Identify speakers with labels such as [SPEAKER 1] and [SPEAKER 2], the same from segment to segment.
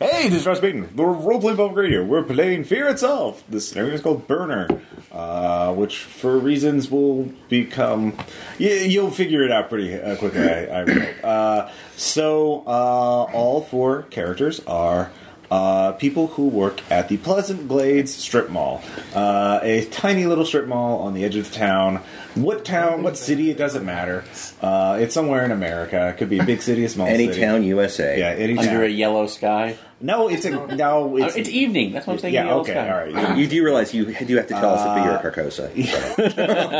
[SPEAKER 1] Hey, this is Ross Baton. We're role-playing public radio. We're playing Fear Itself. This scenario is called Burner, uh, which, for reasons, will become... You, you'll figure it out pretty uh, quickly, I, I reckon. Uh, so, uh, all four characters are uh, people who work at the Pleasant Glades Strip Mall, uh, a tiny little strip mall on the edge of town. What town, what city, it doesn't matter. Uh, it's somewhere in America. It could be a big city, a small
[SPEAKER 2] Any
[SPEAKER 1] city.
[SPEAKER 2] town, USA.
[SPEAKER 1] Yeah, any
[SPEAKER 3] under
[SPEAKER 1] town.
[SPEAKER 3] a yellow sky.
[SPEAKER 1] No, it's a no.
[SPEAKER 3] Oh,
[SPEAKER 1] It's,
[SPEAKER 3] it's evening. That's what I'm saying.
[SPEAKER 1] yeah.
[SPEAKER 3] yellow
[SPEAKER 1] Okay,
[SPEAKER 3] sky.
[SPEAKER 1] all right.
[SPEAKER 2] You do realize you do have to tell us if you're a Carcosa.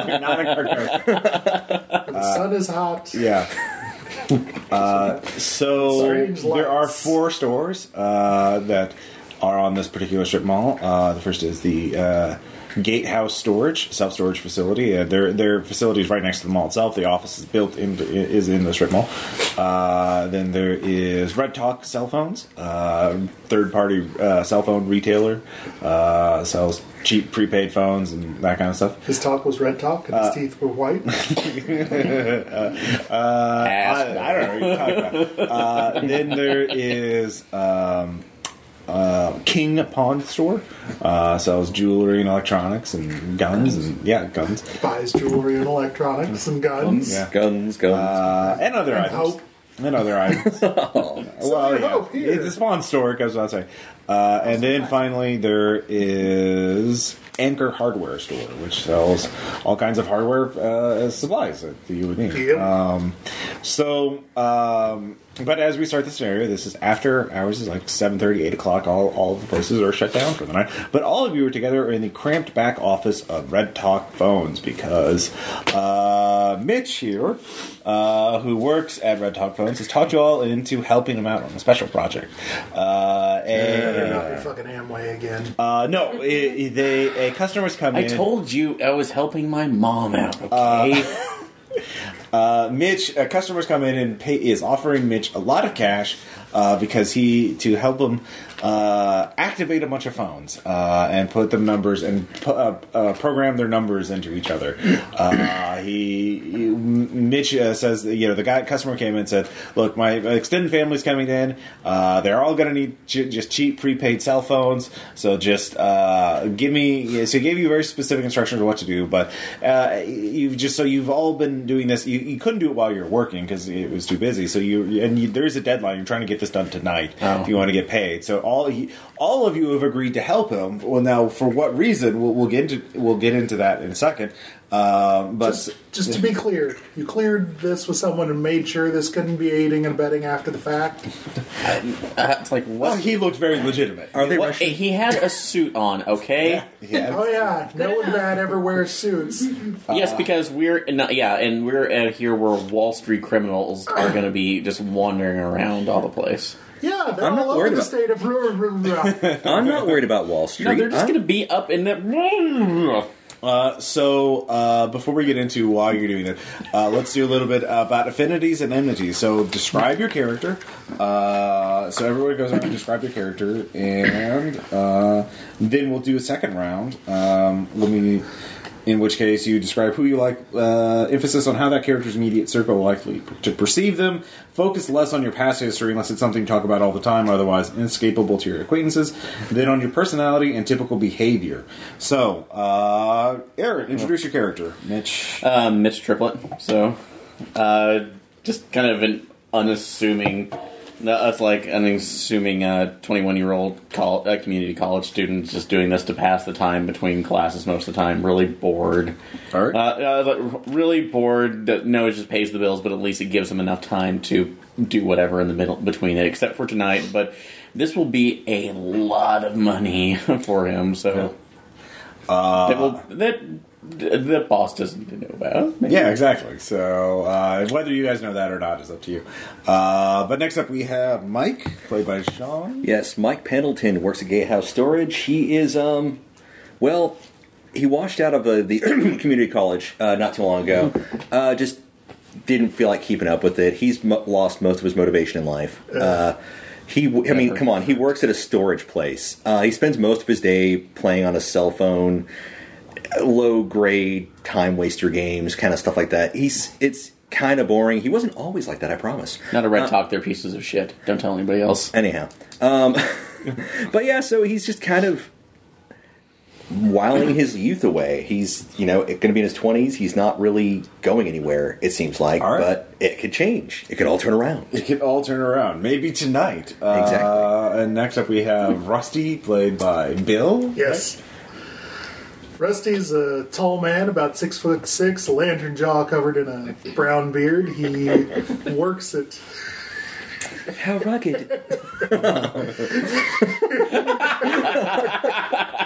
[SPEAKER 1] You're not in Carcosa.
[SPEAKER 4] The sun is hot.
[SPEAKER 1] Yeah. Uh, so
[SPEAKER 4] Strange
[SPEAKER 1] there are
[SPEAKER 4] lights.
[SPEAKER 1] four stores uh, that are on this particular strip mall. Uh, the first is the uh, Gatehouse Storage Self Storage Facility. Uh, their their facility is right next to the mall itself. The office is built in is in the strip mall. Uh, then there is Red Talk Cell Phones, uh, third party uh, cell phone retailer, uh, sells cheap prepaid phones and that kind of stuff.
[SPEAKER 4] His talk was red talk, and his
[SPEAKER 2] Uh,
[SPEAKER 4] teeth were white.
[SPEAKER 3] Ass.
[SPEAKER 1] I, I don't know what you're talking about. Uh, then there is um, uh, King Pawn Store. Uh, sells jewelry and electronics and guns and yeah, guns.
[SPEAKER 4] Buys jewelry and electronics and guns.
[SPEAKER 2] Um,
[SPEAKER 1] Yeah.
[SPEAKER 2] Guns, guns.
[SPEAKER 1] Uh, and other
[SPEAKER 4] And
[SPEAKER 1] items.
[SPEAKER 4] hope.
[SPEAKER 1] And other items. well,
[SPEAKER 4] your
[SPEAKER 1] yeah.
[SPEAKER 4] hope here.
[SPEAKER 1] It's a spawn store, goes without saying. Uh, and then finally, there is Anchor Hardware Store, which sells all kinds of hardware uh, supplies that you would need.
[SPEAKER 4] Yep.
[SPEAKER 2] Oh,
[SPEAKER 1] Um, so, um, but as we start the scenario, this is after hours is like 7.30, 8 o'clock. All, all of the places are shut down for the night. But all of you are together in the cramped back office of Red Talk Phones because uh, Mitch here, uh, who works at Red Talk Phones, has talked you all into helping him out on a special project. Uh,
[SPEAKER 4] Better not
[SPEAKER 1] and,
[SPEAKER 4] be fucking Amway again.
[SPEAKER 1] uh, no, i i- they, a customer's come
[SPEAKER 3] I
[SPEAKER 1] in.
[SPEAKER 3] told you I was helping my mom out. Okay.
[SPEAKER 1] Uh, Mitch, uh, customers come in and pay, is offering Mitch a lot of cash uh, because he to help him uh, activate a bunch of phones uh, and put them numbers and pu- uh, uh, program their numbers into each other. Uh, he, he- Mitch uh, says that, you know the guy customer came in and said, "Look, my extended family's coming in. Uh, they're all going to need j- just cheap prepaid cell phones. So just uh, give me." yeah, So he gave you very specific instructions on what to do, but uh, you've just so you've all been doing this. You, you couldn't do it while you're working because it was too busy. So you and you, there is a deadline. You're trying to get this done tonight if you want to get paid. So all he, all of you have agreed to help him. Well, now for what reason? We'll, we'll get into we'll get into that in a second. Um, but
[SPEAKER 4] Just, just to be clear, you cleared this with someone and made sure this couldn't be aiding and abetting after the fact.
[SPEAKER 3] Uh, it's like
[SPEAKER 1] well,
[SPEAKER 3] what?
[SPEAKER 1] Oh, he looked very legitimate.
[SPEAKER 2] Are they
[SPEAKER 3] what-
[SPEAKER 2] Russian?
[SPEAKER 3] he had a suit on. Okay.
[SPEAKER 1] Yeah.
[SPEAKER 4] Oh yeah, no one bad ever wears suits.
[SPEAKER 3] Yes, because we're no, yeah, and we're at here where Wall Street criminals are going to be just wandering around all the place.
[SPEAKER 4] Yeah, they're
[SPEAKER 2] I'm not
[SPEAKER 4] all over
[SPEAKER 2] worried
[SPEAKER 4] the
[SPEAKER 2] about-
[SPEAKER 4] state of.
[SPEAKER 2] I'm not worried about Wall Street.
[SPEAKER 3] No, they're just
[SPEAKER 2] I'm-
[SPEAKER 3] going to be up in the.
[SPEAKER 1] Uh, so uh, before we get into why you're doing it, uh, let's do a little bit about affinities and enmities. So describe your character. Uh, so everyone goes around and describe your character, and uh, then we'll do a second round. Um, let me. In which case, you describe who you like. Uh, emphasis on how that character's immediate circle are likely to perceive them. Focus less on your past history unless it's something you talk about all the time, otherwise inescapable to your acquaintances, than on your personality and typical behavior. So, uh, Eric, introduce your character, Mitch.
[SPEAKER 3] Um, Mitch Triplet. So, uh, just kind of an unassuming, that's like an unassuming uh, 21 year old col- uh, community college student just doing this to pass the time between classes most of the time, really bored.
[SPEAKER 1] All right.
[SPEAKER 3] Uh, uh, like, really bored. that- No, it just pays the bills, but at least it gives them enough time to do whatever in the middle between it, except for tonight. But this will be a lot of money for him, so. Uh, that will that the boss doesn't know about. maybe.
[SPEAKER 1] yeah, exactly. So, uh, whether you guys know that or not is up to you. Uh, but next up, we have Mike, played by Sean.
[SPEAKER 2] Yes, Mike Pendleton works at Gatehouse Storage. He is, um, well, he washed out of uh, the community college uh, not too long ago. Uh, just didn't feel like keeping up with it. He's mo lost most of his motivation in life. Uh, he, w- I mean, come on, he works at a storage place. Uh, he spends most of his day playing on a cell phone, low grade time waster games, kind of stuff like that. He's it's kind of boring. He wasn't always like that, I promise.
[SPEAKER 3] Not a red top. They're pieces of shit. Don't tell anybody else.
[SPEAKER 2] Anyhow, um, but yeah, so he's just kind of whiling his youth away. He's you know going to be in his twenties. He's not really going anywhere. It seems like,
[SPEAKER 1] All right.
[SPEAKER 2] but it could change. It could all turn around.
[SPEAKER 1] It could all turn around. Maybe tonight. Uh,
[SPEAKER 2] Exactly.
[SPEAKER 1] and next up, we have Rusty, played by Bill.
[SPEAKER 4] Yes. Rusty's a tall man, about six foot six, lantern jaw covered in a brown beard. He works at
[SPEAKER 2] How rugged!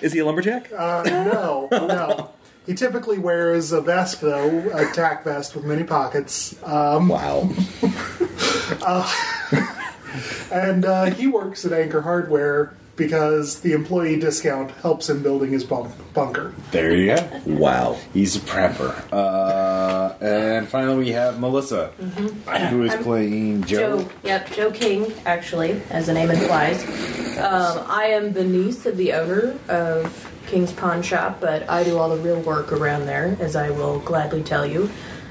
[SPEAKER 2] Is he a lumberjack?
[SPEAKER 4] uh, no, no. He typically wears a vest, though, a tack vest with many pockets. Um, Uh,
[SPEAKER 2] wow.
[SPEAKER 4] And uh, he works at Anchor Hardware because the employee discount helps him building his bunk- bunker.
[SPEAKER 1] There you go.
[SPEAKER 2] Wow.
[SPEAKER 1] He's a prepper. Uh, and finally, we have Melissa,
[SPEAKER 4] Mm-hmm.
[SPEAKER 1] who is playing Joe.
[SPEAKER 5] Joe, yep, Joe King, actually, as the name implies. Um, I am the niece of the owner of King's Pawn Shop, but I do all the real work around there, as I will gladly tell you.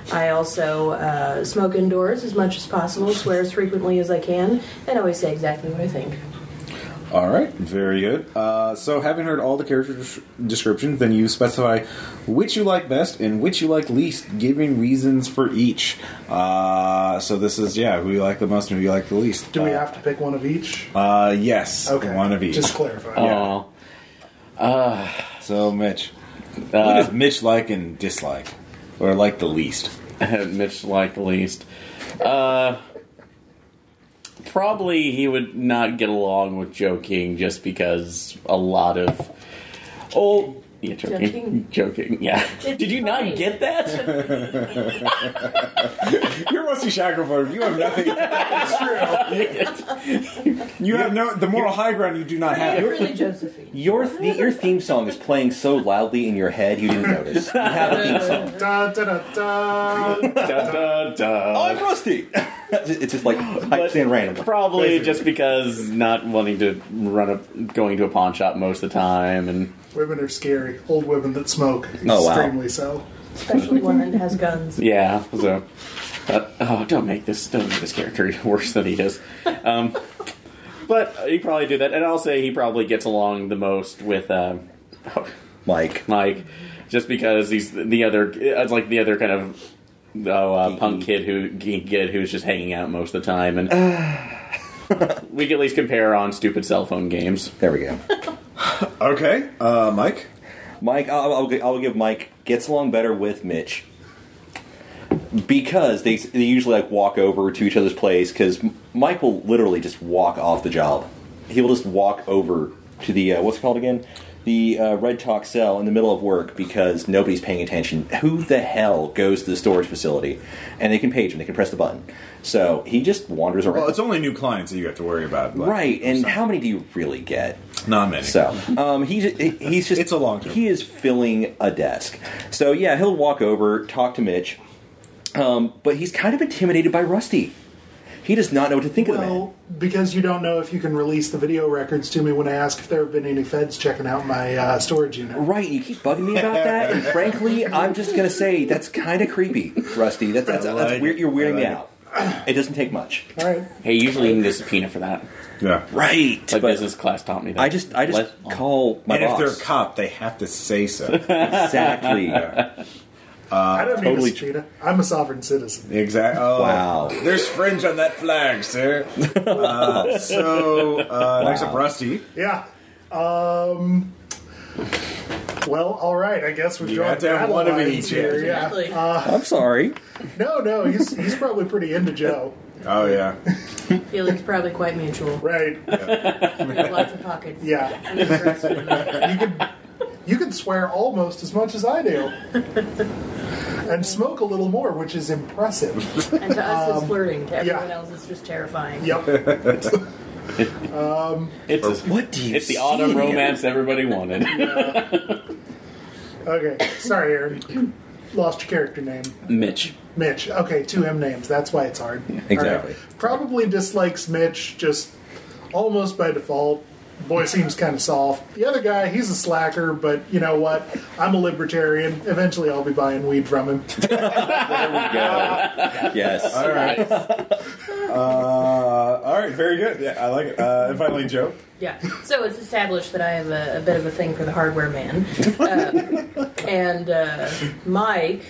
[SPEAKER 5] I also uh, smoke indoors as much as possible, swear as frequently as I can, and always say exactly what I think.
[SPEAKER 1] All right, very good. Uh, so, having heard all the character des- descriptions, then you specify which you like best and which you like least, giving reasons for each. Uh, so, this is yeah, who you like the most and who you like the least.
[SPEAKER 4] Do we
[SPEAKER 1] Uh,
[SPEAKER 4] have to pick one of each?
[SPEAKER 1] Uh, yes.
[SPEAKER 4] Okay.
[SPEAKER 1] One of each.
[SPEAKER 4] Just clarify.
[SPEAKER 3] Aw.
[SPEAKER 1] So, Mitch,
[SPEAKER 2] Uh,
[SPEAKER 1] what does Mitch like and dislike, or like the least?
[SPEAKER 3] Mitch liked the least. Uh, probably he would not get along with Joe King just because a lot of oh yeah Joe,
[SPEAKER 5] Joe
[SPEAKER 3] King.
[SPEAKER 5] King.
[SPEAKER 3] Joe King, yeah.
[SPEAKER 5] It's
[SPEAKER 3] Did you
[SPEAKER 5] fine.
[SPEAKER 3] not get that?
[SPEAKER 1] You're Rusty Shackelford. You have nothing. You have no the moral high ground. You do not
[SPEAKER 5] I am
[SPEAKER 1] have.
[SPEAKER 5] really Josephine.
[SPEAKER 2] Your the, your theme song is playing so loudly in your head you didn't notice. You have a theme song.
[SPEAKER 4] Da, da, da, da.
[SPEAKER 3] da, da, da.
[SPEAKER 2] Oh, I'm rusty. it's just like I stand randomly.
[SPEAKER 3] Probably just because not wanting to run up, going to a pawn shop most of the time, and
[SPEAKER 4] women are scary. Old women that smoke.
[SPEAKER 2] Oh, wow.
[SPEAKER 4] Extremely so.
[SPEAKER 5] Especially one that has guns.
[SPEAKER 3] yeah. So, but, oh, don't make this don't make this character worse than he is. Um, but he probably do that, and I'll say he probably gets along the most with um,
[SPEAKER 2] Mike.
[SPEAKER 3] Mike, just because he's the other, it's like the other kind of. Oh, uh, punk kid who geek kid who's just hanging out most of the time, and we can at least compare on stupid cell phone games.
[SPEAKER 2] There we go.
[SPEAKER 1] Okay, uh, Mike.
[SPEAKER 2] Mike, I'll, I'll, gi- I'll give Mike gets along better with Mitch because they they usually like walk over to each other's place because Mike will literally just walk off the job. He will just walk over to the uh, what's it called again, the uh, Red Talk cell in the middle of work because nobody's paying attention. Who the hell goes to the storage facility? And they can page him. They can press the button. So he just wanders around.
[SPEAKER 1] Well, it's only new clients that you have to worry about. but-
[SPEAKER 2] right. And how many do you really get?
[SPEAKER 1] Not many.
[SPEAKER 2] So um, he's he's just
[SPEAKER 1] It's a long term.
[SPEAKER 2] He is filling a desk. So yeah, he'll walk over, talk to Mitch, um, but he's kind of intimidated by Rusty. He does not know what to think of the man.
[SPEAKER 4] Well, because you don't know if you can release the video records to me when I ask if there have been any feds checking out my uh, storage unit.
[SPEAKER 2] Right, you keep bugging me about that, and frankly, I'm just gonna say that's kind of creepy, Rusty. That's that's,
[SPEAKER 1] I
[SPEAKER 2] that's
[SPEAKER 1] like
[SPEAKER 2] weird.
[SPEAKER 1] it.
[SPEAKER 2] You're
[SPEAKER 1] I
[SPEAKER 2] weirding me
[SPEAKER 1] like
[SPEAKER 2] out. It doesn't take much.
[SPEAKER 4] All right.
[SPEAKER 3] Hey, usually you need a subpoena for that.
[SPEAKER 1] Yeah.
[SPEAKER 2] Right,
[SPEAKER 3] My
[SPEAKER 2] but
[SPEAKER 3] business class taught me that.
[SPEAKER 2] I just I just
[SPEAKER 3] Let-
[SPEAKER 2] call my
[SPEAKER 1] and if they're a
[SPEAKER 2] boss.
[SPEAKER 1] cop, they have to say so.
[SPEAKER 2] exactly.
[SPEAKER 1] Uh,
[SPEAKER 4] I don't
[SPEAKER 2] totally-
[SPEAKER 4] need a subpoena. I'm a sovereign citizen.
[SPEAKER 1] exactly. Oh,
[SPEAKER 2] Wow.
[SPEAKER 1] There's fringe on that flag, sir. Uh, so uh, next up,
[SPEAKER 2] Wow.
[SPEAKER 1] Rusty.
[SPEAKER 4] Yeah. Um. Well, all right. I guess we've
[SPEAKER 1] You
[SPEAKER 4] drawn
[SPEAKER 1] have to have
[SPEAKER 4] battle
[SPEAKER 1] one of
[SPEAKER 4] lines
[SPEAKER 1] each,
[SPEAKER 4] here.
[SPEAKER 1] yeah.
[SPEAKER 4] Yeah.
[SPEAKER 5] Exactly.
[SPEAKER 2] I'm sorry.
[SPEAKER 4] No, no. He's he's probably pretty into Joe.
[SPEAKER 1] Oh yeah.
[SPEAKER 5] Feelings probably quite mutual.
[SPEAKER 4] Right.
[SPEAKER 5] We have lots of pockets.
[SPEAKER 4] Yeah.
[SPEAKER 5] I'm interested in that.
[SPEAKER 4] You could you could swear almost as much as I do, and smoke a little more, which is impressive.
[SPEAKER 5] And to us, it's flirting. To everyone
[SPEAKER 4] yeah.
[SPEAKER 5] else, it's just terrifying.
[SPEAKER 4] Yep.
[SPEAKER 3] It's,
[SPEAKER 2] What do you?
[SPEAKER 3] it's the
[SPEAKER 2] see in
[SPEAKER 3] autumn
[SPEAKER 2] him?
[SPEAKER 3] romance everybody wanted.
[SPEAKER 4] Okay. Sorry, Aaron. Lost your character name.
[SPEAKER 3] Mitch.
[SPEAKER 4] Mitch. Okay, two M names. That's why it's hard.
[SPEAKER 2] exactly.
[SPEAKER 4] All right. Probably dislikes Mitch just almost by default. boy seems kind of soft. The other guy, he's a slacker, but you know what? I'm a libertarian. Eventually, I'll be buying weed from him.
[SPEAKER 2] Yes.
[SPEAKER 1] All right.
[SPEAKER 3] Nice.
[SPEAKER 1] Uh, all right. Very good. Yeah, I like it. Uh, and finally, Joe.
[SPEAKER 5] Yeah. So it's established that I have a, a bit of a thing for the hardware man. Um, and uh, Mike,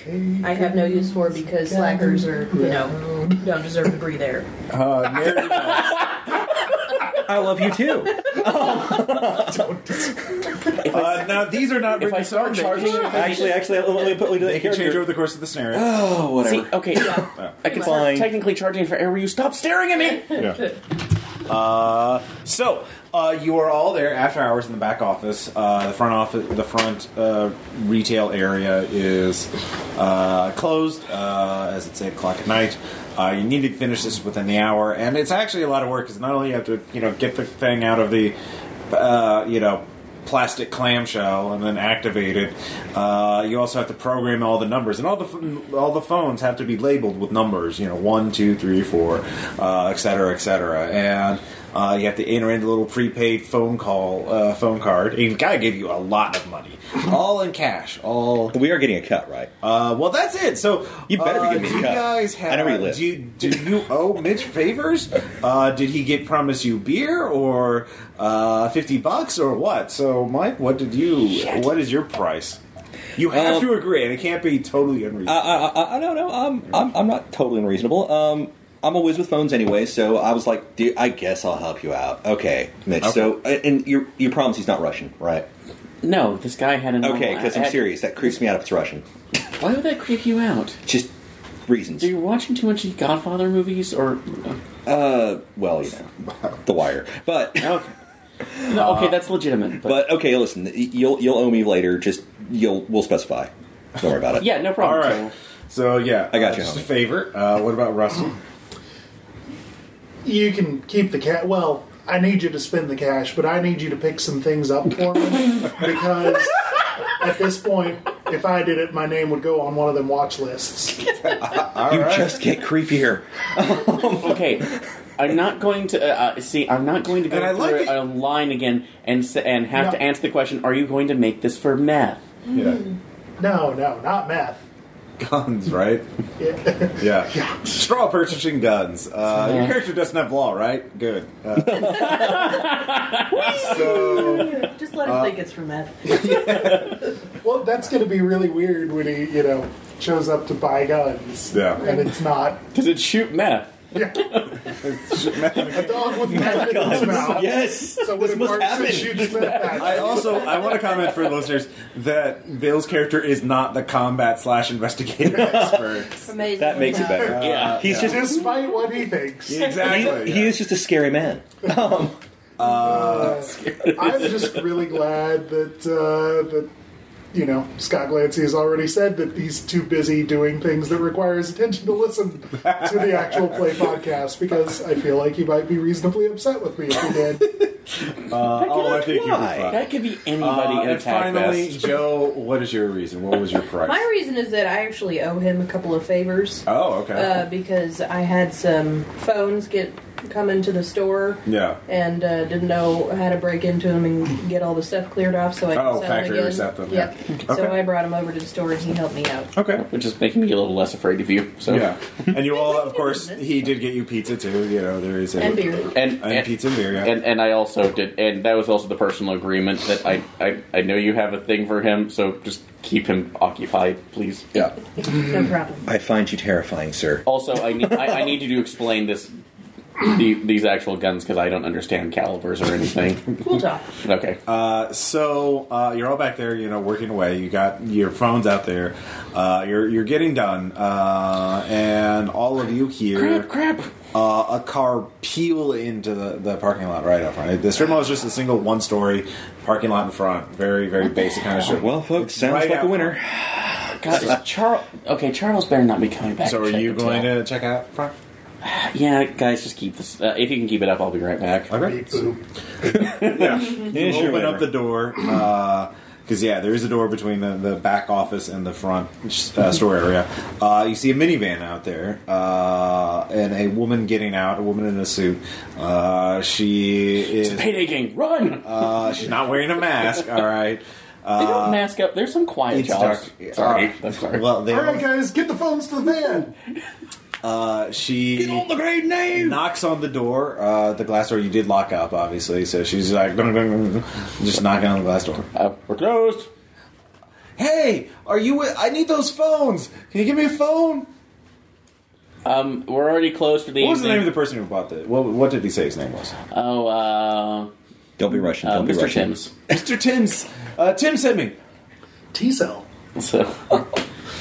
[SPEAKER 5] I have no use for because slackers are, you know, don't deserve to breathe air.
[SPEAKER 1] Uh, Mary,
[SPEAKER 2] I love you too.
[SPEAKER 1] uh, now these are not
[SPEAKER 3] If I
[SPEAKER 1] written
[SPEAKER 3] start
[SPEAKER 1] songs.
[SPEAKER 3] charging,
[SPEAKER 2] actually, actually, let me put let me do that
[SPEAKER 1] They can change
[SPEAKER 2] character.
[SPEAKER 1] over the course of the scenario.
[SPEAKER 2] Oh, whatever.
[SPEAKER 3] see, okay, I can start
[SPEAKER 2] Fine.
[SPEAKER 3] technically charging for air. Will you stop staring at me?
[SPEAKER 1] Yeah. Uh, so uh, you are all there after hours in the back office. Uh, the front office, the front uh, retail area is uh, closed uh, as it's eight o'clock at night. Uh, you need to finish this within the hour, and it's actually a lot of work because not only you have to you know get the thing out of the uh, you know plastic clamshell and then activate it. Uh, you also have to program all the numbers, and all the ph- all the phones have to be labeled with numbers. You know, one, two, three, four, uh, et cetera, et cetera. And uh, you have to enter in the little prepaid phone call uh, phone card. And the guy gave you a lot of money, all in cash. All
[SPEAKER 2] We are getting a cut, right?
[SPEAKER 1] uh, well, that's it. So
[SPEAKER 2] You better be
[SPEAKER 1] uh,
[SPEAKER 2] giving me
[SPEAKER 1] do
[SPEAKER 2] a
[SPEAKER 1] you
[SPEAKER 2] cut.
[SPEAKER 1] guys
[SPEAKER 2] I
[SPEAKER 1] have.
[SPEAKER 2] know where you live.
[SPEAKER 1] Do you, do you owe Mitch favors? Uh, did he get promise you beer or uh, fifty bucks or what? So Mike, what did you? What is your price? You have
[SPEAKER 2] Um, uh,
[SPEAKER 1] to agree, and it can't be totally unreasonable.
[SPEAKER 2] I, I, I, I don't know. I'm, um, I'm, I'm not totally unreasonable. Um, I'm a whiz with phones anyway, so I was like, dude, I guess I'll help you out. Okay, Mitch.
[SPEAKER 1] Okay.
[SPEAKER 2] So, uh, and you you promise he's not Russian, right?
[SPEAKER 3] No, this guy had an.
[SPEAKER 2] Okay, because I'm serious. That creeps me out if it's Russian.
[SPEAKER 3] Why would that creep you out?
[SPEAKER 2] Just reasons.
[SPEAKER 3] So you're watching too much Godfather movies, or
[SPEAKER 2] Uh, well, you know, The Wire. But,
[SPEAKER 3] okay, no, okay, that's legitimate. But,
[SPEAKER 2] but okay, listen. You'll you'll owe me later. Just you'll we'll specify. Don't worry about it.
[SPEAKER 3] yeah, no
[SPEAKER 1] all
[SPEAKER 3] problem.
[SPEAKER 1] right. So yeah,
[SPEAKER 2] I got
[SPEAKER 1] uh,
[SPEAKER 2] you,
[SPEAKER 1] Just a
[SPEAKER 2] homie.
[SPEAKER 1] favor. Uh, what about Russell?
[SPEAKER 4] You can keep the cat. Well, I need you to spend the cash, but I need you to pick some things up for me because at this point, if I did it, my name would go on one of them watch lists.
[SPEAKER 1] All
[SPEAKER 2] You
[SPEAKER 1] right.
[SPEAKER 2] just get creepier.
[SPEAKER 3] So- okay. I'm not going to uh, uh, see. I'm not going to go
[SPEAKER 1] And I
[SPEAKER 3] through
[SPEAKER 1] like it.
[SPEAKER 3] a line again and s- and have to
[SPEAKER 4] No.
[SPEAKER 3] answer the question: Are you going to make this for meth?
[SPEAKER 1] yeah.
[SPEAKER 4] No, no, not meth.
[SPEAKER 1] guns, right?
[SPEAKER 4] Yeah.
[SPEAKER 1] Yeah. Straw purchasing guns. Uh, your character doesn't have law, right? Good. Uh, so.
[SPEAKER 5] Just let him
[SPEAKER 2] Uh,
[SPEAKER 5] think it's from that.
[SPEAKER 4] well, that's going to be really weird when he, you know, shows up to buy guns.
[SPEAKER 1] Yeah.
[SPEAKER 4] And it's not.
[SPEAKER 3] Does it shoot meth?
[SPEAKER 4] Yeah. A dog with meth in his mouth.
[SPEAKER 2] Yes.
[SPEAKER 4] So when
[SPEAKER 2] This
[SPEAKER 4] it
[SPEAKER 2] must
[SPEAKER 4] barks,
[SPEAKER 2] happen.
[SPEAKER 4] it shoots meth back.
[SPEAKER 1] I also I want to comment for the listeners that Bill's character is not the combat slash investigator expert.
[SPEAKER 5] Amazing.
[SPEAKER 2] That makes it better.
[SPEAKER 3] yeah.
[SPEAKER 2] He's just
[SPEAKER 4] Despite what he thinks.
[SPEAKER 1] Exactly.
[SPEAKER 2] He is just a scary man.
[SPEAKER 4] I'm just really glad that uh, that you know Scott Glancy has already said that he's too busy doing things that require his attention to listen to the actual play podcast because I feel like he might be reasonably upset with me if he did.
[SPEAKER 1] Uh, oh, I think you were
[SPEAKER 2] Why?
[SPEAKER 1] fine.
[SPEAKER 3] That could be
[SPEAKER 1] Uh,
[SPEAKER 3] anybody in a
[SPEAKER 1] and
[SPEAKER 3] tag
[SPEAKER 1] finally,
[SPEAKER 3] vest.
[SPEAKER 1] Joe, what is your reason? What was your price?
[SPEAKER 5] My reason is that I actually owe him a couple of favors.
[SPEAKER 1] oh, okay.
[SPEAKER 5] Uh, because I had some phones get come into the store
[SPEAKER 1] yeah.
[SPEAKER 5] and uh, didn't know how to break into them and get all the stuff cleared off, so I could
[SPEAKER 1] Oh,
[SPEAKER 5] sell 'em
[SPEAKER 1] factory
[SPEAKER 5] again.
[SPEAKER 1] reset them,
[SPEAKER 5] Yep.
[SPEAKER 1] yeah.
[SPEAKER 5] So
[SPEAKER 1] Okay.
[SPEAKER 5] I brought him over to the store and he helped me out.
[SPEAKER 1] Okay.
[SPEAKER 3] Which is making me a little less afraid of you. So
[SPEAKER 1] Yeah. And you all, of course, he did get you pizza too. You know, there is a
[SPEAKER 5] And beer.
[SPEAKER 3] and,
[SPEAKER 1] and pizza and beer. Yeah.
[SPEAKER 3] and and I also did, and that was also the personal agreement that I I, I know you have a thing for him, so just keep him occupied, please.
[SPEAKER 1] yeah.
[SPEAKER 5] No problem.
[SPEAKER 2] I find you terrifying, sir.
[SPEAKER 3] Also, I need I, I need you to explain this the, these actual guns because I don't understand calibers or anything.
[SPEAKER 5] We'll talk.
[SPEAKER 3] Okay,
[SPEAKER 1] Uh, so uh, you're all back there, you know, working away. You got your phones out there. Uh, you're you're getting done, uh, and all of you hear
[SPEAKER 3] crap, crap.
[SPEAKER 1] Uh, a car peel into the, the parking lot right up front. The strip mall is just a single one story parking lot in front. Very very basic kind of strip.
[SPEAKER 2] Well, folks, sounds
[SPEAKER 1] right
[SPEAKER 2] like
[SPEAKER 1] out
[SPEAKER 2] a winner.
[SPEAKER 3] God, is Charles. Okay, Charles better not be coming back.
[SPEAKER 1] So are
[SPEAKER 3] to check
[SPEAKER 1] you
[SPEAKER 3] the
[SPEAKER 1] going
[SPEAKER 3] tail.
[SPEAKER 1] to check out front?
[SPEAKER 3] Yeah, guys, just keep this. Uh, if you can keep it up, I'll be right back.
[SPEAKER 1] Okay.
[SPEAKER 4] Beep, boop.
[SPEAKER 1] Yeah. You
[SPEAKER 2] sure,
[SPEAKER 1] open
[SPEAKER 2] whatever.
[SPEAKER 1] up the door. Uh, Because yeah, there is a door between the, the back office and the front uh, store area. Uh, you see a minivan out there, uh, and a woman getting out. A woman in a suit. Uh, she
[SPEAKER 3] It's
[SPEAKER 1] is.
[SPEAKER 3] payday gang. Run!
[SPEAKER 1] Uh, she's not wearing a mask. All right.
[SPEAKER 3] they don't
[SPEAKER 1] Uh,
[SPEAKER 3] mask up. There's some quiet
[SPEAKER 1] it's
[SPEAKER 3] jobs.
[SPEAKER 1] dark. Yeah,
[SPEAKER 3] Sorry,
[SPEAKER 1] uh,
[SPEAKER 3] I'm sorry.
[SPEAKER 1] Well, they
[SPEAKER 4] All right, guys, get the phones to the van.
[SPEAKER 1] uh, she
[SPEAKER 2] the great name.
[SPEAKER 1] knocks on the door. Uh, the glass door you did lock up, obviously. So she's like, just knocking on the glass door.
[SPEAKER 3] Uh, we're closed.
[SPEAKER 1] Hey, are you? With, I need those phones. Can you give me a phone?
[SPEAKER 3] Um, we're already closed for the
[SPEAKER 1] What was the
[SPEAKER 3] evening.
[SPEAKER 1] name of the person who bought the? What, what did he say his name was?
[SPEAKER 3] Oh, uh,
[SPEAKER 2] Don't be rushing.
[SPEAKER 3] uh,
[SPEAKER 2] Don't be
[SPEAKER 3] Mr.
[SPEAKER 2] rushing.
[SPEAKER 3] Tim's.
[SPEAKER 1] Mr. Tim's. Uh, Tim sent me.
[SPEAKER 4] T cell.
[SPEAKER 3] So,
[SPEAKER 1] I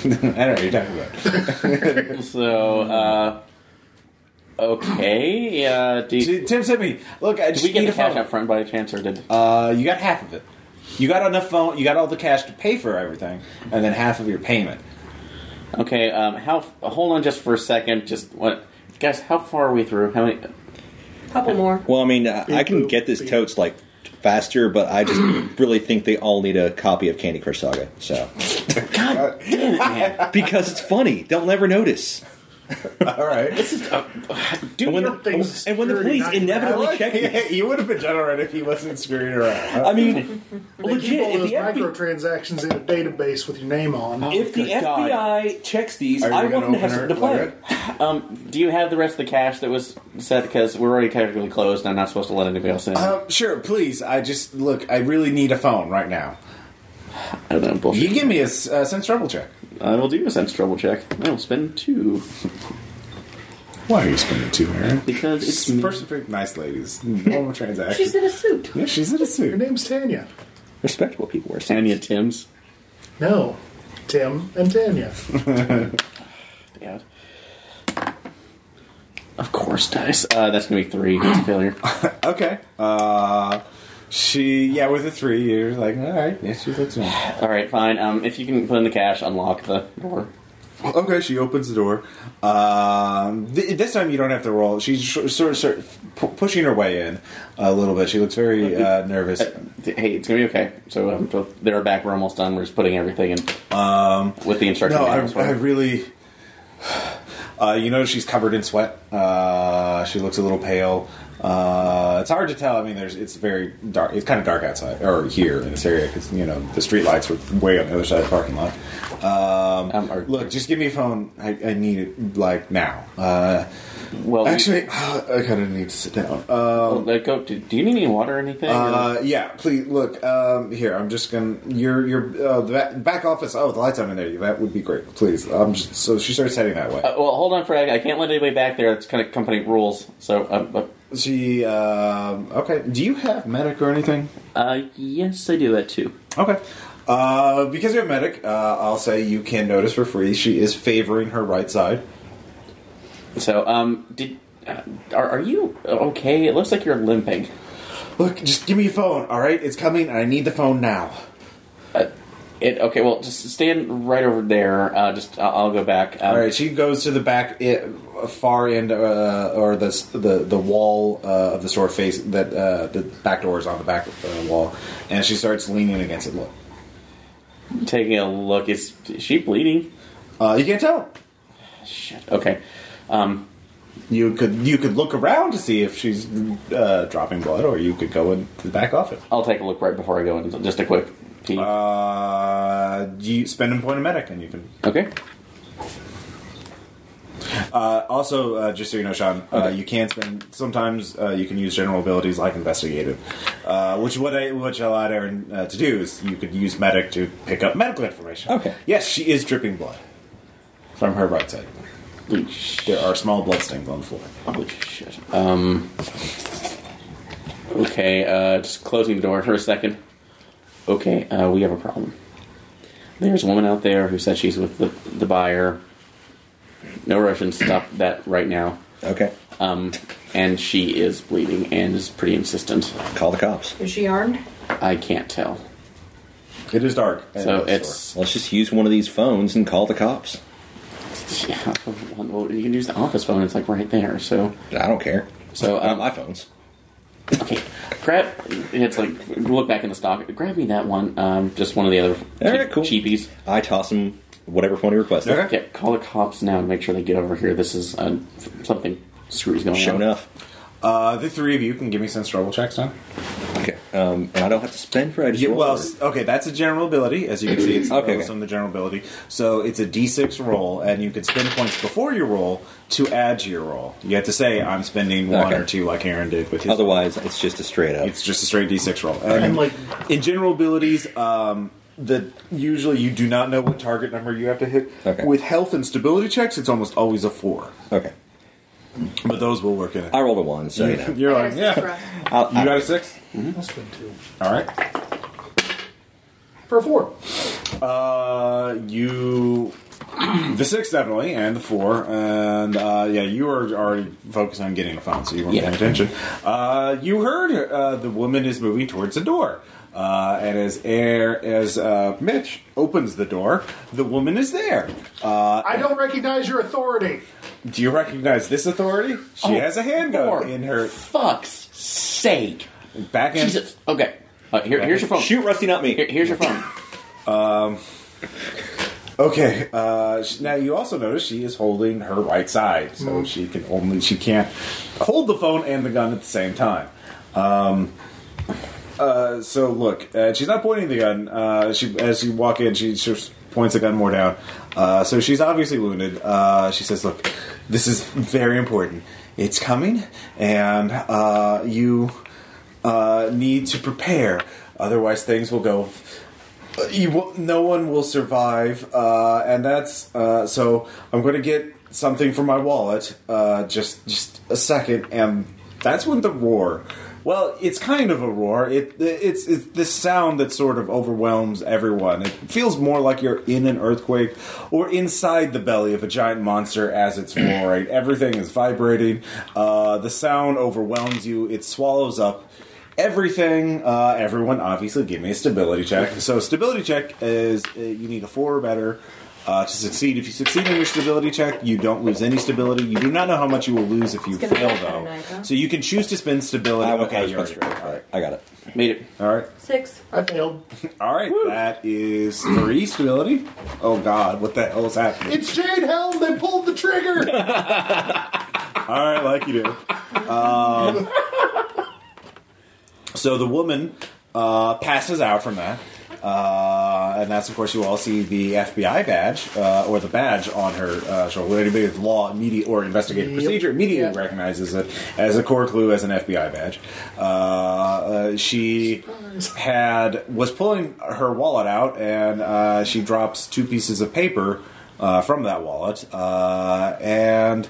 [SPEAKER 1] don't know what you're talking about.
[SPEAKER 3] so, uh, okay. Uh, do,
[SPEAKER 1] T- Tim sent me. Look, I
[SPEAKER 3] did
[SPEAKER 1] just
[SPEAKER 3] we get
[SPEAKER 1] need
[SPEAKER 3] the
[SPEAKER 1] a phone.
[SPEAKER 3] cash up front by chance, or did?
[SPEAKER 1] Uh, you got half of it. You got enough phone. You got all the cash to pay for everything, and then half of your payment.
[SPEAKER 3] Okay, um, how? Hold on, just for a second. Just what, guys? How far are we through? How many?
[SPEAKER 5] Couple more.
[SPEAKER 2] Well, I mean, uh, I, I can
[SPEAKER 4] boop,
[SPEAKER 2] get this
[SPEAKER 4] beep.
[SPEAKER 2] totes like faster, but I just really think they all need a copy of Candy Crush Saga. So
[SPEAKER 3] God damn it, man!
[SPEAKER 2] because it's funny, they'll never notice.
[SPEAKER 1] All right.
[SPEAKER 3] This is uh, dude.
[SPEAKER 2] And when,
[SPEAKER 4] Your thing's
[SPEAKER 2] and when the
[SPEAKER 4] security,
[SPEAKER 2] police
[SPEAKER 4] not your
[SPEAKER 2] inevitably check it,
[SPEAKER 1] you would have been done already if he wasn't screwing around.
[SPEAKER 2] I mean,
[SPEAKER 4] They keep all
[SPEAKER 2] legit. If
[SPEAKER 4] those
[SPEAKER 2] the, FBI,
[SPEAKER 4] microtransactions in a database with your name on.
[SPEAKER 2] if the
[SPEAKER 3] Good God.
[SPEAKER 2] FBI checks these,
[SPEAKER 1] Are you
[SPEAKER 2] I
[SPEAKER 1] gonna
[SPEAKER 2] wouldn't have
[SPEAKER 1] open her
[SPEAKER 2] the plan.
[SPEAKER 1] letter?
[SPEAKER 3] um, do you have the rest of the cash that was set? Because we're already technically closed. and I'm not supposed to let anybody else in.
[SPEAKER 1] Um, sure, please. I just look. I really need a phone right now.
[SPEAKER 3] I don't know.
[SPEAKER 1] You
[SPEAKER 3] Bullshit.
[SPEAKER 1] give me a s- uh, sense trouble check.
[SPEAKER 3] I will do a sense trouble check. I will spend two
[SPEAKER 1] Why are you spending two, Aaron?
[SPEAKER 3] because it's me.
[SPEAKER 1] Person picked nice ladies. Normal transaction.
[SPEAKER 5] She's in a suit.
[SPEAKER 1] yeah, she's in a
[SPEAKER 4] Your
[SPEAKER 1] suit.
[SPEAKER 4] name's Tanya.
[SPEAKER 2] Respectable people are saying.
[SPEAKER 3] Tanya Tim's.
[SPEAKER 4] No, Tim and Tanya.
[SPEAKER 1] Mm-hmm.
[SPEAKER 3] Yeah. Of course, dice. Uh, that's gonna be three. It's a failure.
[SPEAKER 1] Okay. Uh, she yeah, with a three, you're like, all right, yeah, she looks nice.
[SPEAKER 3] All right, fine. Um, if you can put in the cash, unlock the door.
[SPEAKER 1] Okay, she opens the door. Um, th- this time you don't have to roll. She's sh- sort of sort of pu- pushing her way in a little bit. She looks very uh, nervous.
[SPEAKER 3] Hey, it's gonna be okay. So um, so they're back. We're almost done. We're just putting everything in. Um, with the instruction.
[SPEAKER 1] No, I,
[SPEAKER 3] manuals.
[SPEAKER 1] I really. Uh, you notice she's covered in sweat. Uh, she looks a little pale. Uh, it's hard to tell. I mean, there's it's very dark. It's kind of dark outside or here in this area because you know the street lights were way on the other side of the parking lot. Um,
[SPEAKER 3] Um, are-
[SPEAKER 1] look, just give me a phone. I, I need it like now. Uh,
[SPEAKER 3] well, we-
[SPEAKER 1] actually, I kind of need to sit down.
[SPEAKER 3] well, let go. Do, do you need any water or anything?
[SPEAKER 1] Uh, yeah, please look um, here. I'm just gonna your your uh, the back, back office. Oh, the lights on in there. That would be great. Please. I'm just so she starts heading that way.
[SPEAKER 3] Uh, well, hold on for a I can't let anybody back there. That's kind of company rules. So, uh,
[SPEAKER 1] She um, okay. Do you have medic or anything?
[SPEAKER 3] uh, uh, yes, I do that too.
[SPEAKER 1] Okay. Uh, because you have medic, uh, I'll say you can notice for free. She is favoring her right side.
[SPEAKER 3] So, um, did uh, are, are you okay? It looks like you're limping.
[SPEAKER 1] Look, just give me a phone. All right, it's coming. I need the phone now.
[SPEAKER 3] It okay? Well, just stand right over there. Uh, just I'll, I'll go back. Um,
[SPEAKER 1] All right, she goes to the back, i far end, uh, or the the the wall uh, of the store face that uh, the back door is on the back uh, wall, and she starts leaning against it. Look,
[SPEAKER 3] Taking a look. Is, is she bleeding?
[SPEAKER 1] uh, you can't tell.
[SPEAKER 3] Shit. Okay. Um,
[SPEAKER 1] You could you could look around to see if she's uh, dropping blood, or you could go into the back office.
[SPEAKER 3] I'll take a look right before I go in. Just a quick peek.
[SPEAKER 1] Uh, you spend a point of medic, and you can.
[SPEAKER 3] okay.
[SPEAKER 1] Uh, also, uh, just so you know, Sean, uh, you can spend. Sometimes uh, you can use general abilities like investigative, uh, which what I which I allowed Aaron uh, to do is you could use medic to pick up medical information.
[SPEAKER 2] Okay.
[SPEAKER 1] Yes, she is dripping blood from her right side.
[SPEAKER 3] Holy shit.
[SPEAKER 1] There are small blood stains on the floor.
[SPEAKER 3] Holy shit. Um. Okay. Uh, just closing the door for a second. Okay. Uh, we have a problem. There's a woman out there who said she's with the the buyer. No Russians. Stop that right now.
[SPEAKER 2] Okay,
[SPEAKER 3] Um, and she is bleeding and is pretty insistent.
[SPEAKER 2] call the cops.
[SPEAKER 5] Is she armed?
[SPEAKER 3] I can't tell.
[SPEAKER 1] It is dark. in
[SPEAKER 3] So
[SPEAKER 1] the
[SPEAKER 3] it's
[SPEAKER 2] Let's just use one of these phones and call the cops.
[SPEAKER 3] Yeah, well, you can use the office phone. It's like right there. So,
[SPEAKER 2] I don't care.
[SPEAKER 3] so
[SPEAKER 2] Not
[SPEAKER 3] um,
[SPEAKER 2] my phones.
[SPEAKER 3] Hey, grab. and It's like look back in the stock. Grab me that one. Um, just one of the other
[SPEAKER 2] All right,
[SPEAKER 3] cheap-
[SPEAKER 2] cool.
[SPEAKER 3] cheapies.
[SPEAKER 2] I toss him whatever phone he requested.
[SPEAKER 1] Okay.
[SPEAKER 3] Yeah, call the cops now and make sure they get over here. This is uh, something screwy's going
[SPEAKER 2] Sure
[SPEAKER 3] on.
[SPEAKER 2] enough.
[SPEAKER 1] Uh, the three of you can give me some struggle checks now.
[SPEAKER 2] Okay. Um, and I don't have to spend for it. I just
[SPEAKER 1] Yeah,
[SPEAKER 2] roll
[SPEAKER 1] well,
[SPEAKER 2] for it.
[SPEAKER 1] s- okay, that's a general ability. As you can see, it's
[SPEAKER 2] Okay,
[SPEAKER 1] okay,
[SPEAKER 2] okay.
[SPEAKER 1] on the general ability. So it's a D6 roll, and you can spend points before your roll to add to your roll. You have to say, I'm spending one
[SPEAKER 2] Okay.
[SPEAKER 1] or two, like Aaron did with his.
[SPEAKER 2] Otherwise, it's just a straight up.
[SPEAKER 1] It's just a straight D6 roll. And,
[SPEAKER 4] And, like-
[SPEAKER 1] in general abilities, um, the usually you do not know what target number you have to hit.
[SPEAKER 2] Okay.
[SPEAKER 1] With health and stability checks, it's almost always a four,
[SPEAKER 2] Okay.
[SPEAKER 1] but those will work in it.
[SPEAKER 2] I rolled a one, so you know.
[SPEAKER 1] You're
[SPEAKER 5] I
[SPEAKER 1] like,
[SPEAKER 5] got a six
[SPEAKER 1] yeah.
[SPEAKER 5] rough.
[SPEAKER 2] I'll,
[SPEAKER 1] You got a six.
[SPEAKER 4] Must have been two.
[SPEAKER 1] All right.
[SPEAKER 4] For four.
[SPEAKER 1] Uh, you. The six definitely, and the four, and uh, yeah, you were already focused on getting a phone, so you weren't
[SPEAKER 3] Yeah.
[SPEAKER 1] paying attention. Uh, you heard uh, the woman is moving towards the door, uh, and as air as uh, Mitch opens the door, the woman is there. Uh,
[SPEAKER 4] I don't recognize your authority.
[SPEAKER 1] do you recognize this authority? She
[SPEAKER 3] Oh,
[SPEAKER 1] has a handgun
[SPEAKER 3] for
[SPEAKER 1] in her
[SPEAKER 3] Fuck's sake!
[SPEAKER 1] back end.
[SPEAKER 3] Jesus. Okay. Uh, here, here's your phone.
[SPEAKER 2] Shoot, Rusty, not
[SPEAKER 3] Here,
[SPEAKER 2] me.
[SPEAKER 3] here's your phone.
[SPEAKER 1] Okay. Uh, sh- now you also notice she is holding her right side, so she can only she can't hold the phone and the gun at the same time. Um, uh, so look, uh, she's not pointing the gun. Uh, she as you walk in, she just points the gun more down. Uh, so she's obviously wounded. Uh, she says, "Look, this is very important. It's coming, and uh, you uh, need to prepare. Otherwise, things will go you will, no one will survive, uh, and that's uh, so. I'm going to get something from my wallet. Uh, just just a second, and that's when the roar. Well, it's kind of a roar. It it's it's this sound that sort of overwhelms everyone. It feels more like you're in an earthquake or inside the belly of a giant monster as it's roaring. Everything is vibrating. Uh, the sound overwhelms you. It swallows up everything. Uh, everyone, obviously, give me a stability check. So, stability check is uh, you need a four or better uh, to succeed. If you succeed in your stability check, you don't lose any stability. You do not know how much you will lose if you
[SPEAKER 5] It's gonna
[SPEAKER 1] fail,
[SPEAKER 5] be a
[SPEAKER 1] though.
[SPEAKER 5] night, huh?
[SPEAKER 1] So you can choose to spend stability.
[SPEAKER 2] I,
[SPEAKER 1] okay,
[SPEAKER 2] Ah, okay, I, was
[SPEAKER 1] you're
[SPEAKER 2] supposed to roll. All right, I got it.
[SPEAKER 3] Made it.
[SPEAKER 1] all right,
[SPEAKER 5] Six.
[SPEAKER 4] I failed.
[SPEAKER 1] all right. That is three stability. Oh God, what the hell is happening?
[SPEAKER 4] It's Jade Helm that pulled the trigger.
[SPEAKER 1] All right, like you do. Um, so the woman uh, passes out from that, uh, and that's of course you all see the FBI badge uh, or the badge on her uh, shoulder. Anybody with law immediate or investigative
[SPEAKER 4] Yep.
[SPEAKER 1] procedure immediately
[SPEAKER 4] Yeah.
[SPEAKER 1] recognizes it as a core clue as an FBI badge. Uh, uh, she had was pulling her wallet out, and uh, she drops two pieces of paper uh, from that wallet, uh, and.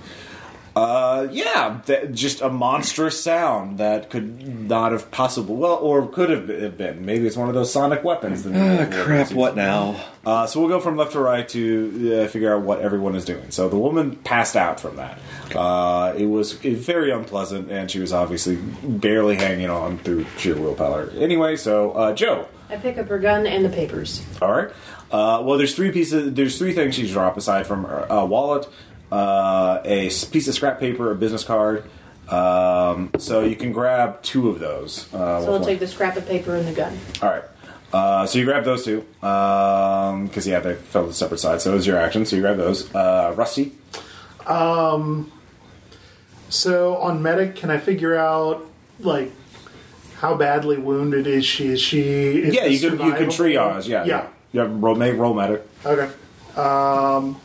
[SPEAKER 1] Uh, yeah, th- just a monstrous sound that could not have possible. Well, or could have b- have been. Maybe it's one of those sonic weapons. that-
[SPEAKER 2] Ah, crap, what now?
[SPEAKER 1] Uh, so we'll go from left to right to uh, figure out what everyone is doing. So the woman passed out from that. Uh, it was eh, very unpleasant, and she was obviously barely hanging on through sheer willpower. Anyway, so uh, Joe.
[SPEAKER 5] I pick up her gun and the papers.
[SPEAKER 1] All right. Uh, well, there's three pieces. There's three things she's dropped aside from her, a wallet, uh, a s- piece of scrap paper, a business card. Um, so you can grab two of those. Uh,
[SPEAKER 5] So I'll
[SPEAKER 1] with
[SPEAKER 5] take
[SPEAKER 1] one.
[SPEAKER 5] the scrap of paper and the gun.
[SPEAKER 1] All right. Uh, so you grab those two because yeah, they fell to separate sides. So it was your action. So you grab those. Uh, Rusty.
[SPEAKER 4] so on medic, can I figure out like how badly wounded is she? Is she? Is
[SPEAKER 1] Yeah,
[SPEAKER 4] this
[SPEAKER 1] you can you can
[SPEAKER 4] survivable?
[SPEAKER 1] triage. Yeah,
[SPEAKER 4] Yeah.
[SPEAKER 1] yeah. Roll, make roll matter.
[SPEAKER 4] Okay. Um,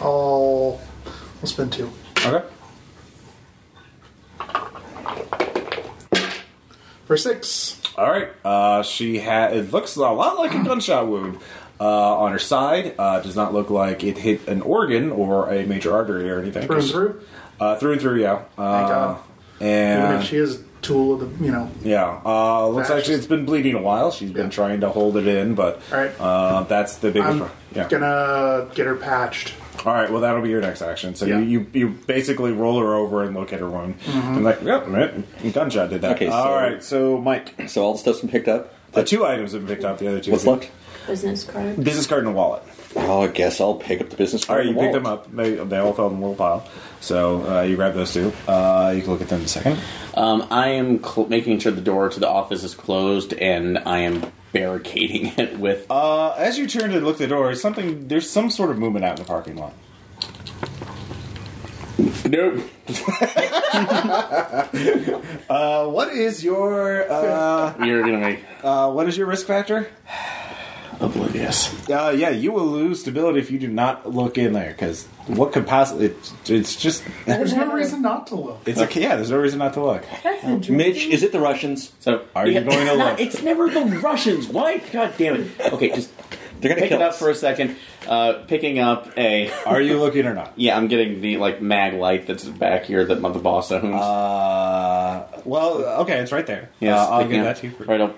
[SPEAKER 4] I'll I'll spend two.
[SPEAKER 1] Okay.
[SPEAKER 4] For six.
[SPEAKER 1] All right. Uh, she had. It looks a lot like a gunshot wound uh, on her side. Uh, does not look like it hit an organ or a major artery or anything.
[SPEAKER 4] Through and through?
[SPEAKER 1] Uh, through and through. Yeah. Uh,
[SPEAKER 4] Thank God. Even if
[SPEAKER 1] And
[SPEAKER 4] she is a tool of the you know.
[SPEAKER 1] yeah, uh, looks like
[SPEAKER 4] Fascist.
[SPEAKER 1] she- it's been bleeding a while. She's been
[SPEAKER 4] Yeah.
[SPEAKER 1] trying to hold it in, but
[SPEAKER 4] All right.
[SPEAKER 1] uh, that's the biggest.
[SPEAKER 4] I'm
[SPEAKER 1] one. Yeah.
[SPEAKER 4] gonna get her patched.
[SPEAKER 1] All right. Well, that'll be your next action. So
[SPEAKER 4] Yeah. Mm-hmm.
[SPEAKER 1] you, you you basically roll her over and look at her wound. I'm like, yep, right, gunshot did that.
[SPEAKER 2] Okay, so-
[SPEAKER 1] All right. So Mike,
[SPEAKER 2] So all the stuff's been picked up.
[SPEAKER 1] the two items have been picked up. The other two.
[SPEAKER 2] What's
[SPEAKER 1] have-
[SPEAKER 2] left?
[SPEAKER 5] business card.
[SPEAKER 1] Business card and a wallet.
[SPEAKER 2] Oh, I guess I'll pick up the business
[SPEAKER 1] All
[SPEAKER 2] card.
[SPEAKER 1] right, you
[SPEAKER 2] and
[SPEAKER 1] picked
[SPEAKER 2] wallet.
[SPEAKER 1] them up. They, they all fell in one pile. So uh, you grab those two. Uh, you can look at them in a second.
[SPEAKER 3] Um, I am cl- making sure the door to the office is closed, and I am barricading it with.
[SPEAKER 1] Uh, as you turn to look at the door, something there's some sort of movement out in the parking lot.
[SPEAKER 3] nope.
[SPEAKER 1] Uh, what is your uh,
[SPEAKER 3] You're gonna make
[SPEAKER 1] uh, what is your risk factor?
[SPEAKER 3] oblivious.
[SPEAKER 1] Uh, yeah, you will lose stability if you do not look in there because what could possibly? It, it's just
[SPEAKER 4] There's no reason not to look.
[SPEAKER 1] it's okay. Yeah, there's no reason not to look.
[SPEAKER 5] That's interesting.
[SPEAKER 2] Mitch, is it the Russians?
[SPEAKER 3] So
[SPEAKER 1] Are you going to
[SPEAKER 3] Not-
[SPEAKER 1] look?
[SPEAKER 3] It's never the Russians. Why? God damn it. Okay, just
[SPEAKER 2] They're gonna
[SPEAKER 3] pick
[SPEAKER 2] kill
[SPEAKER 3] it up
[SPEAKER 2] us.
[SPEAKER 3] for a second. Uh, picking up a.
[SPEAKER 1] Are you looking or not?
[SPEAKER 3] Yeah, I'm getting the like mag light that's back here that my- the boss owns.
[SPEAKER 1] Uh, well, okay, it's right there.
[SPEAKER 3] Yes,
[SPEAKER 1] uh, I'll
[SPEAKER 3] picking
[SPEAKER 1] give
[SPEAKER 3] up.
[SPEAKER 1] that to you. For,
[SPEAKER 3] All right, I'll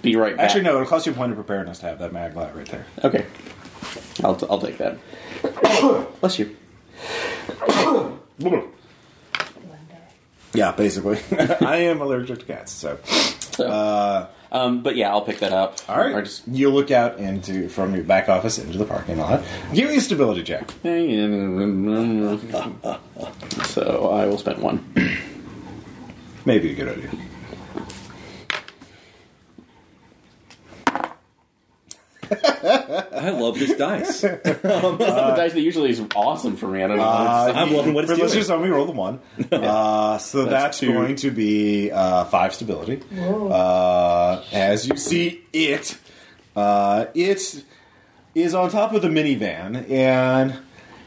[SPEAKER 3] be right back.
[SPEAKER 1] Actually, no, it'll cost you a point of preparedness to have that mag light right there.
[SPEAKER 3] Okay, I'll I'll take that. Bless you.
[SPEAKER 1] Yeah, basically, I am allergic to cats, so.
[SPEAKER 3] So, um, but yeah, I'll pick that up.
[SPEAKER 1] All right.
[SPEAKER 3] Or just
[SPEAKER 1] you look out into from your back office into the parking lot. Give me a stability check.
[SPEAKER 3] so I will spend one.
[SPEAKER 1] Maybe a good idea.
[SPEAKER 2] I love this dice.
[SPEAKER 3] That's not the dice that usually is awesome for me. I don't know.
[SPEAKER 1] Uh,
[SPEAKER 2] I'm loving what
[SPEAKER 1] For
[SPEAKER 2] it's doing.
[SPEAKER 1] listeners, only roll the one. Uh, so that's,
[SPEAKER 3] That's two.
[SPEAKER 1] going to be uh, five stability.
[SPEAKER 5] Oh.
[SPEAKER 1] Uh, as you see it, uh, it is on top of the minivan, and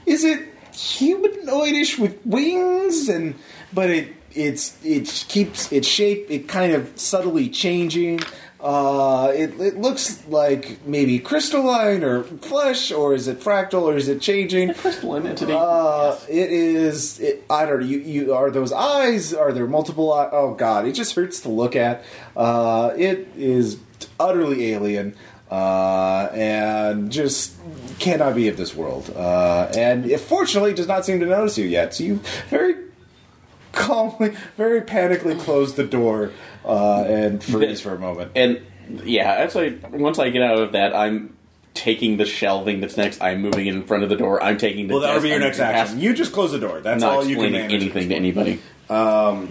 [SPEAKER 1] is it humanoidish with wings? And but it it's it keeps its shape. It kind of subtly changing. Uh, it, it looks like maybe crystalline or flesh, or is it fractal, or is it changing?
[SPEAKER 3] Crystalline entity.
[SPEAKER 1] Uh, it is. It, I don't know. You, you are those eyes? Are there multiple? Eye, oh God! It just hurts to look at. Uh, it is utterly alien uh, and just cannot be of this world. Uh, and it fortunately does not seem to notice you yet. So you very calmly, very panically close the door uh, and freeze for a moment.
[SPEAKER 3] And yeah, actually, once I get out of that, I'm taking the shelving that's next. I'm moving it in front of the door. I'm taking the.
[SPEAKER 1] Well, that would
[SPEAKER 3] desk.
[SPEAKER 1] be your
[SPEAKER 3] I'm
[SPEAKER 1] next action. You just close the door. That's
[SPEAKER 3] not
[SPEAKER 1] all you can
[SPEAKER 3] explaining
[SPEAKER 1] manage.
[SPEAKER 3] anything to anybody.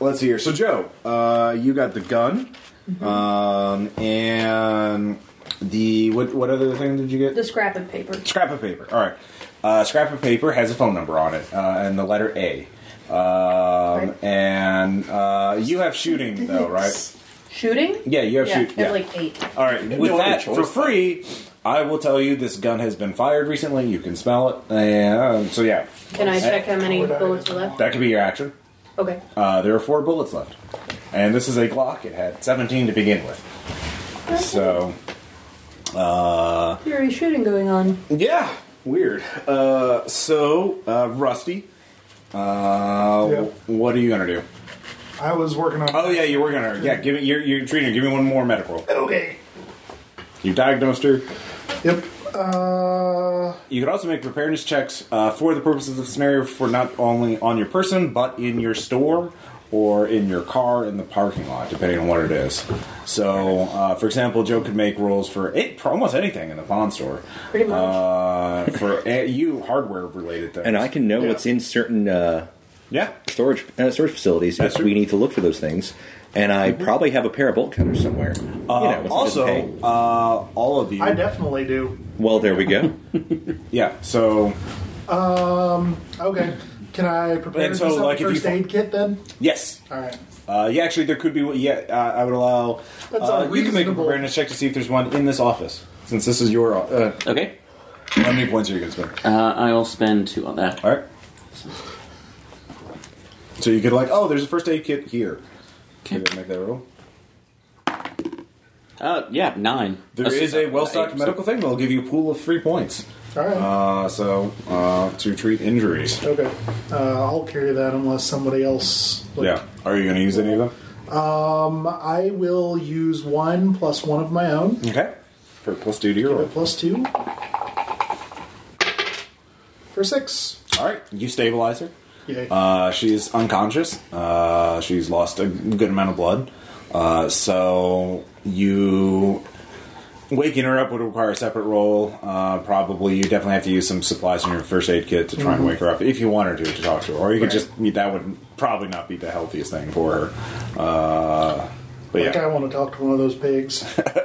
[SPEAKER 1] Let's see here. So, Joe, uh, you got the gun,
[SPEAKER 5] Mm-hmm.
[SPEAKER 1] um, and the what? What other thing did you get?
[SPEAKER 5] The scrap of paper.
[SPEAKER 1] scrap of paper. All right, uh, scrap of paper has a phone number on it uh, and the letter A. Um,
[SPEAKER 5] Right.
[SPEAKER 1] And uh, you have shooting though, right?
[SPEAKER 5] Shooting?
[SPEAKER 1] Yeah, you have
[SPEAKER 5] yeah,
[SPEAKER 1] shoot-
[SPEAKER 5] I have
[SPEAKER 1] yeah.
[SPEAKER 5] like eight.
[SPEAKER 1] All right. With
[SPEAKER 3] no other
[SPEAKER 1] that
[SPEAKER 3] choice,
[SPEAKER 1] for
[SPEAKER 3] though.
[SPEAKER 1] free, I will tell you this gun has been fired recently. You can smell it, and so yeah,
[SPEAKER 5] Can I check how many
[SPEAKER 4] Would I-
[SPEAKER 5] bullets are left?
[SPEAKER 1] that could be your action.
[SPEAKER 5] Okay.
[SPEAKER 1] Uh, there are four bullets left, and this is a Glock. It had 17 to begin with. So, uh,
[SPEAKER 5] Theory shooting going on.
[SPEAKER 1] yeah, weird. Uh, so, uh, Rusty, uh,
[SPEAKER 4] Yeah.
[SPEAKER 1] what are you gonna do?
[SPEAKER 4] I was working on.
[SPEAKER 1] Oh yeah, you're working on her. Yeah, give me you're, you're treating her. Give me one more medical.
[SPEAKER 4] Okay.
[SPEAKER 1] You diagnosed her.
[SPEAKER 4] Yep. Uh,
[SPEAKER 1] You could also make preparedness checks uh, for the purposes of the scenario for not only on your person but in your store or in your car in the parking lot, depending on what it is. So, uh, for example, Joe could make rolls for it, for almost anything in the pawn store.
[SPEAKER 5] Pretty much.
[SPEAKER 1] Uh, for uh, you hardware related things.
[SPEAKER 2] and I can know
[SPEAKER 4] Yeah.
[SPEAKER 2] what's in certain uh,
[SPEAKER 1] yeah.
[SPEAKER 2] storage uh, storage facilities
[SPEAKER 1] That's
[SPEAKER 2] if
[SPEAKER 1] true.
[SPEAKER 2] we need to look for those things. And I probably have a pair of bolt cutters somewhere. You know,
[SPEAKER 1] Uh,
[SPEAKER 2] it's just
[SPEAKER 1] also,
[SPEAKER 2] okay.
[SPEAKER 1] uh, all of you.
[SPEAKER 4] I definitely do.
[SPEAKER 2] well, there we go.
[SPEAKER 1] yeah. So
[SPEAKER 4] Okay. Can I prepare
[SPEAKER 1] And so,
[SPEAKER 4] myself
[SPEAKER 1] like,
[SPEAKER 4] a
[SPEAKER 1] if you
[SPEAKER 4] first
[SPEAKER 1] fa-
[SPEAKER 4] aid kit then?
[SPEAKER 1] yes.
[SPEAKER 4] All right.
[SPEAKER 1] Uh, yeah, actually, there could be. one- Yeah, uh, I would allow.
[SPEAKER 4] That's
[SPEAKER 1] uh, you can make a
[SPEAKER 4] unreasonable.
[SPEAKER 1] preparedness check to see if there's one in this office, since this is your. o- Uh,
[SPEAKER 3] Okay.
[SPEAKER 1] how many points are you going to spend?
[SPEAKER 3] Uh, I'll spend two on that.
[SPEAKER 1] All right. So you could like, oh, there's a first aid kit here. Maybe I'll make that roll.
[SPEAKER 3] Uh, yeah, nine.
[SPEAKER 1] There is a well-stocked
[SPEAKER 3] Eight,
[SPEAKER 1] medical thing that'll give you a pool of free points.
[SPEAKER 4] All right.
[SPEAKER 1] Uh, so uh, to treat injuries.
[SPEAKER 4] okay. Uh, I'll carry that unless somebody else. like-
[SPEAKER 1] Yeah. Are you going to use any of them?
[SPEAKER 4] Um, I will use one plus one of my own.
[SPEAKER 1] Okay. For plus two to your
[SPEAKER 4] Give
[SPEAKER 1] roll.
[SPEAKER 4] it plus two. For six.
[SPEAKER 1] All right. You stabilize her.
[SPEAKER 4] Yay.
[SPEAKER 1] Uh, she's unconscious. Uh, she's lost a good amount of blood. Uh, so you Waking her up would require a separate roll. Uh, probably you definitely have to use some supplies in your first aid kit to try and wake her up if you want her to to talk to her, or you could
[SPEAKER 4] Right.
[SPEAKER 1] just that would probably not be the healthiest thing for her. Uh, but
[SPEAKER 4] Like I
[SPEAKER 1] yeah,
[SPEAKER 4] want to talk to one of those pigs.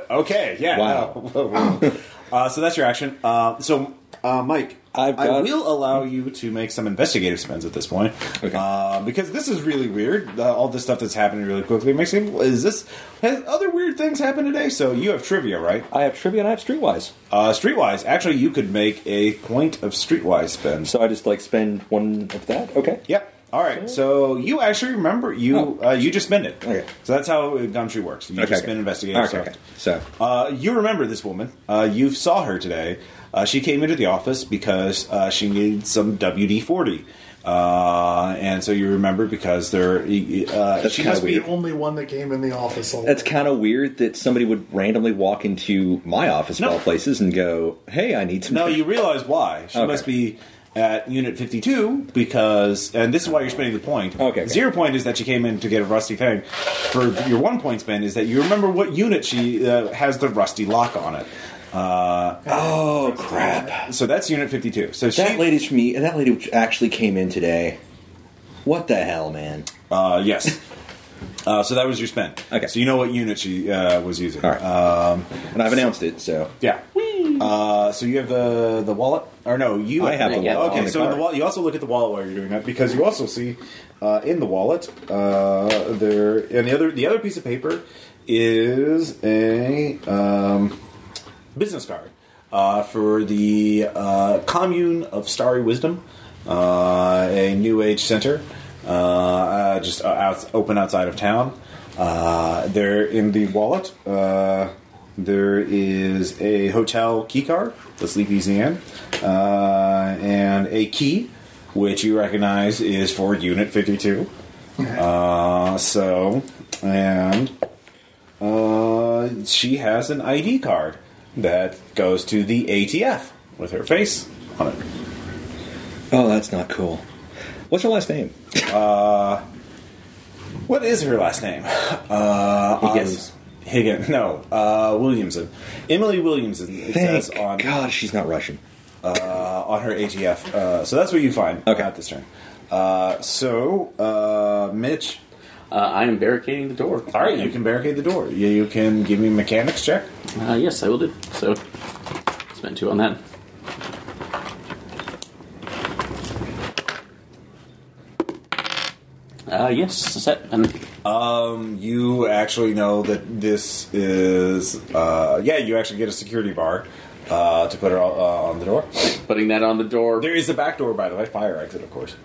[SPEAKER 1] okay, yeah,
[SPEAKER 2] Wow.
[SPEAKER 1] no. uh, so that's your action. Uh, so uh, Mike,
[SPEAKER 2] I've
[SPEAKER 1] I
[SPEAKER 2] got-
[SPEAKER 1] will allow you to make some investigative spends at this point,
[SPEAKER 2] Okay.
[SPEAKER 1] uh, because this is really weird. Uh, all this stuff that's happening really quickly makes me. Is this has other weird things happened today? So you have trivia, right?
[SPEAKER 2] I have trivia and I have streetwise.
[SPEAKER 1] Uh, streetwise, actually, you could make a point of streetwise spend.
[SPEAKER 2] So I just like spend one of that. Okay.
[SPEAKER 1] Yep. All right. So you actually remember you uh, you just spend it.
[SPEAKER 2] Oh. Okay.
[SPEAKER 1] So that's how Gumtree works. You
[SPEAKER 2] Okay,
[SPEAKER 1] just
[SPEAKER 2] okay.
[SPEAKER 1] spend investigative
[SPEAKER 2] Okay,
[SPEAKER 1] stuff.
[SPEAKER 2] okay. So
[SPEAKER 1] Uh, you remember this woman. Uh, you saw her today. Uh, she came into the office because uh, she needed some WD 40. Uh, and so you remember because there. Uh,
[SPEAKER 2] That's
[SPEAKER 1] she
[SPEAKER 2] kinda
[SPEAKER 1] must be-
[SPEAKER 4] the
[SPEAKER 2] weird.
[SPEAKER 4] only one that came in the office. All
[SPEAKER 2] that's kind of weird that somebody would randomly walk into my office
[SPEAKER 1] No.
[SPEAKER 2] of all places and go, "Hey, I need some."
[SPEAKER 1] No, you realize why. She
[SPEAKER 2] Okay.
[SPEAKER 1] must be at Unit 52 because, and this is why you're spending the point.
[SPEAKER 2] Okay, okay.
[SPEAKER 1] Zero point is that you came in to get a rusty thing. For your one point spend is that you remember what unit she uh, has the rusty lock on it. Uh,
[SPEAKER 2] Oh crap!
[SPEAKER 1] so that's Unit 52. So she,
[SPEAKER 2] That lady's from me, and that lady actually came in today. What the hell, man?
[SPEAKER 1] uh, yes. Uh, so that was your spend.
[SPEAKER 2] Okay.
[SPEAKER 1] So you know what unit she uh, was using.
[SPEAKER 2] All right.
[SPEAKER 1] Um,
[SPEAKER 2] And I've announced it, so
[SPEAKER 1] yeah. Uh, so you have the the wallet, or no? You
[SPEAKER 2] I have the
[SPEAKER 1] yeah,
[SPEAKER 2] wallet
[SPEAKER 1] Okay,
[SPEAKER 2] on the
[SPEAKER 1] so in the
[SPEAKER 2] card.
[SPEAKER 1] wallet, you also look at the wallet while you're doing that because you also see uh, in the wallet uh, there and the other the other piece of paper is a um, business card uh, for the uh, commune of Starry Wisdom, uh, a New Age center, uh, uh, just out, open outside of town. Uh, there in the wallet, uh, there is a hotel key card, the Sleepy Zan, uh, and a key, which you recognize is for Unit 52. Uh, so, and uh, she has an ID card that goes to the ATF with her face on it.
[SPEAKER 2] oh, that's not cool. What's her last name?
[SPEAKER 1] What is her last name? Uh,
[SPEAKER 2] Higgins.
[SPEAKER 1] Oz- Higgins. No, uh, Williamson. Emily Williamson. It says
[SPEAKER 2] Thank
[SPEAKER 1] on
[SPEAKER 2] God she's not Russian.
[SPEAKER 1] uh, on her ATF. Uh, so that's what you find
[SPEAKER 2] Okay.
[SPEAKER 1] at this turn. Uh, so, uh, Mitch.
[SPEAKER 3] Uh, I am barricading the door.
[SPEAKER 1] All right, you can barricade the door. You, you can give me a mechanics check.
[SPEAKER 3] Uh, yes, I will do. So, spent two on that. Uh, yes, a set. And
[SPEAKER 1] You actually know that this is. Uh, yeah, you actually get a security bar uh, to put her uh, on the door.
[SPEAKER 3] putting that on the door,
[SPEAKER 1] There is a back door, by the way, fire exit, of course.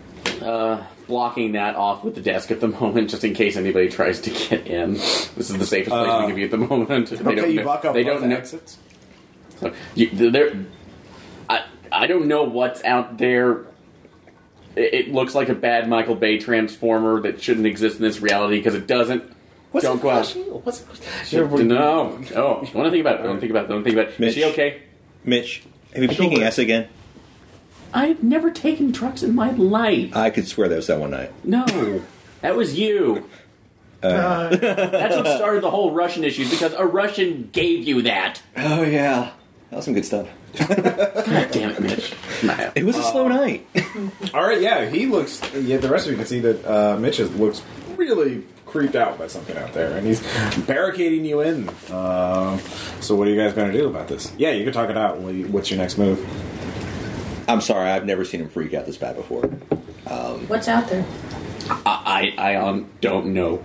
[SPEAKER 3] blocking that off with the desk at the moment, just in case anybody tries to get in. This is the safest place
[SPEAKER 1] Uh,
[SPEAKER 3] we can be at the moment. They
[SPEAKER 1] okay, you
[SPEAKER 3] know-
[SPEAKER 1] block up
[SPEAKER 3] They
[SPEAKER 1] both
[SPEAKER 3] don't know.
[SPEAKER 1] exits.
[SPEAKER 3] So, you, there, I, I don't know what's out there. It, it looks like a bad Michael Bay transformer that shouldn't exist in this reality because it doesn't.
[SPEAKER 1] What's
[SPEAKER 3] don't
[SPEAKER 1] a
[SPEAKER 3] go
[SPEAKER 1] flash
[SPEAKER 3] out.
[SPEAKER 1] heel? What's a
[SPEAKER 3] No, no. Don't think about it. Don't think about it. Don't think about it.
[SPEAKER 2] Mitch.
[SPEAKER 3] Is she okay?
[SPEAKER 2] Mitch, have you been taking acid again?
[SPEAKER 3] I've never taken drugs in my life.
[SPEAKER 2] I could swear that was that one night.
[SPEAKER 3] No, that was you.
[SPEAKER 4] Uh,
[SPEAKER 3] That's what started the whole Russian issues because a Russian gave you that.
[SPEAKER 2] Oh yeah, that was some good stuff.
[SPEAKER 3] God damn it, Mitch.
[SPEAKER 2] It was a
[SPEAKER 1] Uh,
[SPEAKER 2] slow night.
[SPEAKER 1] All right, yeah, he looks. Yeah, the rest of you can see that uh, Mitch is, looks really creeped out by something out there, and he's barricading you in. Um, so, what are you guys going to do about this? Yeah, you can talk it out. What do you- What's your next move?
[SPEAKER 2] I'm sorry, I've never seen him freak out this bad before.
[SPEAKER 5] What's out there?
[SPEAKER 3] I, I um, don't know.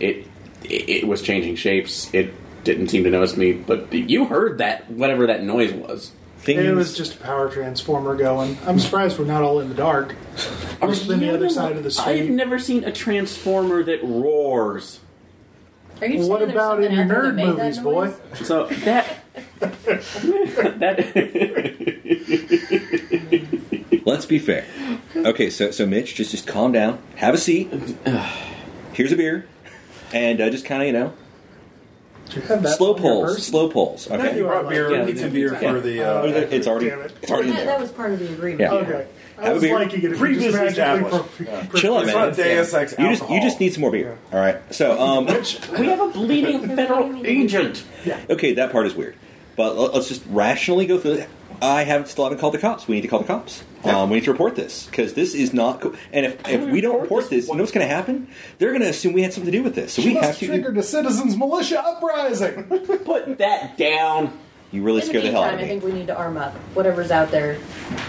[SPEAKER 3] It, it it was changing shapes. It didn't seem to notice me, but you heard that whatever that noise was.
[SPEAKER 2] Things
[SPEAKER 4] it was just a power transformer going. I'm surprised we're not all in the dark. Must have been the other side of the
[SPEAKER 3] I've
[SPEAKER 4] street.
[SPEAKER 3] never seen a transformer that roars.
[SPEAKER 5] Are you
[SPEAKER 4] What
[SPEAKER 5] saying there's
[SPEAKER 4] about in
[SPEAKER 5] something out there
[SPEAKER 4] nerd
[SPEAKER 5] that made that
[SPEAKER 4] movies, boy?
[SPEAKER 5] noise?
[SPEAKER 3] So that that
[SPEAKER 2] Let's be fair. Okay, so so Mitch, just just calm down, have a seat. Here's a beer, and uh, just kind of you know,
[SPEAKER 4] Did you have that
[SPEAKER 2] slow
[SPEAKER 4] on your
[SPEAKER 2] pulls,
[SPEAKER 4] person?
[SPEAKER 2] slow pulls. Okay,
[SPEAKER 4] you brought beer.
[SPEAKER 3] Yeah, some
[SPEAKER 1] beer
[SPEAKER 4] for
[SPEAKER 1] the.
[SPEAKER 4] uh,
[SPEAKER 2] it's already
[SPEAKER 4] Damn it.
[SPEAKER 2] it's already in
[SPEAKER 5] That, that
[SPEAKER 2] there.
[SPEAKER 5] was part of the agreement.
[SPEAKER 2] Yeah.
[SPEAKER 4] Okay. I
[SPEAKER 2] Have a
[SPEAKER 4] was
[SPEAKER 2] beer.
[SPEAKER 4] liking it. if you
[SPEAKER 1] Previously
[SPEAKER 4] just magically
[SPEAKER 1] established.
[SPEAKER 4] pre- pre-
[SPEAKER 2] Chill out, man.
[SPEAKER 1] Deus Ex
[SPEAKER 2] You just you just need some more beer. All right. So um,
[SPEAKER 3] we have a bleeding federal agent.
[SPEAKER 4] Yeah.
[SPEAKER 2] okay, that part is weird. But let- let's just rationally go through it. I have still haven't called the cops. We need to call the cops. Um, we need to report this because this is not. Co- and if, if we don't report this, you know what's going to happen? They're going to assume we had something to do with this. So
[SPEAKER 4] She
[SPEAKER 2] we have
[SPEAKER 4] must
[SPEAKER 2] to.
[SPEAKER 4] triggered a citizens militia uprising.
[SPEAKER 3] Put that down.
[SPEAKER 2] You really
[SPEAKER 5] In
[SPEAKER 2] scared
[SPEAKER 5] the
[SPEAKER 2] the hell
[SPEAKER 5] meantime,
[SPEAKER 2] out of
[SPEAKER 5] I think
[SPEAKER 2] me.
[SPEAKER 5] we need to arm up whatever's out there.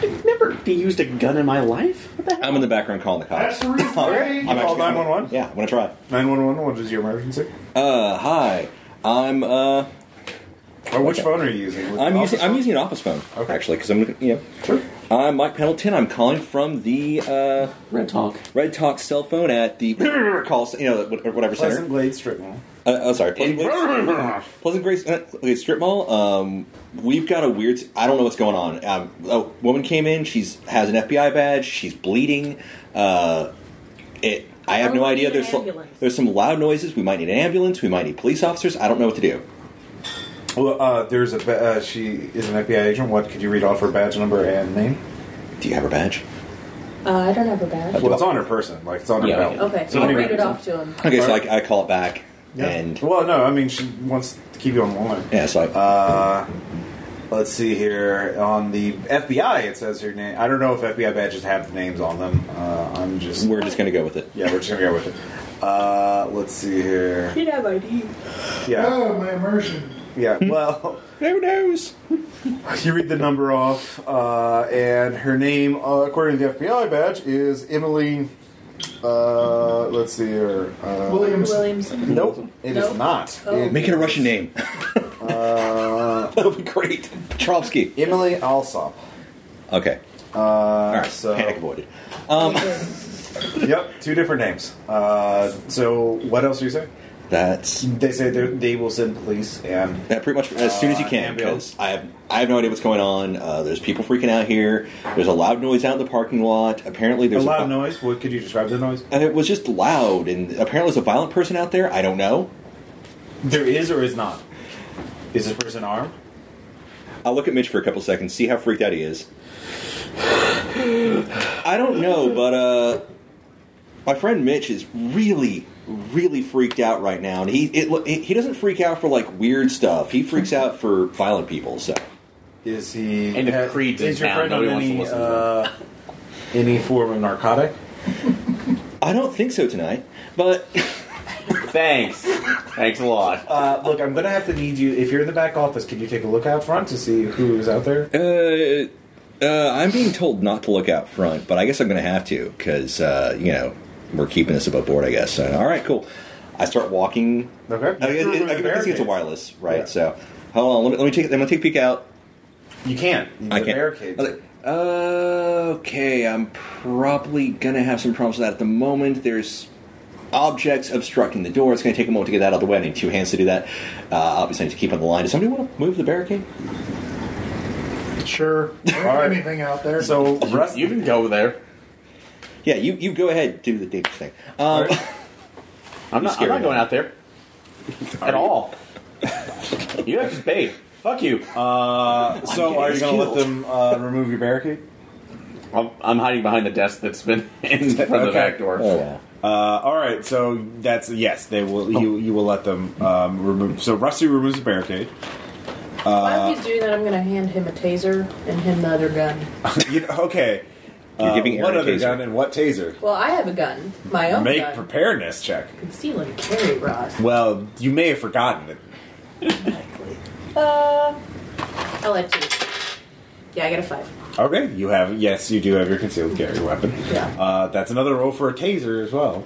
[SPEAKER 3] I've never used a gun in my life. What the hell?
[SPEAKER 2] I'm in the background calling the
[SPEAKER 4] That's
[SPEAKER 2] cops.
[SPEAKER 4] the reason. why-
[SPEAKER 1] You call
[SPEAKER 2] actually-
[SPEAKER 1] 911?
[SPEAKER 2] Yeah, I'm going to try.
[SPEAKER 1] 911, what is your emergency?
[SPEAKER 2] Uh, hi. I'm uh,
[SPEAKER 1] Or which phone are you using?
[SPEAKER 2] I'm using I'm
[SPEAKER 1] Office
[SPEAKER 2] using an office phone
[SPEAKER 1] Okay.
[SPEAKER 2] actually because I'm looking- you know
[SPEAKER 1] phone?
[SPEAKER 2] I'm Mike Pendleton. I'm calling from the uh,
[SPEAKER 3] Red Talk.
[SPEAKER 2] Red Talk cell phone at the call c- you know wh- whatever
[SPEAKER 1] Pleasant
[SPEAKER 2] center.
[SPEAKER 1] Glade Strip Mall.
[SPEAKER 2] Uh, oh, sorry, Pleasant Grace,
[SPEAKER 1] Why
[SPEAKER 2] Pleasant Grace uh, okay, strip mall. Um, we've got a weird. I don't know what's going on. Um, a woman came in. She's has an FBI badge. She's bleeding. Uh, it. I have
[SPEAKER 5] Oh,
[SPEAKER 2] no
[SPEAKER 5] we
[SPEAKER 2] idea.
[SPEAKER 5] need an
[SPEAKER 2] There's l-
[SPEAKER 5] ambulance.
[SPEAKER 2] there's some loud noises. We might need an ambulance. We might need police officers. I don't know what to do.
[SPEAKER 1] Well, uh, there's a. ba- Uh, she is an FBI agent. What? Could you read off her badge number and name?
[SPEAKER 2] Do you have her badge?
[SPEAKER 5] Uh, I don't have a badge.
[SPEAKER 1] Well, it's on her person. Like, it's on her
[SPEAKER 3] Yeah,
[SPEAKER 1] belt.
[SPEAKER 3] okay.
[SPEAKER 5] Okay,
[SPEAKER 1] So
[SPEAKER 5] I'll
[SPEAKER 1] anyway,
[SPEAKER 5] read it off to him.
[SPEAKER 2] Okay, so I, I call it back,
[SPEAKER 1] Yeah.
[SPEAKER 2] and
[SPEAKER 1] Well, no, I mean, she wants to keep you on the line.
[SPEAKER 2] yeah, so I,
[SPEAKER 1] Uh, let's see here. On the FBI, it says her name. I don't know if FBI badges have the names on them. Uh, I'm just.
[SPEAKER 2] we're just gonna go with it.
[SPEAKER 1] yeah, we're just going to go with it. Uh, let's see here.
[SPEAKER 5] He'd have ID.
[SPEAKER 1] Yeah.
[SPEAKER 4] Oh, my immersion.
[SPEAKER 1] Yeah. Well.
[SPEAKER 2] Hmm. Who knows?
[SPEAKER 1] You read the number off, uh, and her name, uh, according to the FBI badge, is Emily. Uh, let's see here. Uh,
[SPEAKER 4] Williams.
[SPEAKER 5] Williamson.
[SPEAKER 1] Nope, it is
[SPEAKER 5] Nope.
[SPEAKER 1] not.
[SPEAKER 5] Oh.
[SPEAKER 1] It
[SPEAKER 2] Make it a
[SPEAKER 1] is,
[SPEAKER 2] Russian name.
[SPEAKER 1] Uh,
[SPEAKER 2] that would be great. Petrovsky.
[SPEAKER 1] Emily Alsop.
[SPEAKER 2] Okay.
[SPEAKER 1] Uh,
[SPEAKER 2] All right.
[SPEAKER 1] So,
[SPEAKER 2] Panic avoided.
[SPEAKER 1] yep, two different names. Uh, so, what else do you say?
[SPEAKER 2] That's
[SPEAKER 1] They say they they will send police, and
[SPEAKER 2] that pretty much as soon as you
[SPEAKER 1] Uh,
[SPEAKER 2] can
[SPEAKER 1] ambulance.
[SPEAKER 2] because I have I have no idea what's going on. Uh, there's people freaking out here. There's a loud noise out in the parking lot. Apparently
[SPEAKER 1] a
[SPEAKER 2] there's
[SPEAKER 1] loud noise. What could you describe the noise?
[SPEAKER 2] And it was just loud, and apparently there's a violent person out there. I don't know.
[SPEAKER 1] There is or is not. Is this person armed?
[SPEAKER 2] I'll look at Mitch for a couple seconds, see how freaked out he is. I don't know, but uh, my friend Mitch is really, really freaked out right now, and he it, he doesn't freak out for like weird stuff. He freaks out for violent people. So
[SPEAKER 1] Is he?
[SPEAKER 3] And if
[SPEAKER 1] ha-
[SPEAKER 3] Creed's in
[SPEAKER 1] is your
[SPEAKER 3] town,
[SPEAKER 1] friend on
[SPEAKER 3] nobody wants to
[SPEAKER 1] any
[SPEAKER 3] listen to
[SPEAKER 1] uh, any form of narcotic?
[SPEAKER 2] I don't think so tonight, but
[SPEAKER 3] Thanks. Thanks a lot.
[SPEAKER 1] Uh, look, I'm gonna have to need you. If you're in the back office, could you take a look out front to see who is out there?
[SPEAKER 2] uh, uh, I'm being told not to look out front, but I guess I'm going to have to because uh, you know we're keeping this above board. I guess. So, all right, cool. I start walking
[SPEAKER 1] Okay.
[SPEAKER 2] I, guess- I, I, guess it's a wireless, right? So, hold on. Let me, let me take. I'm gonna take a peek out.
[SPEAKER 1] You can't. You
[SPEAKER 2] I
[SPEAKER 1] the
[SPEAKER 2] can't.
[SPEAKER 1] barricades.
[SPEAKER 2] Uh, okay, I'm probably gonna have some problems with that at the moment. There's objects obstructing the door. It's gonna take a moment to get that out of the way. I need two hands to do that. Uh, obviously, I need to keep on the line. Does somebody want to move the barricade?
[SPEAKER 4] Sure. There
[SPEAKER 1] All right.
[SPEAKER 4] ain't Anything out there?
[SPEAKER 1] So Rust,
[SPEAKER 3] You can go there.
[SPEAKER 2] Yeah, you, you go ahead. Do the Davis thing. Um,
[SPEAKER 3] I'm not, I'm
[SPEAKER 2] scared
[SPEAKER 3] not
[SPEAKER 2] me.
[SPEAKER 3] going out there. At all. you have to pay. Fuck you.
[SPEAKER 1] uh, so are you
[SPEAKER 2] getting
[SPEAKER 1] gonna let
[SPEAKER 2] killed.
[SPEAKER 1] them uh, remove your barricade?
[SPEAKER 3] I'm, I'm hiding behind the desk that's been in front of the
[SPEAKER 1] Okay.
[SPEAKER 3] back door.
[SPEAKER 2] oh, wow.
[SPEAKER 1] Uh, all right. So that's yes. They will. You you will let them um, remove. So Rusty removes the barricade.
[SPEAKER 5] While he's doing that, I'm going to hand him a taser and him the other gun.
[SPEAKER 1] you know, okay.
[SPEAKER 2] You're giving
[SPEAKER 1] what
[SPEAKER 2] Aaron a
[SPEAKER 1] other
[SPEAKER 2] taser.
[SPEAKER 1] gun and what taser?
[SPEAKER 5] Well, I have a gun, my own
[SPEAKER 1] Make
[SPEAKER 5] gun.
[SPEAKER 1] preparedness check.
[SPEAKER 5] Conceal and carry, Ross.
[SPEAKER 1] Well, you may have forgotten it.
[SPEAKER 5] Likely. Uh, I'll add two. Yeah, I got a five.
[SPEAKER 1] Okay, you have yes, you do have your concealed carry weapon.
[SPEAKER 5] Yeah.
[SPEAKER 1] Uh, that's another roll for a taser as well.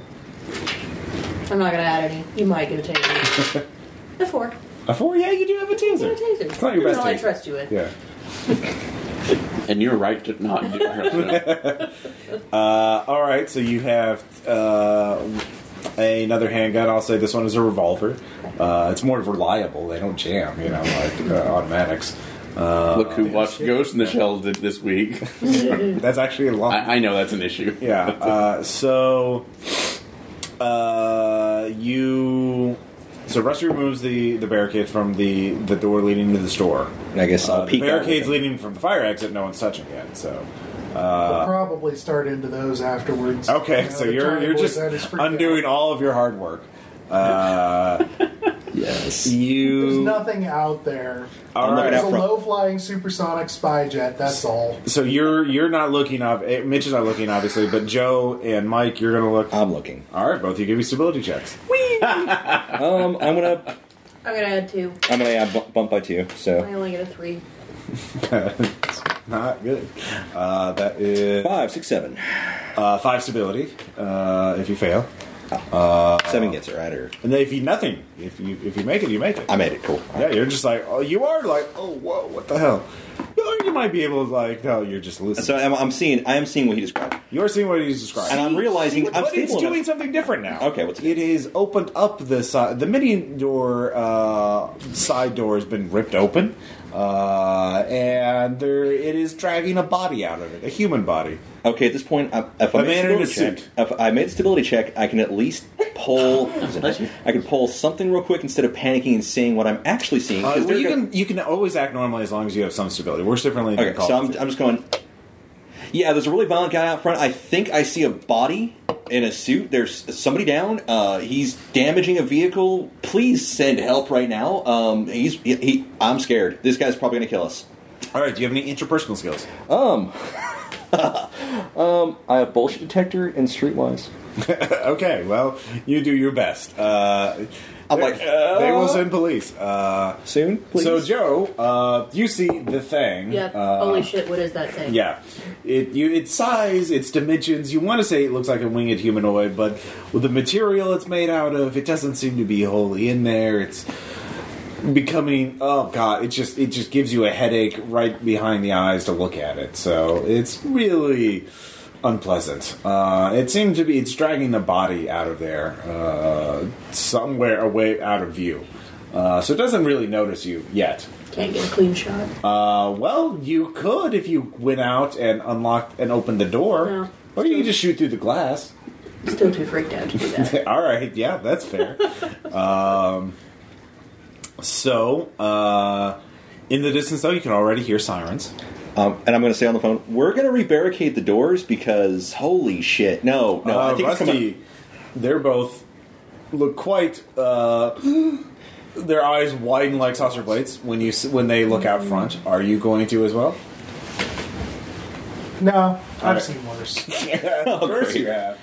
[SPEAKER 5] I'm not gonna add any. You might get a taser. a four.
[SPEAKER 1] A four, yeah, you do have a
[SPEAKER 5] You
[SPEAKER 1] taser.
[SPEAKER 5] got a taser.
[SPEAKER 1] It's not your
[SPEAKER 5] You
[SPEAKER 1] best.
[SPEAKER 5] know I
[SPEAKER 1] taser.
[SPEAKER 5] trust you in.
[SPEAKER 1] Yeah.
[SPEAKER 3] And you're right to not do it.
[SPEAKER 1] Uh, all right, so you have uh, another handgun. I'll say this one is a revolver. Uh, it's more reliable. They don't jam, you know, like uh, automatics. Uh,
[SPEAKER 3] Look who watched Ghost in the Shell did this week.
[SPEAKER 1] that's actually a lot.
[SPEAKER 3] I, I know that's an issue.
[SPEAKER 1] Yeah. Uh, so, uh, you. So Rusty removes the the barricade from the the door leading to the store.
[SPEAKER 2] And I guess
[SPEAKER 1] Uh,
[SPEAKER 2] I'll
[SPEAKER 1] the
[SPEAKER 2] peek. out
[SPEAKER 1] barricades
[SPEAKER 2] with him.
[SPEAKER 1] leading from the fire exit. No one's touching yet. So.
[SPEAKER 4] we'll probably start into those afterwards.
[SPEAKER 1] uh, Okay,
[SPEAKER 4] You know,
[SPEAKER 1] so
[SPEAKER 4] the
[SPEAKER 1] you're
[SPEAKER 4] Johnny
[SPEAKER 1] you're
[SPEAKER 4] Boys
[SPEAKER 1] just
[SPEAKER 4] had us freaked
[SPEAKER 1] undoing
[SPEAKER 4] out.
[SPEAKER 1] all of your hard work. Uh,
[SPEAKER 2] Yes.
[SPEAKER 4] There's
[SPEAKER 1] You
[SPEAKER 4] nothing out there.
[SPEAKER 1] all
[SPEAKER 2] looking
[SPEAKER 1] right?
[SPEAKER 4] It's
[SPEAKER 2] out
[SPEAKER 4] a
[SPEAKER 2] front.
[SPEAKER 4] low flying supersonic spy jet, that's all.
[SPEAKER 1] So you're you're not looking up. eh, Mitch is not looking, obviously, but Joe and Mike, you're gonna look.
[SPEAKER 2] I'm looking.
[SPEAKER 1] All right, both of you give me stability checks.
[SPEAKER 2] Um, I'm gonna
[SPEAKER 5] I'm gonna add two.
[SPEAKER 2] I'm gonna add bu- bump by two.
[SPEAKER 5] I
[SPEAKER 2] So
[SPEAKER 5] only get a three.
[SPEAKER 1] Not good. Uh, that is
[SPEAKER 2] five, six, seven,
[SPEAKER 1] uh, five stability. Uh, if you fail,
[SPEAKER 2] seven gets it right. Or
[SPEAKER 1] and then if you nothing, if you if you make it, you make it.
[SPEAKER 2] I made it. Cool.
[SPEAKER 1] yeah, you're just like oh, you are like oh whoa, what the hell? Or you might be able to like no, you're just listening.
[SPEAKER 2] So I'm, I'm seeing I am seeing what he described,
[SPEAKER 1] you're seeing what he's describing.
[SPEAKER 2] and I'm realizing I'm
[SPEAKER 1] but it's
[SPEAKER 2] stable
[SPEAKER 1] doing
[SPEAKER 2] enough.
[SPEAKER 1] something different now.
[SPEAKER 2] Okay, what's it
[SPEAKER 1] it is opened up the side. The mini door uh, side door has been ripped open, uh, and there it is dragging a body out of it, a human body.
[SPEAKER 2] Okay, at this point, I, if I,
[SPEAKER 1] A
[SPEAKER 2] made
[SPEAKER 1] man in a
[SPEAKER 2] a stability check,
[SPEAKER 1] suit.
[SPEAKER 2] if I made a stability check, I can at least pull. I can pull something real quick instead of panicking and seeing what I'm actually seeing.
[SPEAKER 1] Uh,
[SPEAKER 2] 'cause
[SPEAKER 1] well,
[SPEAKER 2] they're
[SPEAKER 1] you
[SPEAKER 2] gonna-
[SPEAKER 1] can you can always act normally as long as you have some stability. Works differently than
[SPEAKER 2] Okay,
[SPEAKER 1] Call
[SPEAKER 2] so
[SPEAKER 1] of
[SPEAKER 2] I'm,
[SPEAKER 1] Duty.
[SPEAKER 2] I'm just going. Yeah, there's a really violent guy out front. I think I see a body in a suit. There's somebody down. Uh, he's damaging a vehicle. Please send help right now. Um, he's he, he. I'm scared. This guy's probably gonna kill us.
[SPEAKER 1] All right, do you have any interpersonal skills?
[SPEAKER 2] Um, I have bullshit detector and streetwise.
[SPEAKER 1] Okay, well, you do your best. Uh,
[SPEAKER 2] I'm
[SPEAKER 1] they-
[SPEAKER 2] like,
[SPEAKER 1] they will send police. Uh,
[SPEAKER 2] Soon, please.
[SPEAKER 1] so Joe, uh, you see the thing.
[SPEAKER 5] Yep.
[SPEAKER 1] Uh,
[SPEAKER 5] Holy shit! What is that thing?
[SPEAKER 1] Yeah, it you its size, its dimensions. You want to say it looks like a winged humanoid, but with the material it's made out of, it doesn't seem to be wholly in there. It's becoming oh god, it just it just gives you a headache right behind the eyes to look at it. So it's really unpleasant. Uh, it seems to be it's dragging the body out of there, uh, somewhere away out of view. Uh, so it doesn't really notice you yet.
[SPEAKER 5] Can't get a clean shot.
[SPEAKER 1] Uh, well, you could if you went out and unlocked and opened the door,
[SPEAKER 5] No.
[SPEAKER 1] or you could just shoot through the glass.
[SPEAKER 5] Still too freaked out to do that.
[SPEAKER 1] All right, yeah, that's fair. um, so, uh, in the distance, though, you can already hear sirens.
[SPEAKER 2] um, and I'm gonna say on the phone, we're gonna rebarricade the doors because holy shit! No, no,
[SPEAKER 1] uh,
[SPEAKER 2] I think it's coming.
[SPEAKER 1] Rusty, they're both look quite. Uh, their eyes widen like saucer blades when you s- when they look out front. Are you going to as well?
[SPEAKER 4] No, I've
[SPEAKER 1] Alright.
[SPEAKER 4] seen worse.
[SPEAKER 1] of course
[SPEAKER 2] great.
[SPEAKER 1] you have.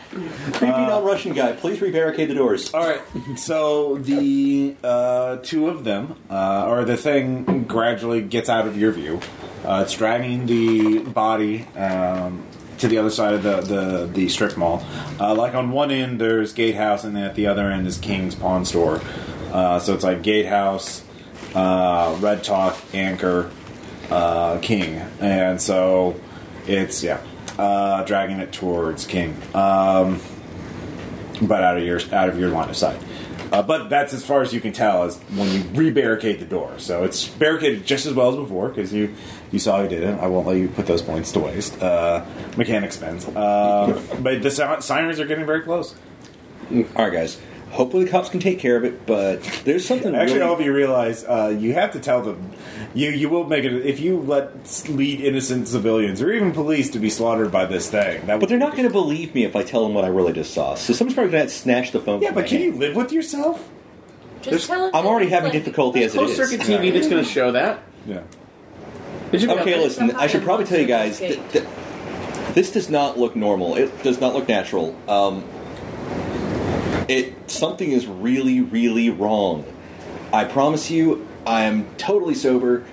[SPEAKER 2] Creepy
[SPEAKER 1] Uh,
[SPEAKER 2] non-Russian guy, please rebarricade the doors.
[SPEAKER 1] All right. So the uh, two of them, uh, or the thing, gradually gets out of your view. Uh, it's dragging the body um, to the other side of the the, the strip mall. Uh, like on one end, there's Gatehouse, and then at the other end is King's Pawn Store. Uh, so it's like Gatehouse, uh, Red Talk, Anchor, uh, King, and so it's yeah, uh, dragging it towards King but out of your out of your line of sight. Uh, but that's as far as you can tell as when you rebarricade the door. So it's barricaded just as well as before because you you saw you did it. I won't let you put those points to waste. Uh, mechanic spends. Uh, but the si- sirens are getting very close.
[SPEAKER 2] All right, guys. Hopefully the cops can take care of it, but there's something
[SPEAKER 1] Actually, all
[SPEAKER 2] really...
[SPEAKER 1] of you realize uh, you have to tell them. You you will make it if you let lead innocent civilians or even police to be slaughtered by this thing. That
[SPEAKER 2] But they're not going to believe me if I tell them what I really just saw. So someone's probably going to snatch the phone.
[SPEAKER 1] Yeah,
[SPEAKER 2] from
[SPEAKER 1] but
[SPEAKER 2] my
[SPEAKER 1] can you
[SPEAKER 2] hand.
[SPEAKER 1] live with yourself?
[SPEAKER 5] Just tell him
[SPEAKER 2] I'm already
[SPEAKER 5] that,
[SPEAKER 2] having
[SPEAKER 5] like,
[SPEAKER 2] difficulty as it
[SPEAKER 3] Closed
[SPEAKER 2] is.
[SPEAKER 3] circuit TV that's going to show that.
[SPEAKER 1] Yeah.
[SPEAKER 3] It should be
[SPEAKER 2] Okay,
[SPEAKER 3] okay.
[SPEAKER 2] listen. I should probably tell you guys
[SPEAKER 5] Okay.
[SPEAKER 2] th- th- this does not look normal. It does not look natural. Um, it something is really, really wrong. I promise you, I am totally sober.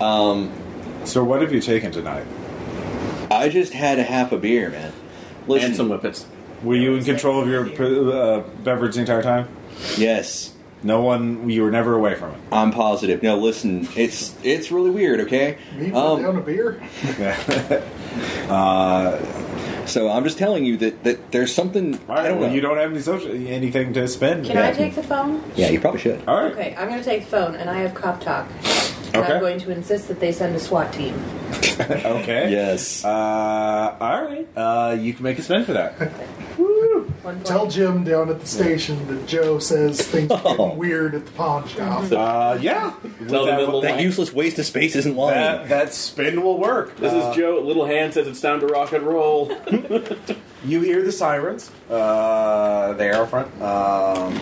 [SPEAKER 1] So what have you taken tonight?
[SPEAKER 2] I just had a half a beer, man. Listen,
[SPEAKER 3] and some whippets.
[SPEAKER 1] Were you in control of your uh, beverage the entire time?
[SPEAKER 2] yes.
[SPEAKER 1] No one, you were never away from it.
[SPEAKER 2] I'm positive. Now listen, it's it's really weird, okay?
[SPEAKER 4] Me put down
[SPEAKER 2] Um,
[SPEAKER 4] a beer?
[SPEAKER 2] so I'm just telling you that, that there's something
[SPEAKER 1] All right,
[SPEAKER 2] I don't
[SPEAKER 1] well,
[SPEAKER 2] know.
[SPEAKER 1] you don't have any social anything to spend.
[SPEAKER 5] Can I take the phone?
[SPEAKER 2] Yeah, you probably should.
[SPEAKER 1] All right.
[SPEAKER 5] Okay, I'm gonna take the phone, and I have cop talk. And
[SPEAKER 1] Okay.
[SPEAKER 5] I'm going to insist that they send a SWAT team.
[SPEAKER 1] Okay.
[SPEAKER 2] Yes.
[SPEAKER 1] Uh, all right. Uh, you can make a spend for that.
[SPEAKER 5] One point.
[SPEAKER 4] Tell Jim down at the station that Joe says things are getting weird at the pawn shop.
[SPEAKER 1] Uh, yeah.
[SPEAKER 3] Tell
[SPEAKER 1] that,
[SPEAKER 3] them that little-
[SPEAKER 2] that useless waste of space isn't long.
[SPEAKER 1] that, that spin will work.
[SPEAKER 3] This is Joe. Little hand says it's time to rock and roll.
[SPEAKER 1] You hear the sirens. Uh, they are front. Um,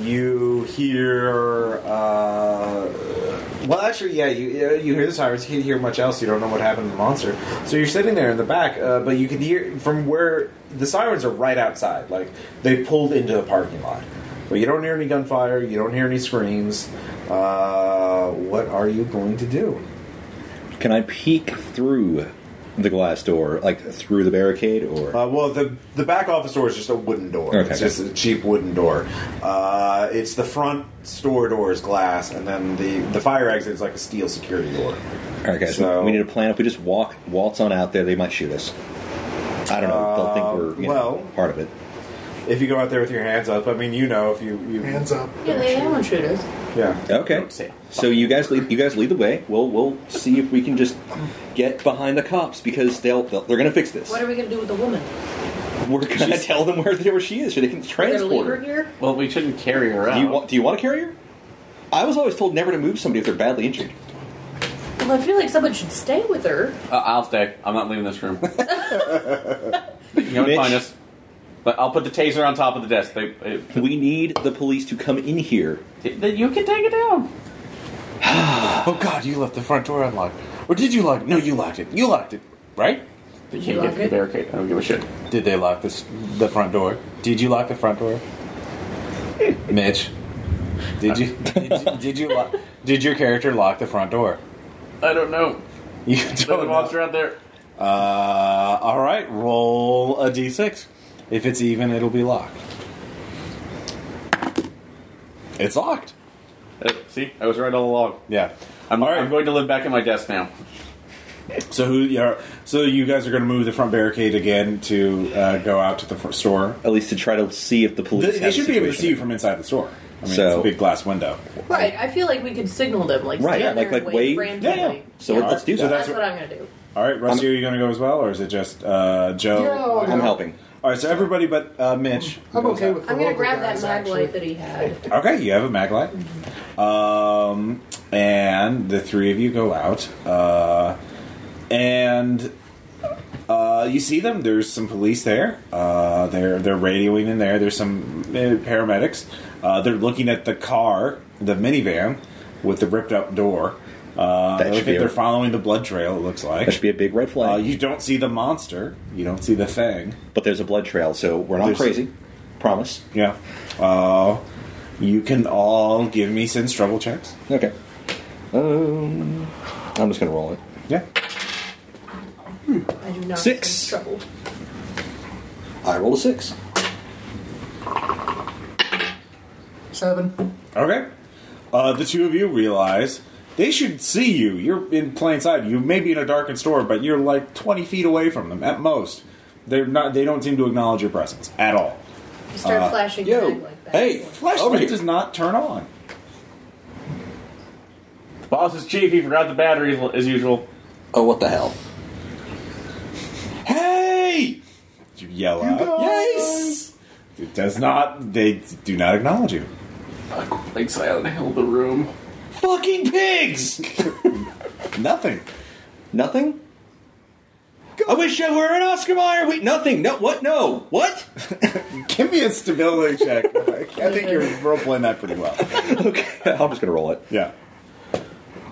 [SPEAKER 1] you hear. Uh, well, actually, yeah, you uh, you hear the sirens. You can't hear much else. You don't know what happened to the monster. So you're sitting there in the back, uh, but you can hear from where the sirens are right outside. Like they pulled into the parking lot, but you don't hear any gunfire. You don't hear any screams. Uh, what are you going to do?
[SPEAKER 2] Can I peek through the glass door, like through the barricade, or
[SPEAKER 1] Uh, well, the the back office door is just a wooden door.
[SPEAKER 2] Okay.
[SPEAKER 1] It's just a cheap wooden door. Uh, it's the front store door is glass, and then the the fire exit is like a steel security door.
[SPEAKER 2] all right, guys,
[SPEAKER 1] so-
[SPEAKER 2] we need a plan. If we just walk waltz on out there, they might shoot us. I don't know. They'll
[SPEAKER 1] Uh,
[SPEAKER 2] think we're you know,
[SPEAKER 1] well-
[SPEAKER 2] part of it.
[SPEAKER 1] If you go out there with your hands up, I mean, you know, if you, you
[SPEAKER 4] Hands up.
[SPEAKER 5] Yeah, they they won't shoot us.
[SPEAKER 1] yeah.
[SPEAKER 2] Okay.
[SPEAKER 3] Don't say it.
[SPEAKER 2] So you guys lead, you guys lead the way. We'll we'll see if we can just get behind the cops because they'll, they'll they're going to fix this.
[SPEAKER 5] What are we gonna do with the woman?
[SPEAKER 2] We're going to tell them where, they- where she is so they can
[SPEAKER 5] We're gonna leave
[SPEAKER 2] transport
[SPEAKER 5] her
[SPEAKER 2] her.
[SPEAKER 5] here.
[SPEAKER 3] Well, we shouldn't carry her out.
[SPEAKER 2] Do you want do you want to carry her? I was always told never to move somebody if they're badly injured.
[SPEAKER 5] Well, I feel like someone should stay with her.
[SPEAKER 3] Uh, I'll stay. I'm not leaving this room. you know,
[SPEAKER 2] Mitch.
[SPEAKER 3] find us. But I'll put the taser on top of the desk. They, it,
[SPEAKER 2] We need the police to come in here.
[SPEAKER 3] then you can take it down.
[SPEAKER 1] Oh God, you left the front door unlocked, or did you lock? No, you locked it. You locked it, right?
[SPEAKER 3] They
[SPEAKER 5] You
[SPEAKER 3] can't get
[SPEAKER 5] lock
[SPEAKER 3] through the
[SPEAKER 5] it?
[SPEAKER 3] barricade. I don't give a shit.
[SPEAKER 1] Did they lock this the front door? Did you lock the front door, Mitch? Did you did you, did you lock, did your character lock the front door?
[SPEAKER 3] I don't know.
[SPEAKER 1] You
[SPEAKER 3] There's
[SPEAKER 1] don't
[SPEAKER 3] a
[SPEAKER 1] know.
[SPEAKER 3] monster out there.
[SPEAKER 1] Uh, all right, roll a d6. If it's even, it'll be locked. It's locked.
[SPEAKER 3] Uh, see, I was right all along.
[SPEAKER 1] Yeah.
[SPEAKER 3] I'm,
[SPEAKER 1] All right.
[SPEAKER 3] I'm going to live back at my desk now.
[SPEAKER 1] So who? Yeah. So you guys are going to move the front barricade again to uh, go out to the fr- store.
[SPEAKER 2] At least to try to see if the police.
[SPEAKER 1] They,
[SPEAKER 2] have
[SPEAKER 1] they
[SPEAKER 2] a
[SPEAKER 1] should be able to
[SPEAKER 2] situation.
[SPEAKER 1] see you from inside the store. I mean, it's
[SPEAKER 2] So-
[SPEAKER 1] a big glass window.
[SPEAKER 5] Right. I feel like we could signal them, like
[SPEAKER 2] Right,
[SPEAKER 5] stand
[SPEAKER 2] like-
[SPEAKER 5] there and
[SPEAKER 2] like
[SPEAKER 5] wait,
[SPEAKER 2] wave?
[SPEAKER 5] randomly.
[SPEAKER 1] Yeah, yeah.
[SPEAKER 2] So
[SPEAKER 5] Yeah.
[SPEAKER 2] let- let's do
[SPEAKER 1] So
[SPEAKER 2] that.
[SPEAKER 5] That's what I'm gonna do.
[SPEAKER 1] All right, Rusty, are you going to go as well, or is it just uh, Joe?
[SPEAKER 4] Yeah, I'll
[SPEAKER 2] I'm helping.
[SPEAKER 1] All right, so everybody but uh, Mitch.
[SPEAKER 4] I'm
[SPEAKER 1] goes
[SPEAKER 4] okay
[SPEAKER 1] out.
[SPEAKER 4] with. The
[SPEAKER 5] I'm gonna
[SPEAKER 4] local
[SPEAKER 5] grab that
[SPEAKER 4] guys,
[SPEAKER 5] mag
[SPEAKER 4] actually.
[SPEAKER 5] light that he had.
[SPEAKER 1] Okay, you have a mag light. Um, and the three of you go out. Uh, and uh, you see them. There's some police there. Uh, they're they're radioing in there. There's some uh, paramedics. Uh, they're looking at the car, the minivan, with the ripped up door. Uh,
[SPEAKER 2] That
[SPEAKER 1] they
[SPEAKER 2] should
[SPEAKER 1] look
[SPEAKER 2] be
[SPEAKER 1] like
[SPEAKER 2] a-
[SPEAKER 1] they're following the blood trail. It looks
[SPEAKER 2] That
[SPEAKER 1] like.
[SPEAKER 2] should be a big red flag.
[SPEAKER 1] Uh, you don't see the monster. You don't see the thing.
[SPEAKER 2] but there's a blood trail, so we're not
[SPEAKER 1] There's-
[SPEAKER 2] crazy. Promise.
[SPEAKER 1] Yeah. Uh, you can all give me sense trouble checks.
[SPEAKER 2] Okay. Um, I'm just gonna roll it.
[SPEAKER 1] Yeah.
[SPEAKER 5] I do not
[SPEAKER 2] Six.
[SPEAKER 5] sense trouble.
[SPEAKER 2] I roll a six.
[SPEAKER 4] Seven.
[SPEAKER 1] Okay. Uh, the two of you realize they should see you. You're in plain sight. You may be in a darkened store, but you're like 20 feet away from them at most. They're not. They don't seem to acknowledge your presence at all.
[SPEAKER 5] You start flashing
[SPEAKER 2] yo,
[SPEAKER 5] the mag like that.
[SPEAKER 2] hey. Over
[SPEAKER 1] Flashlight
[SPEAKER 2] here.
[SPEAKER 1] does not turn on.
[SPEAKER 3] The boss is chief. He forgot the batteries l- as usual.
[SPEAKER 2] Oh, what the hell?
[SPEAKER 1] Hey! You yell out.
[SPEAKER 2] Yes.
[SPEAKER 1] It does not. They do not acknowledge you.
[SPEAKER 3] Like Silent Hill, the room.
[SPEAKER 2] Fucking pigs!
[SPEAKER 1] Nothing.
[SPEAKER 2] Nothing. I wish I were an Oscar Mayer. Wait, nothing. No, what? No, what?
[SPEAKER 1] Give me a stability check. I think you're role playing that pretty well.
[SPEAKER 2] okay, I'm just gonna roll it.
[SPEAKER 1] Yeah.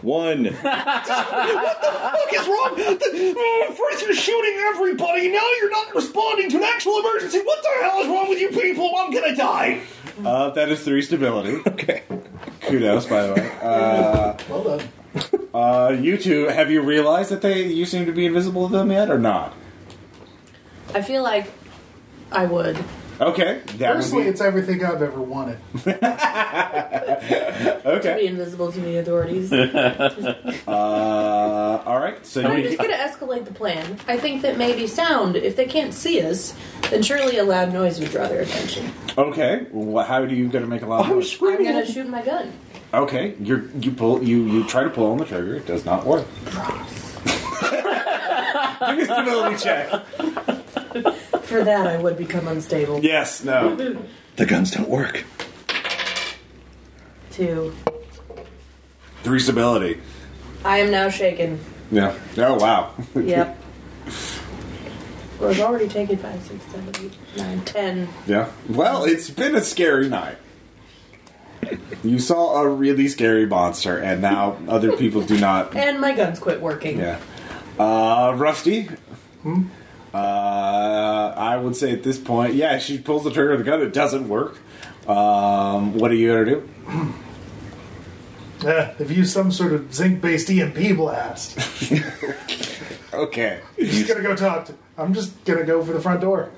[SPEAKER 2] One. what the fuck is wrong? The, uh, first you're shooting everybody, now you're not responding to an actual emergency. What the hell is wrong with you people? I'm gonna die.
[SPEAKER 1] Uh, that is three stability.
[SPEAKER 2] Okay.
[SPEAKER 1] Kudos, by the way. Uh,
[SPEAKER 4] Well done.
[SPEAKER 1] Uh, you two, have you realized that they you seem to be invisible to them yet, or not?
[SPEAKER 5] I feel like I would.
[SPEAKER 1] Okay, that would
[SPEAKER 4] Firstly,
[SPEAKER 1] be,
[SPEAKER 4] it's everything I've ever wanted.
[SPEAKER 5] Be
[SPEAKER 1] okay.
[SPEAKER 5] invisible to the authorities.
[SPEAKER 1] Uh, all right. So
[SPEAKER 5] I'm
[SPEAKER 1] you,
[SPEAKER 5] just gonna escalate the plan. I think that maybe sound, if they can't see us, then surely a loud noise would draw their attention.
[SPEAKER 1] okay, well, how do you gonna make a lot of
[SPEAKER 2] I'm
[SPEAKER 1] noise?
[SPEAKER 5] I'm
[SPEAKER 2] screaming.
[SPEAKER 5] gonna shoot my gun.
[SPEAKER 1] Okay, you you pull you you try to pull on the trigger. It does not work. Give me a stability check.
[SPEAKER 5] For that, I would become unstable.
[SPEAKER 1] Yes. No.
[SPEAKER 2] The guns don't work.
[SPEAKER 5] Two.
[SPEAKER 1] Three stability.
[SPEAKER 5] I am now shaken.
[SPEAKER 1] Yeah. Oh wow.
[SPEAKER 5] Yep. Well, I've already taken five, six, seven, eight, nine, ten.
[SPEAKER 1] Yeah. Well, it's been a scary night. You saw a really scary monster, and now other people do not.
[SPEAKER 5] And my guns quit working.
[SPEAKER 1] Yeah. Uh, Rusty.
[SPEAKER 4] Hmm?
[SPEAKER 1] Uh, I would say at this point, yeah, she pulls the trigger of the gun. It doesn't work. Um, what are you gonna do?
[SPEAKER 4] Uh, they've used some sort of zinc-based EMP blast.
[SPEAKER 1] Okay.
[SPEAKER 4] I'm just gonna go talk to. I'm just gonna go for the front door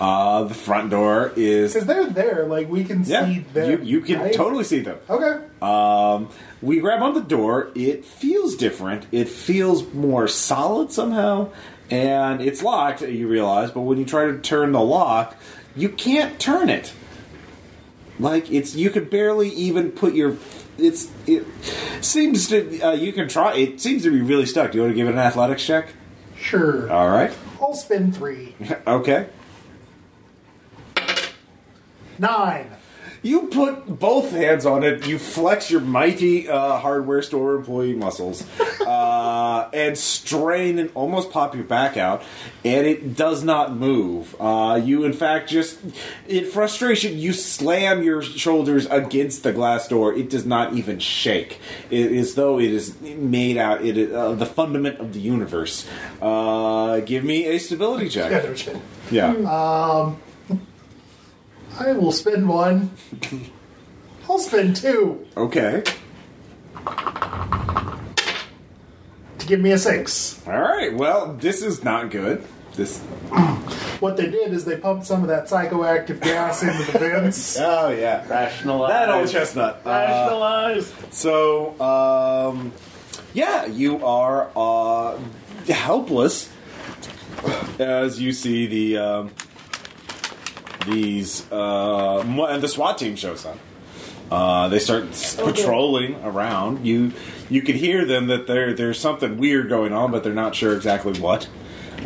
[SPEAKER 1] Uh, the front door is.
[SPEAKER 4] because they're there. Like we can
[SPEAKER 1] Yeah,
[SPEAKER 4] see them.
[SPEAKER 1] you, you can
[SPEAKER 4] right?
[SPEAKER 1] totally see them.
[SPEAKER 4] Okay.
[SPEAKER 1] Um, we grab on the door. It feels different. It feels more solid somehow, and it's locked. You realize, but when you try to turn the lock, you can't turn it. Like it's you could barely even put your. It's it seems to uh, you can try. It seems to be really stuck. Do you want to give it an athletics check?
[SPEAKER 4] Sure.
[SPEAKER 1] All right.
[SPEAKER 4] I'll spin three.
[SPEAKER 1] Okay.
[SPEAKER 4] Nine.
[SPEAKER 1] You put both hands on it. You flex your mighty uh, hardware store employee muscles uh, and strain and almost pop your back out. And it does not move. Uh, you, in fact, just in frustration, you slam your shoulders against the glass door. It does not even shake. It is though it is made out. It is, uh, the fundament of the universe. Uh, give me a stability
[SPEAKER 4] Yeah,
[SPEAKER 1] check.
[SPEAKER 4] no shit.
[SPEAKER 1] Yeah.
[SPEAKER 4] I will spin one. I'll spin two
[SPEAKER 1] Okay.
[SPEAKER 4] to give me a six.
[SPEAKER 1] All right. Well, this is not good. This.
[SPEAKER 4] What they did is they pumped some of that psychoactive gas into the vents.
[SPEAKER 1] Oh yeah.
[SPEAKER 3] Rationalize.
[SPEAKER 1] That old chestnut. Uh,
[SPEAKER 3] Rationalize.
[SPEAKER 1] so, um, yeah, you are uh, helpless as you see the um, these uh, mo- and the SWAT team shows up. Uh, they start s-
[SPEAKER 5] Okay.
[SPEAKER 1] patrolling around. You you can hear them that there there's something weird going on, but they're not sure exactly what.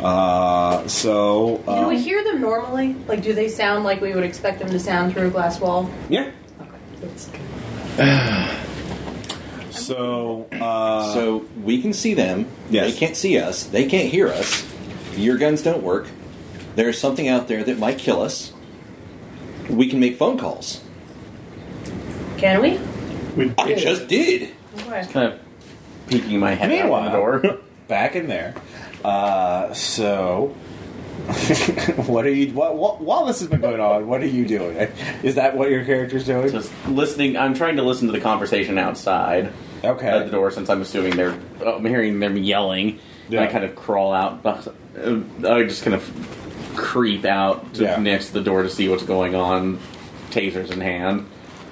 [SPEAKER 1] Uh, so
[SPEAKER 5] Do we
[SPEAKER 1] um,
[SPEAKER 5] hear them normally? Like, do they sound like we would expect them to sound through a glass wall?
[SPEAKER 1] yeah.
[SPEAKER 5] Okay, that's good.
[SPEAKER 1] So uh,
[SPEAKER 2] so we can see them.
[SPEAKER 1] Yes.
[SPEAKER 2] They can't see us. They can't hear us. Your guns don't work. There's something out there that might kill us. We can make phone calls.
[SPEAKER 5] Can we?
[SPEAKER 4] We
[SPEAKER 2] I
[SPEAKER 4] did.
[SPEAKER 2] just did.
[SPEAKER 5] Okay.
[SPEAKER 3] Kind of peeking my head out the
[SPEAKER 1] Meanwhile-
[SPEAKER 3] door.
[SPEAKER 1] back in there. Uh, so, what are you? What, what, while this has been going on, what are you doing? Is that what your character's doing?
[SPEAKER 3] Just listening. I'm trying to listen to the conversation outside
[SPEAKER 1] okay.
[SPEAKER 3] at the door since I'm assuming they're. uh, I'm hearing them yelling.
[SPEAKER 1] Yeah.
[SPEAKER 3] And I kind of crawl out. beh- uh, I just kind of creep out to
[SPEAKER 1] Yeah.
[SPEAKER 3] next to the door to see what's going on, tasers in hand.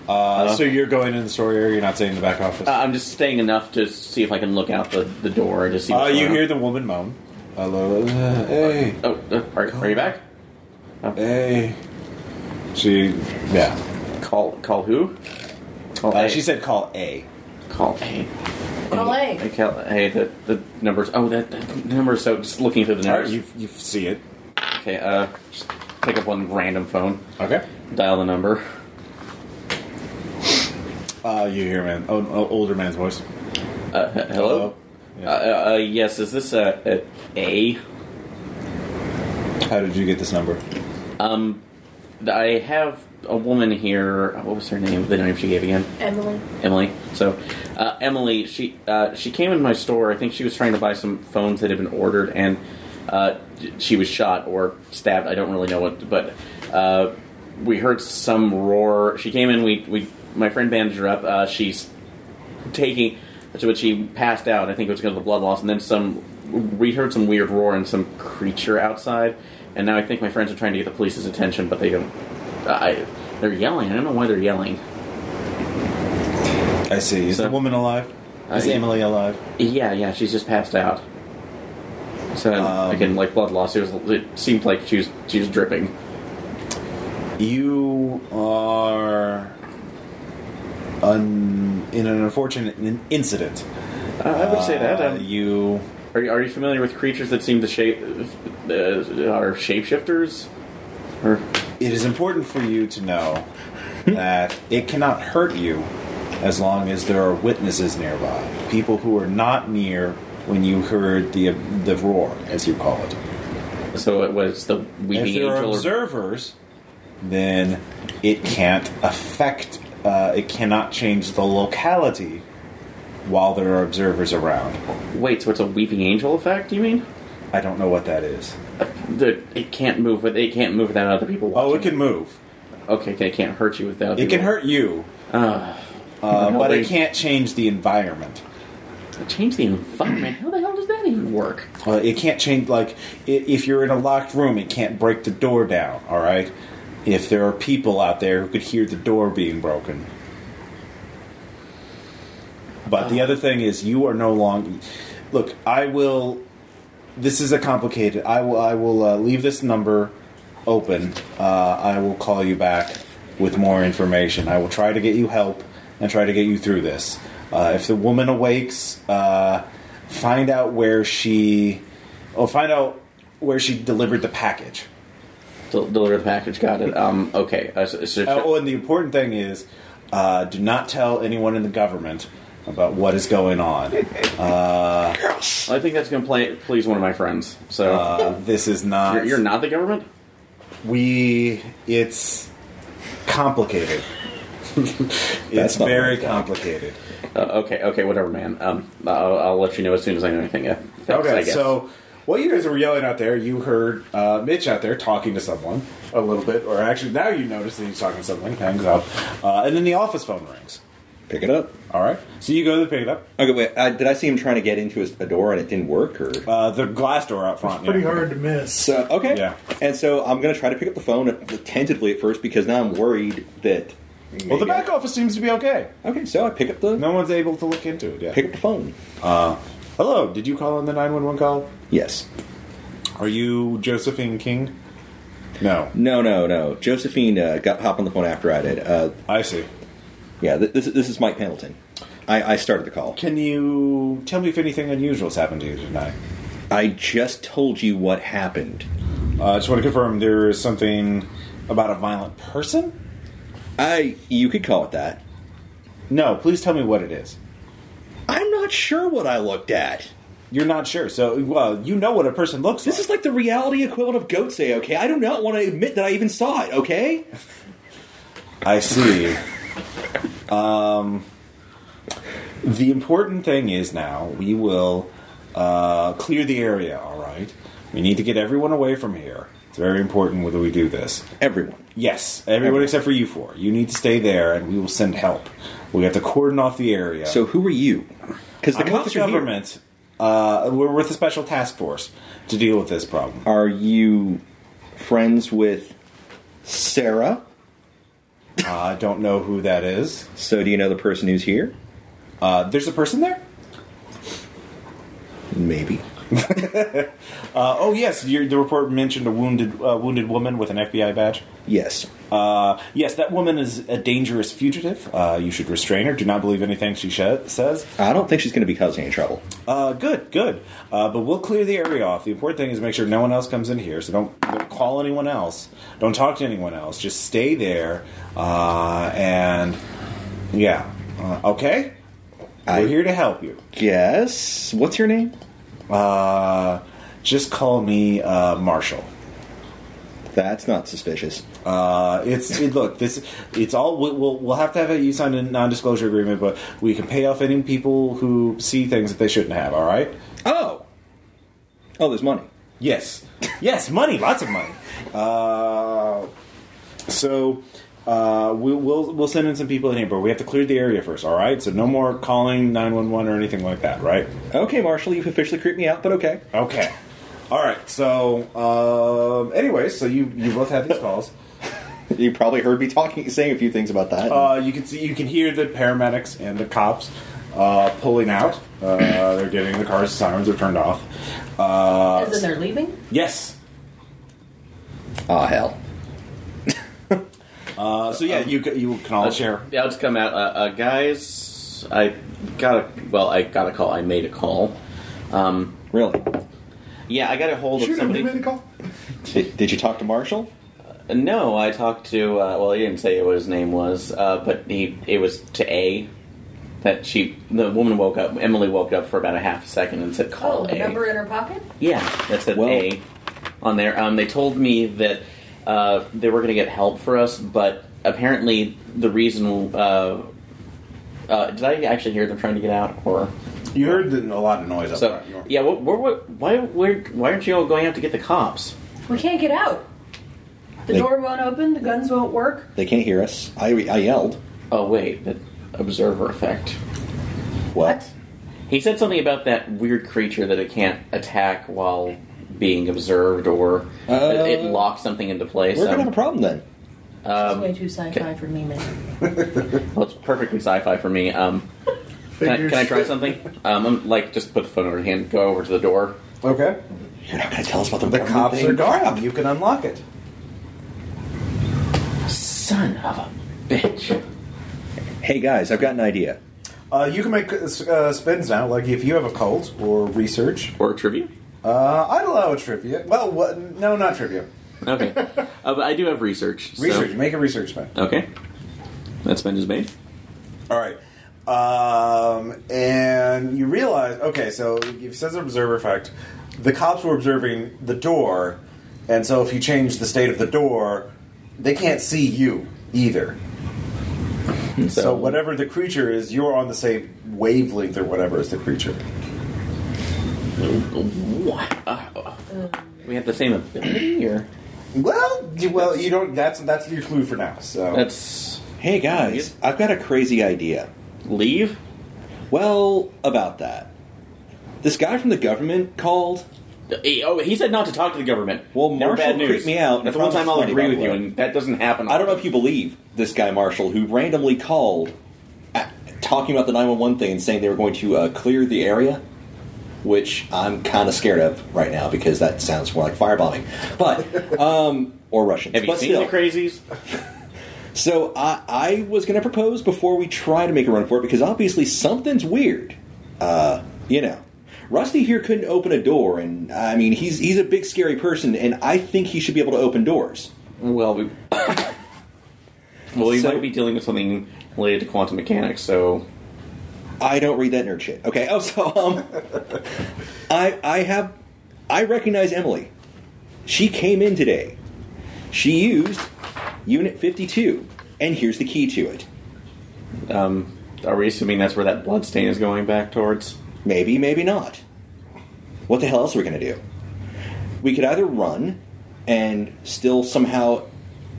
[SPEAKER 1] Uh, so you're going in the store area. You're not staying in the back office.
[SPEAKER 3] Uh, I'm just staying enough to see if I can look out the, the door to see.
[SPEAKER 1] Uh,
[SPEAKER 3] What's
[SPEAKER 1] you
[SPEAKER 3] going
[SPEAKER 1] hear
[SPEAKER 3] on.
[SPEAKER 1] the woman moan. Hello. Hey.
[SPEAKER 3] Oh, uh, are, are you back?
[SPEAKER 1] Hey. She. Yeah.
[SPEAKER 3] Call call who? Call
[SPEAKER 1] Uh,
[SPEAKER 3] A.
[SPEAKER 1] she said call A.
[SPEAKER 3] call A.
[SPEAKER 5] Call A.
[SPEAKER 3] I call- Hey, the the numbers. Oh, that, that number's so. Just looking through the
[SPEAKER 1] All right.
[SPEAKER 3] numbers.
[SPEAKER 1] You you see it.
[SPEAKER 3] Okay. Uh, just pick up one random phone.
[SPEAKER 1] Okay.
[SPEAKER 3] Dial the number.
[SPEAKER 1] Uh, you hear man, oh, oh, older man's voice.
[SPEAKER 3] Uh, he- hello.
[SPEAKER 1] Yeah.
[SPEAKER 3] Uh, uh, yes, is this a, a
[SPEAKER 1] How did you get this number?
[SPEAKER 3] A? Um, I have a woman here. What was her name? The name she gave again.
[SPEAKER 5] Emily.
[SPEAKER 3] Emily. So, uh, Emily, she uh, she came in my store. I think she was trying to buy some phones that had been ordered, and uh, she was shot or stabbed. I don't really know what, but uh, we heard some roar. She came in. We we my friend bandaged her up. Uh, she's taking, but she passed out. I think it was because of the blood loss, and then some. We heard some weird roar and some creature outside, and now I think my friends are trying to get the police's attention, but they don't. I, they're yelling. I don't know why they're yelling.
[SPEAKER 1] I see. Is
[SPEAKER 3] So-
[SPEAKER 1] the woman alive? Is
[SPEAKER 3] Uh,
[SPEAKER 1] Emily alive?
[SPEAKER 3] Yeah, yeah, she's just passed out. So
[SPEAKER 1] Um,
[SPEAKER 3] again, like blood loss, it, was, it seemed like she was she was dripping.
[SPEAKER 1] You are un, in an unfortunate in- incident.
[SPEAKER 3] I would say that. um,
[SPEAKER 1] Uh, you
[SPEAKER 3] are you are you familiar with creatures that seem to shape uh, are shapeshifters? Or
[SPEAKER 1] it is important for you to know that it cannot hurt you as long as there are witnesses nearby. People who were not near when you heard the the roar, as you call it.
[SPEAKER 3] so it was the weeping
[SPEAKER 1] if there are
[SPEAKER 3] angel. Or,
[SPEAKER 1] observers, then it can't affect uh, it cannot change the locality while there are observers around.
[SPEAKER 3] Wait, so it's a weeping angel effect? You mean?
[SPEAKER 1] I don't know what that is.
[SPEAKER 3] The, it can't move. With, it can't move without other people. Watching.
[SPEAKER 1] Oh, it can move.
[SPEAKER 3] Okay, it can't hurt you without.
[SPEAKER 1] It can
[SPEAKER 3] people-
[SPEAKER 1] hurt you,
[SPEAKER 3] Ah.
[SPEAKER 1] uh,
[SPEAKER 3] No,
[SPEAKER 1] but
[SPEAKER 3] they-
[SPEAKER 1] it can't change the environment.
[SPEAKER 3] change the environment. How the hell does that even work?
[SPEAKER 1] Uh, it can't change, like, i- if you're in a locked room, it can't break the door down, alright? If there are people out there who could hear the door being broken. But the other thing is, you are no longer. Look, I will. This is a complicated. I will. I will uh, leave this number open. Uh, I will call you back with more information. I will try to get you help and try to get you through this. Uh, if the woman awakes, uh, find out where she. Oh, find out where she delivered the package.
[SPEAKER 3] Del- deliver the package. Got it. Um. Okay. Uh, so, so-
[SPEAKER 1] Uh, oh, and the important thing is, uh, do not tell anyone in the government about what is going on.
[SPEAKER 3] I think that's gonna play, please one of my friends. So
[SPEAKER 1] Uh, this is not.
[SPEAKER 3] you're, you're not the government.
[SPEAKER 1] We. It's complicated. it's
[SPEAKER 2] not
[SPEAKER 1] very
[SPEAKER 2] what I
[SPEAKER 1] complicated.
[SPEAKER 3] Uh, okay. Okay. Whatever, man. Um. I'll, I'll let you know as soon as I know anything. Yeah. Thanks, I
[SPEAKER 1] Okay,
[SPEAKER 3] guess.
[SPEAKER 1] so while you guys were yelling out there, you heard uh, Mitch out there talking to someone a little bit, or actually now you notice that he's talking to someone. He hangs up, uh, and then the office phone rings.
[SPEAKER 2] Pick it up.
[SPEAKER 1] All right, so you go to pick it up.
[SPEAKER 2] Okay, wait. Uh, did I see him trying to get into his, a door and it didn't work? Or
[SPEAKER 1] Uh, the glass door out front.
[SPEAKER 4] Pretty
[SPEAKER 1] yeah.
[SPEAKER 4] hard to miss.
[SPEAKER 2] so okay.
[SPEAKER 1] Yeah.
[SPEAKER 2] And so I'm gonna try to pick up the phone tentatively at first because now I'm worried that.
[SPEAKER 1] Well, the
[SPEAKER 2] maybe I-
[SPEAKER 1] back office seems to be okay.
[SPEAKER 2] Okay, so I pick up the
[SPEAKER 1] No one's able to look into it. Yeah.
[SPEAKER 2] pick up the phone.
[SPEAKER 1] Hello, did you call on the 911 call?
[SPEAKER 2] Yes.
[SPEAKER 1] Are you Josephine King? No.
[SPEAKER 2] No, no, no. Josephine uh, got hop on the phone after I did. Uh,
[SPEAKER 1] I see.
[SPEAKER 2] yeah, th- this, this is Mike Pendleton. I, I started the call.
[SPEAKER 1] Can you tell me if anything unusual's happened to you tonight?
[SPEAKER 2] I just told you what happened.
[SPEAKER 1] Uh, I just want to confirm there is something about a violent person?
[SPEAKER 2] I you could call it that.
[SPEAKER 1] No, please tell me what it is.
[SPEAKER 2] I'm not sure what I looked at.
[SPEAKER 1] You're not sure. So, well, you know what a person looks
[SPEAKER 2] This
[SPEAKER 1] like.
[SPEAKER 2] is like the reality equivalent of Goat Say, okay? I do not want to admit that I even saw it, okay?
[SPEAKER 1] I see. um, the important thing is now we will uh, clear the area, all right? We need to get everyone away from here. It's very important whether we do this.
[SPEAKER 2] Everyone.
[SPEAKER 1] Yes, everyone except for you four. You need to stay there, and we will send help. We have to cordon off the area.
[SPEAKER 2] So who are you? Because the
[SPEAKER 1] I'm with
[SPEAKER 2] cops
[SPEAKER 1] the
[SPEAKER 2] are here.
[SPEAKER 1] government. Uh, we're with a special task force to deal with this problem.
[SPEAKER 2] Are you friends with Sarah?
[SPEAKER 1] Uh, I don't know who that is.
[SPEAKER 2] So do you know the person who's here?
[SPEAKER 1] Uh, there's a person there.
[SPEAKER 2] Maybe.
[SPEAKER 1] Uh, oh yes, your, the report mentioned a wounded uh, wounded woman with an FBI badge.
[SPEAKER 2] Yes.
[SPEAKER 1] Uh, yes, that woman is a dangerous fugitive. Uh, you should restrain her. Do not believe anything she sh- says.
[SPEAKER 2] I don't think she's going to be causing any trouble.
[SPEAKER 1] Uh, good, good. Uh, but we'll clear the area off. The important thing is make sure no one else comes in here. So don't, don't call anyone else. Don't talk to anyone else. Just stay there. Uh, and yeah, uh, okay.
[SPEAKER 2] I-
[SPEAKER 1] We're here to help you.
[SPEAKER 2] Yes. What's your name?
[SPEAKER 1] Uh, just call me uh, Marshall.
[SPEAKER 2] That's not suspicious.
[SPEAKER 1] Uh, it's it, look this. It's all we- we'll we'll have to have a, you sign a non-disclosure agreement, but we can pay off any people who see things that they shouldn't have. All right.
[SPEAKER 2] Oh. Oh, there's money.
[SPEAKER 1] Yes. Yes, money, lots of money. Uh, so uh, we, we'll we'll send in some people in here, but we have to clear the area first. All right. So no more calling nine one one or anything like that. Right.
[SPEAKER 2] Okay, Marshall, you've officially creeped me out, but okay.
[SPEAKER 1] Okay. All right. So um, anyway, so you you both have these calls.
[SPEAKER 2] You probably heard me talking, saying a few things about that.
[SPEAKER 1] Uh, you can see you can hear the paramedics and the cops uh, pulling out. Uh, they're getting the cars sirens are turned off. Uh,
[SPEAKER 5] As in they're leaving?
[SPEAKER 1] yes.
[SPEAKER 2] oh, hell.
[SPEAKER 1] Uh, so yeah, you ca- you can all share.
[SPEAKER 3] Yeah, let's come out, uh, uh, guys. I got a well. I got a call. I made a call. Um,
[SPEAKER 2] Really?
[SPEAKER 3] yeah, I got a hold of
[SPEAKER 4] Shoot him,
[SPEAKER 3] somebody.
[SPEAKER 4] you made a call.
[SPEAKER 2] Did, did you talk to Marshall?
[SPEAKER 3] No, I talked to. Uh, well, he didn't say what his name was, uh, but he it was to A. That she, the woman woke up. Emily woke up for about a half a second and said,
[SPEAKER 5] Oh,
[SPEAKER 3] "Call
[SPEAKER 5] the
[SPEAKER 3] A."
[SPEAKER 5] number in her pocket?
[SPEAKER 3] Yeah, that said
[SPEAKER 2] Well-
[SPEAKER 3] A on there. Um, they told me that uh, they were going to get help for us, but apparently the reason. Uh, uh, did I actually hear them trying to get out, or
[SPEAKER 1] You heard the, a lot of noise up
[SPEAKER 3] so?
[SPEAKER 1] front. You were-
[SPEAKER 3] Yeah. What, what, what, why? Where, why aren't you all going out to get the cops?
[SPEAKER 5] We can't get out. The
[SPEAKER 2] They-
[SPEAKER 5] door won't open. The guns won't work.
[SPEAKER 2] They can't hear us. I, I yelled.
[SPEAKER 3] Oh wait, the observer effect.
[SPEAKER 2] What?
[SPEAKER 3] He said something about that weird creature that it can't attack while being observed, or
[SPEAKER 2] Uh,
[SPEAKER 3] it, it locks something into place.
[SPEAKER 2] We're gonna have
[SPEAKER 3] Um,
[SPEAKER 2] a problem then.
[SPEAKER 5] it's way too sci-fi for me, man.
[SPEAKER 3] well, it's perfectly sci-fi for me. Um, can, I,
[SPEAKER 4] Figures.
[SPEAKER 3] can I try something? Um, I'm, like, just put the phone over to hand, go over to the door.
[SPEAKER 1] Okay.
[SPEAKER 2] You're not gonna tell us about the,
[SPEAKER 1] The
[SPEAKER 2] problem
[SPEAKER 1] cops
[SPEAKER 2] thing.
[SPEAKER 1] are gone. Mm-hmm. You can unlock it.
[SPEAKER 3] Son of a bitch.
[SPEAKER 2] Hey guys, I've got an idea.
[SPEAKER 1] Uh, you can make uh, spins now. Like if you have a cult or research,
[SPEAKER 3] Or trivia?
[SPEAKER 1] uh, I'd allow a trivia. Well, what? No, not trivia.
[SPEAKER 3] Okay. uh, but I do have research. so-
[SPEAKER 1] Research. Make a research spin.
[SPEAKER 3] Okay. That spend is made.
[SPEAKER 1] All right. Um, and you realize, okay, so it says observer effect. The cops were observing the door, and so if you change the state of the door, they can't see you either. So, whatever the creature is, you're on the same wavelength or whatever is the creature.
[SPEAKER 3] Wow. We have the same ability, or
[SPEAKER 1] Well, you, well, you don't. That's that's your clue for now. So
[SPEAKER 3] that's
[SPEAKER 2] Hey guys, I've got a crazy idea.
[SPEAKER 3] leave.
[SPEAKER 2] Well, about that. This guy from the government called.
[SPEAKER 3] Hey, Oh, he said not to talk to the government.
[SPEAKER 2] Well,
[SPEAKER 3] Never
[SPEAKER 2] Marshall
[SPEAKER 3] bad news.
[SPEAKER 2] creeped me out, and
[SPEAKER 3] That's
[SPEAKER 2] I
[SPEAKER 3] the one
[SPEAKER 2] found
[SPEAKER 3] time
[SPEAKER 2] this
[SPEAKER 3] I'll
[SPEAKER 2] funny,
[SPEAKER 3] agree
[SPEAKER 2] by
[SPEAKER 3] with
[SPEAKER 2] the
[SPEAKER 3] you,
[SPEAKER 2] way.
[SPEAKER 3] and that doesn't happen.
[SPEAKER 2] I don't know if you believe this guy Marshall, who randomly called, at, talking about the nine one one thing and saying they were going to uh, clear the area, which I'm kind of scared of right now because that sounds more like firebombing, but um, or Russians.
[SPEAKER 3] Have you
[SPEAKER 2] but
[SPEAKER 3] seen
[SPEAKER 2] still.
[SPEAKER 3] the crazies?
[SPEAKER 2] So I, I was going to propose before we try to make a run for it because obviously something's weird. Uh, you know, Rusty here couldn't open a door, and I mean he's he's a big scary person, and I think he should be able to open doors.
[SPEAKER 3] Well, we well, we
[SPEAKER 2] So-
[SPEAKER 3] might be dealing with something related to quantum mechanics. So,
[SPEAKER 2] I don't read that nerd shit. Okay. Oh, so um, I I have I recognize Emily. She came in today. She used Unit Fifty Two, and here's the key to it.
[SPEAKER 3] um, are we assuming that's where that blood stain is going back towards?
[SPEAKER 2] Maybe, maybe not. What the hell else are we going to do? We could either run and still somehow,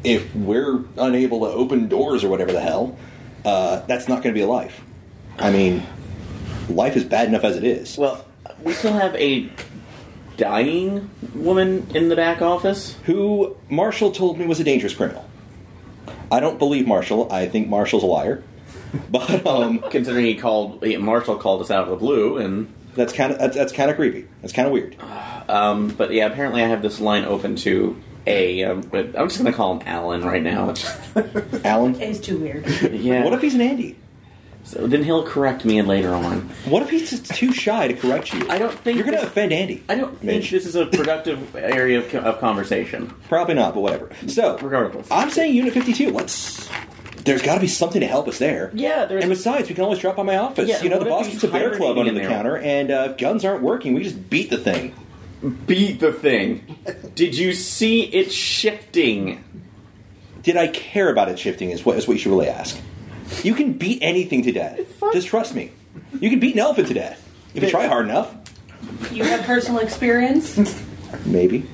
[SPEAKER 2] if we're unable to open doors or whatever the hell, uh, that's not going to be a life. I mean, life is bad enough as it is.
[SPEAKER 3] Well, we still have a dying woman in the back office.
[SPEAKER 2] Who Marshall told me was a dangerous criminal. I don't believe Marshall. I think Marshall's a liar. But um,
[SPEAKER 3] Considering he called, he- Marshall called us out of the blue, and
[SPEAKER 2] that's kind of that's, that's kind of creepy. That's kind of weird.
[SPEAKER 3] um, but yeah, apparently I have this line open to a. Um, but I'm just gonna call him Alan right now.
[SPEAKER 2] Alan,
[SPEAKER 5] It's too weird.
[SPEAKER 3] yeah.
[SPEAKER 2] what if he's an Andy?
[SPEAKER 3] So then he'll correct me later on.
[SPEAKER 2] What if he's just too shy to correct you?
[SPEAKER 3] I don't think
[SPEAKER 2] you're going to
[SPEAKER 3] this-
[SPEAKER 2] offend Andy.
[SPEAKER 3] I don't think
[SPEAKER 2] Mitch.
[SPEAKER 3] this is a productive area of, co- of conversation.
[SPEAKER 2] Probably not, but whatever. So,
[SPEAKER 3] Regardless.
[SPEAKER 2] I'm saying Unit 52. Let's. There's got to be something to help us there.
[SPEAKER 3] Yeah, there's-
[SPEAKER 2] And besides, we can always drop by my office.
[SPEAKER 3] Yeah,
[SPEAKER 2] you know,
[SPEAKER 3] what
[SPEAKER 2] the
[SPEAKER 3] if
[SPEAKER 2] boss
[SPEAKER 3] he's
[SPEAKER 2] keeps a bear club
[SPEAKER 3] hibernating
[SPEAKER 2] under
[SPEAKER 3] in
[SPEAKER 2] the
[SPEAKER 3] there?
[SPEAKER 2] counter, and uh, if guns aren't working. We just beat the thing.
[SPEAKER 3] Beat the thing. Did you see it shifting?
[SPEAKER 2] Did I care about it shifting? Is what is what you should really ask. You can beat anything to death.
[SPEAKER 3] Fuck.
[SPEAKER 2] Just trust me. You can beat an elephant to death if you try hard enough.
[SPEAKER 5] You have personal experience.
[SPEAKER 2] Maybe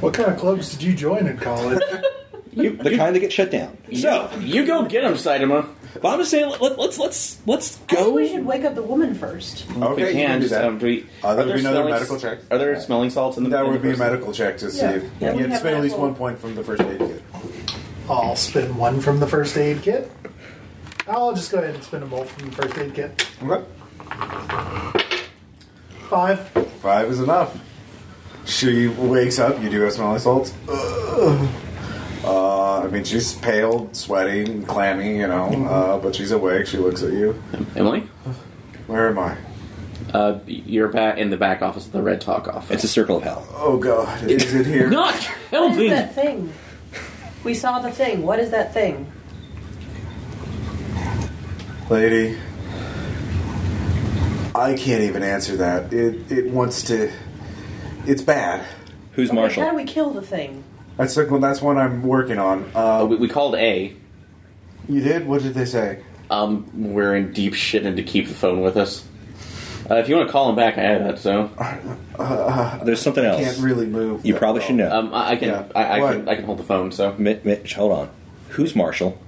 [SPEAKER 4] What kind of clubs did you join in college?
[SPEAKER 3] You,
[SPEAKER 2] the
[SPEAKER 3] you,
[SPEAKER 2] kind that get shut down. So,
[SPEAKER 3] you go get him, Saitama.
[SPEAKER 2] but I'm just saying, let, let's let's let's
[SPEAKER 5] I think
[SPEAKER 2] go.
[SPEAKER 5] we should wake up the woman first.
[SPEAKER 1] okay,
[SPEAKER 3] we
[SPEAKER 1] you
[SPEAKER 3] can
[SPEAKER 1] do
[SPEAKER 3] just
[SPEAKER 1] that.
[SPEAKER 3] um, do we,
[SPEAKER 1] Uh, that
[SPEAKER 3] are
[SPEAKER 1] would
[SPEAKER 3] there
[SPEAKER 1] be another
[SPEAKER 3] smelling-
[SPEAKER 1] medical check.
[SPEAKER 3] Are there smelling salts in the?
[SPEAKER 1] that
[SPEAKER 3] in
[SPEAKER 1] would
[SPEAKER 3] the
[SPEAKER 1] be a
[SPEAKER 3] person?
[SPEAKER 1] medical check to see
[SPEAKER 5] Yeah.
[SPEAKER 1] if
[SPEAKER 5] Yeah, we
[SPEAKER 1] you have to
[SPEAKER 5] have
[SPEAKER 1] spend at least
[SPEAKER 5] medical.
[SPEAKER 1] one point from the first aid kit.
[SPEAKER 4] I'll spin one from the first aid kit. I'll just go ahead and spin them both from the first aid kit.
[SPEAKER 1] Okay.
[SPEAKER 4] Five.
[SPEAKER 1] Five is enough. She wakes up. You do have smelling salts. Ugh. Uh, I mean, she's pale, sweating, clammy, you know,
[SPEAKER 3] Mm-hmm.
[SPEAKER 1] uh, but she's awake. She looks at you.
[SPEAKER 3] Emily,
[SPEAKER 1] Where am I?
[SPEAKER 3] uh, you're back in the back office of the Red Talk office.
[SPEAKER 2] It's a circle of hell.
[SPEAKER 1] Oh, God. Is it here?
[SPEAKER 3] not
[SPEAKER 5] What is
[SPEAKER 3] helping.
[SPEAKER 5] that thing? We saw the thing. What is that thing?
[SPEAKER 1] Lady, I can't even answer that. It, it wants to. It's bad.
[SPEAKER 2] Who's
[SPEAKER 5] Okay,
[SPEAKER 2] Marshall?
[SPEAKER 5] How do we kill the thing?
[SPEAKER 1] That's the one. That's one I'm working on.
[SPEAKER 3] Uh,
[SPEAKER 1] Uh,
[SPEAKER 3] we, we called A.
[SPEAKER 1] you did? What did they say?
[SPEAKER 3] Um, we're in deep shit and to keep the phone with us. Uh, if you want to call him back, I have that. So
[SPEAKER 2] There's something else.
[SPEAKER 1] Can't really move.
[SPEAKER 2] you probably should know.
[SPEAKER 3] um, I, I can
[SPEAKER 1] Yeah.
[SPEAKER 3] I, I can
[SPEAKER 1] What? Um,
[SPEAKER 3] I can hold the phone. So
[SPEAKER 2] Mi- Mitch, hold on. Who's Marshall?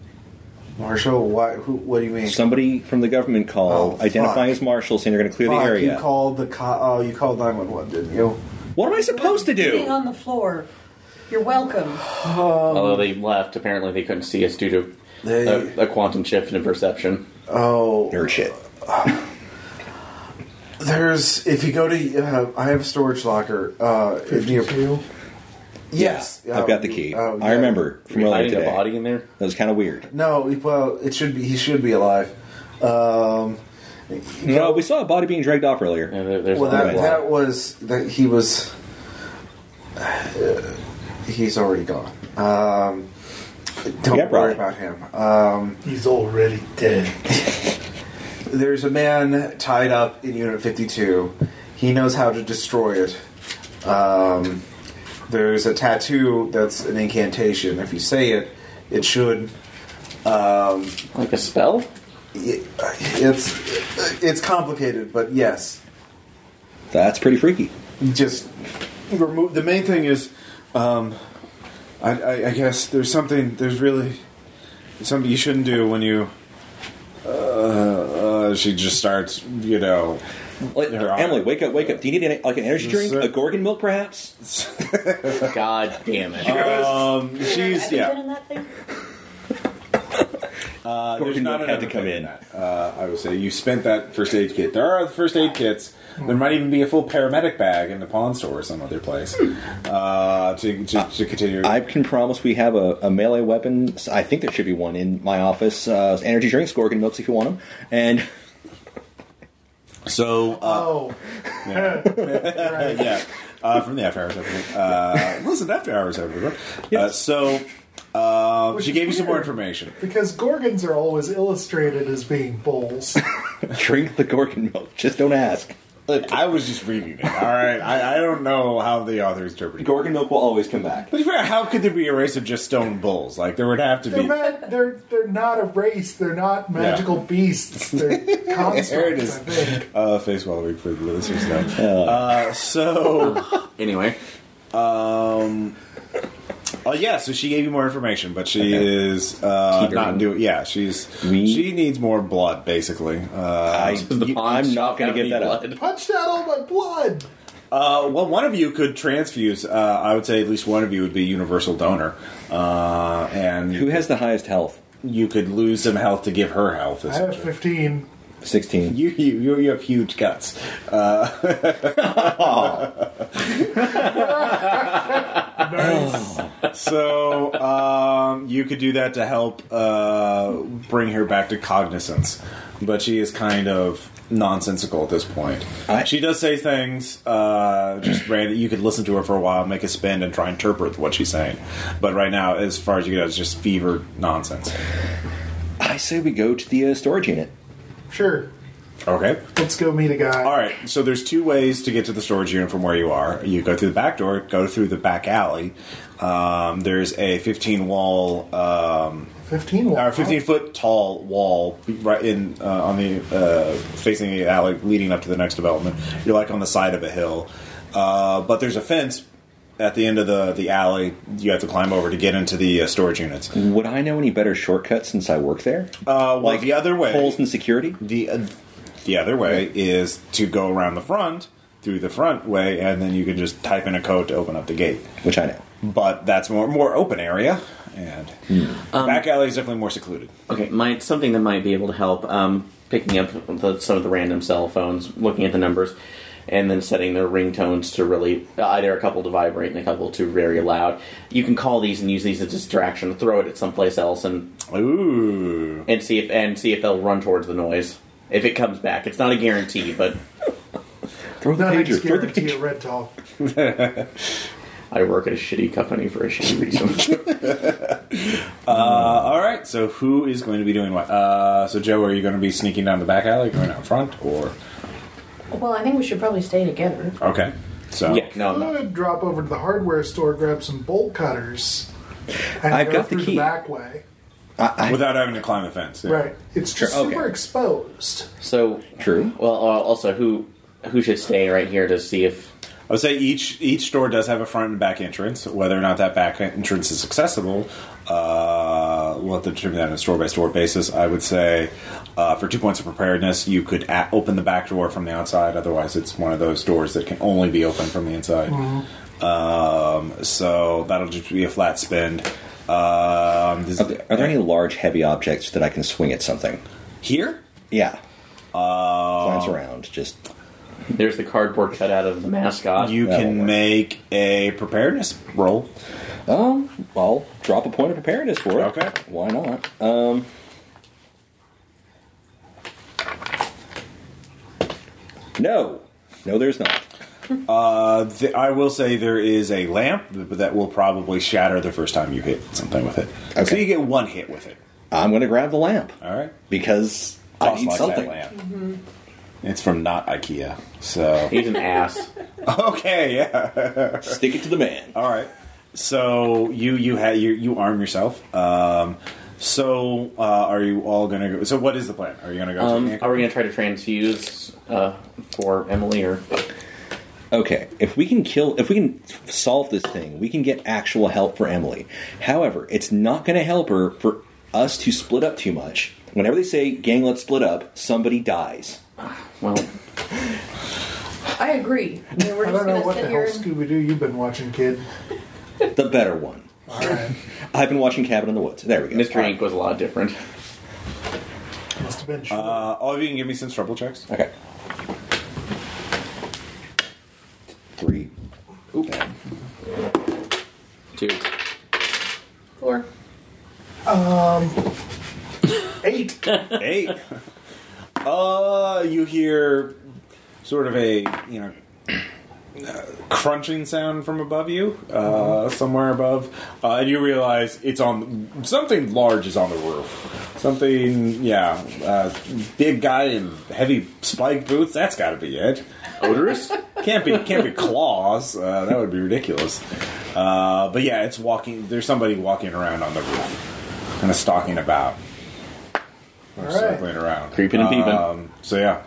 [SPEAKER 1] Marshall. What? Who, what do you mean?
[SPEAKER 2] Somebody from the government called,
[SPEAKER 1] Oh,
[SPEAKER 2] identifying
[SPEAKER 1] fuck.
[SPEAKER 2] as Marshall, saying they're going to clear
[SPEAKER 1] Fuck,
[SPEAKER 2] the
[SPEAKER 1] You
[SPEAKER 2] area.
[SPEAKER 1] called the co- oh, you called nine one one, didn't you?
[SPEAKER 2] what am I supposed to
[SPEAKER 6] Sitting
[SPEAKER 2] do?
[SPEAKER 6] on the floor. You're welcome.
[SPEAKER 3] although they left, apparently they couldn't see us due to
[SPEAKER 1] They-
[SPEAKER 3] a, a quantum shift in perception.
[SPEAKER 1] Oh,
[SPEAKER 2] Nerd shit.
[SPEAKER 1] there's if you go to uh, I have a storage locker. Uh, if you,
[SPEAKER 4] Two.
[SPEAKER 1] yes,
[SPEAKER 2] I've got the
[SPEAKER 1] Oh,
[SPEAKER 2] key.
[SPEAKER 1] oh,
[SPEAKER 2] I
[SPEAKER 1] yeah.
[SPEAKER 2] remember from
[SPEAKER 3] You're
[SPEAKER 2] earlier
[SPEAKER 3] hiding
[SPEAKER 2] today.
[SPEAKER 3] a body in there.
[SPEAKER 2] That was kind of weird.
[SPEAKER 1] No, well, it should be. He should be alive. Um,
[SPEAKER 2] No, we saw a body being dragged off earlier.
[SPEAKER 3] Yeah, there- there's
[SPEAKER 1] well,
[SPEAKER 3] a lot
[SPEAKER 1] that,
[SPEAKER 3] of-
[SPEAKER 1] that was that he was. uh, he's already gone. Um, don't
[SPEAKER 2] Yeah,
[SPEAKER 1] worry
[SPEAKER 2] probably.
[SPEAKER 1] about him.
[SPEAKER 7] He's already dead.
[SPEAKER 1] There's a man tied up in Unit 52. He knows how to destroy it. Um, there's a tattoo that's an incantation. If you say it, it should. Um,
[SPEAKER 3] like a spell.
[SPEAKER 1] it, it's it's complicated, but yes,
[SPEAKER 2] That's pretty freaky.
[SPEAKER 1] just remove. The main thing is, um, I, I, I guess there's something. There's really something you shouldn't do when you. Uh, uh, she just starts, you know.
[SPEAKER 2] Like,
[SPEAKER 1] They're on.
[SPEAKER 2] Emily, wake up, wake up. Do you need any, like an energy
[SPEAKER 1] Yes,
[SPEAKER 2] drink?
[SPEAKER 1] sir.
[SPEAKER 2] A Gorgon milk, perhaps?
[SPEAKER 3] God damn it!
[SPEAKER 1] Um,
[SPEAKER 6] Have
[SPEAKER 1] she's
[SPEAKER 6] you
[SPEAKER 1] yeah.
[SPEAKER 6] been in that thing?
[SPEAKER 1] Uh, there's
[SPEAKER 2] Gorgon
[SPEAKER 1] not
[SPEAKER 2] milk had to
[SPEAKER 1] another
[SPEAKER 2] come
[SPEAKER 1] thing
[SPEAKER 2] in.
[SPEAKER 1] that, Uh, I would say you spent that first aid kit. There are first aid kits. There might even be a full paramedic bag in the pawn store or some other place. Hmm. Uh, to, to, to continue.
[SPEAKER 2] I can promise we have a, a melee weapon. I think there should be one in my office. Uh, energy drinks, Gorgon milks if you want them. And
[SPEAKER 1] so uh,
[SPEAKER 4] Oh,
[SPEAKER 1] yeah, uh, from the after hours episode. Uh, listen, to after hours episode. Uh, so um,
[SPEAKER 4] Which
[SPEAKER 1] she
[SPEAKER 4] is
[SPEAKER 1] gave you some more
[SPEAKER 4] weird.
[SPEAKER 1] information.
[SPEAKER 4] because gorgons are always illustrated as being bulls.
[SPEAKER 2] drink the Gorgon milk. Just don't ask.
[SPEAKER 1] Look, I was just reading it. All right, I, I don't know how the author interpreted. it.
[SPEAKER 2] Gorgon milk will always come back.
[SPEAKER 1] But to be fair, how could there be a race of just stone bulls? Like there would have to
[SPEAKER 4] They're
[SPEAKER 1] be.
[SPEAKER 4] not, they're they're not a race. They're not magical beasts. They're constructs.
[SPEAKER 1] There it is.
[SPEAKER 4] I think.
[SPEAKER 1] Uh, face wallowing for the listeners now. Uh, so,
[SPEAKER 3] Anyway,
[SPEAKER 1] oh yeah, so she gave you more information, but she is uh,
[SPEAKER 2] Teetering.
[SPEAKER 1] not doing. Yeah, she's
[SPEAKER 2] We-
[SPEAKER 1] she needs more blood, basically. Uh,
[SPEAKER 2] I,
[SPEAKER 3] does the pawn
[SPEAKER 2] am
[SPEAKER 3] shop
[SPEAKER 2] not going
[SPEAKER 3] have
[SPEAKER 2] to give
[SPEAKER 3] any
[SPEAKER 2] that up.
[SPEAKER 3] blood?
[SPEAKER 4] Punched out all my blood.
[SPEAKER 1] Uh, well, one of you could transfuse. Uh, I would say at least one of you would be universal donor, uh, and
[SPEAKER 2] Who has the highest health?
[SPEAKER 1] you could lose some health to give her health.
[SPEAKER 4] I have
[SPEAKER 1] essentially.
[SPEAKER 4] fifteen.
[SPEAKER 2] 16.
[SPEAKER 1] You, you you you have huge guts. Uh,
[SPEAKER 4] Nice.
[SPEAKER 1] So um, you could do that to help uh, bring her back to cognizance, but she is kind of nonsensical at this point.
[SPEAKER 2] I-
[SPEAKER 1] she does say things uh, just random. You could listen to her for a while, make a spin, and try and interpret what she's saying. But right now, as far as you go, it's just fevered nonsense.
[SPEAKER 2] I say we go to the uh, storage unit.
[SPEAKER 4] Sure.
[SPEAKER 1] Okay.
[SPEAKER 4] Let's go meet a guy.
[SPEAKER 1] All right, so there's two ways to get to the storage unit from where you are. You go through the back door, go through the back alley. Um, there's a 15 wall, um,
[SPEAKER 4] Fifteen.
[SPEAKER 1] or 15 foot tall wall right in uh, on the uh, facing the alley, leading up to the next development. You're like on the side of a hill, uh, but there's a fence at the end of the the alley. You have to climb over to get into the uh, storage units.
[SPEAKER 2] Would I know any better shortcuts since I work there?
[SPEAKER 1] Uh, well, the other way,
[SPEAKER 2] Holes in security?
[SPEAKER 1] The uh, the other way is to go around the front through the front way, and then you can just type in a code to open up the gate.
[SPEAKER 2] Which I know.
[SPEAKER 1] But that's more more open area, and
[SPEAKER 3] Hmm.
[SPEAKER 1] back
[SPEAKER 3] Um,
[SPEAKER 1] alley is definitely more secluded.
[SPEAKER 3] Okay, might something that might be able to help um, picking up the, some of the random cell phones, looking at the numbers, and then setting their ringtones to really uh, either a couple to vibrate and a couple to very loud. You can call these and use these as a distraction. Throw it at someplace else and
[SPEAKER 1] Ooh,
[SPEAKER 3] and see if and see if they'll run towards the noise. If it comes back, it's not a guarantee, but
[SPEAKER 2] Throw the
[SPEAKER 4] Nothing's
[SPEAKER 2] pager. Throw the
[SPEAKER 4] guaranteed
[SPEAKER 2] pager.
[SPEAKER 4] at Red Top.
[SPEAKER 3] I work at a shitty company for a shitty reason.
[SPEAKER 1] uh, all right. So who is going to be doing what? Uh, so Joe, are you going to be sneaking down the back alley, going out front, or
[SPEAKER 5] Well, I think we should probably stay together.
[SPEAKER 1] okay? So
[SPEAKER 3] yeah, Okay, no, I'm not.
[SPEAKER 4] could drop over to the hardware store, grab some bolt cutters, and
[SPEAKER 2] I've
[SPEAKER 4] go
[SPEAKER 2] got the
[SPEAKER 4] through
[SPEAKER 2] key.
[SPEAKER 4] back way.
[SPEAKER 1] without having to climb the fence. yeah.
[SPEAKER 4] Right. It's just
[SPEAKER 2] Sure, okay.
[SPEAKER 4] super exposed.
[SPEAKER 3] So
[SPEAKER 2] True.
[SPEAKER 3] Well, uh, also who who should stay right here to see if
[SPEAKER 1] I would say each each door does have a front and back entrance. Whether or not that back entrance is accessible, uh, we'll have to determine that on a store by store basis. I would say uh, for two points of preparedness, you could a- open the back door from the outside. Otherwise, it's one of those doors that can only be opened from the inside. Um, so that'll just be a flat spend. Um, does-
[SPEAKER 2] Are there, are there any large, heavy objects that I can swing at something?
[SPEAKER 1] here?
[SPEAKER 2] Yeah. Uh, Glance around. Just
[SPEAKER 3] there's the cardboard cutout of the mascot.
[SPEAKER 1] You
[SPEAKER 2] That'll
[SPEAKER 1] can
[SPEAKER 2] work.
[SPEAKER 1] make a preparedness roll.
[SPEAKER 2] um, I'll drop a point of preparedness for it.
[SPEAKER 1] Okay.
[SPEAKER 2] Why not? Um. No, no, there's not.
[SPEAKER 1] Uh, th- I will say there is a lamp that will probably shatter the first time you hit something with it. So
[SPEAKER 2] Okay.
[SPEAKER 1] you get one hit with it.
[SPEAKER 2] I'm gonna grab the lamp
[SPEAKER 1] All right.
[SPEAKER 2] because I
[SPEAKER 1] Boss
[SPEAKER 2] need
[SPEAKER 1] likes
[SPEAKER 2] something.
[SPEAKER 1] lamp. Mm-hmm. It's from not IKEA. So
[SPEAKER 3] He's an ass.
[SPEAKER 1] okay, yeah.
[SPEAKER 2] Stick it to the man.
[SPEAKER 1] All right. So you you ha- you you arm yourself. Um, so uh, are you all gonna go? So what is the plan? Are you gonna go? to
[SPEAKER 3] Um,
[SPEAKER 1] the
[SPEAKER 3] are we gonna try to transfuse uh, for Emily or?
[SPEAKER 2] Okay, if we can kill, if we can solve this thing, we can get actual help for Emily. However, it's not going to help her for us to split up too much. Whenever they say "gang, let's split up," somebody dies.
[SPEAKER 3] Well,
[SPEAKER 5] I agree. I mean, we're
[SPEAKER 4] I
[SPEAKER 5] just
[SPEAKER 4] don't know
[SPEAKER 5] going to
[SPEAKER 4] what the hell
[SPEAKER 5] sit here and
[SPEAKER 4] Scooby Doo you've been watching, kid.
[SPEAKER 2] The better one.
[SPEAKER 4] All right.
[SPEAKER 2] I've been watching Cabin in the Woods. There we go.
[SPEAKER 3] Mr. Ink was a lot different.
[SPEAKER 4] Must have been short.
[SPEAKER 1] uh, all of you can give me some trouble checks.
[SPEAKER 2] Okay. Three.
[SPEAKER 3] Oop. Two.
[SPEAKER 5] Four.
[SPEAKER 4] Eight.
[SPEAKER 1] Eight. Uh, you hear sort of a you know uh, crunching sound from above you, uh,
[SPEAKER 3] Mm-hmm.
[SPEAKER 1] somewhere above, uh, and you realize it's on something large is on the roof. Something, yeah, uh, big guy in heavy spike boots. That's got to be it.
[SPEAKER 3] Odorous.
[SPEAKER 1] Can't be, can't be claws. Uh, that would be ridiculous. Uh, but yeah, it's walking. There's somebody walking around on the roof, kind of stalking about, or
[SPEAKER 4] All right.
[SPEAKER 1] circling around,
[SPEAKER 3] Creeping and peeping.
[SPEAKER 1] Um, so yeah.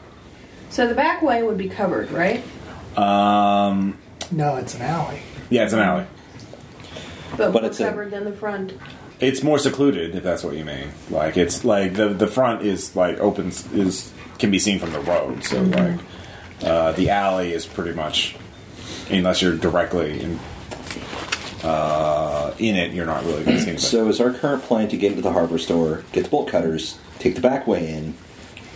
[SPEAKER 5] So the back way would be covered, right?
[SPEAKER 1] Um,
[SPEAKER 4] No, it's an alley.
[SPEAKER 1] yeah, it's an alley.
[SPEAKER 5] But,
[SPEAKER 2] But
[SPEAKER 5] more
[SPEAKER 2] it's a-
[SPEAKER 5] covered than the front.
[SPEAKER 1] It's more secluded, if that's what you mean. Like it's like the the front is like open is can be seen from the road. So like uh, the alley is pretty much unless you're directly in uh, in it, you're not really going to see anything.
[SPEAKER 2] So is our current plan to get into the harbor store, get the bolt cutters, take the back way in,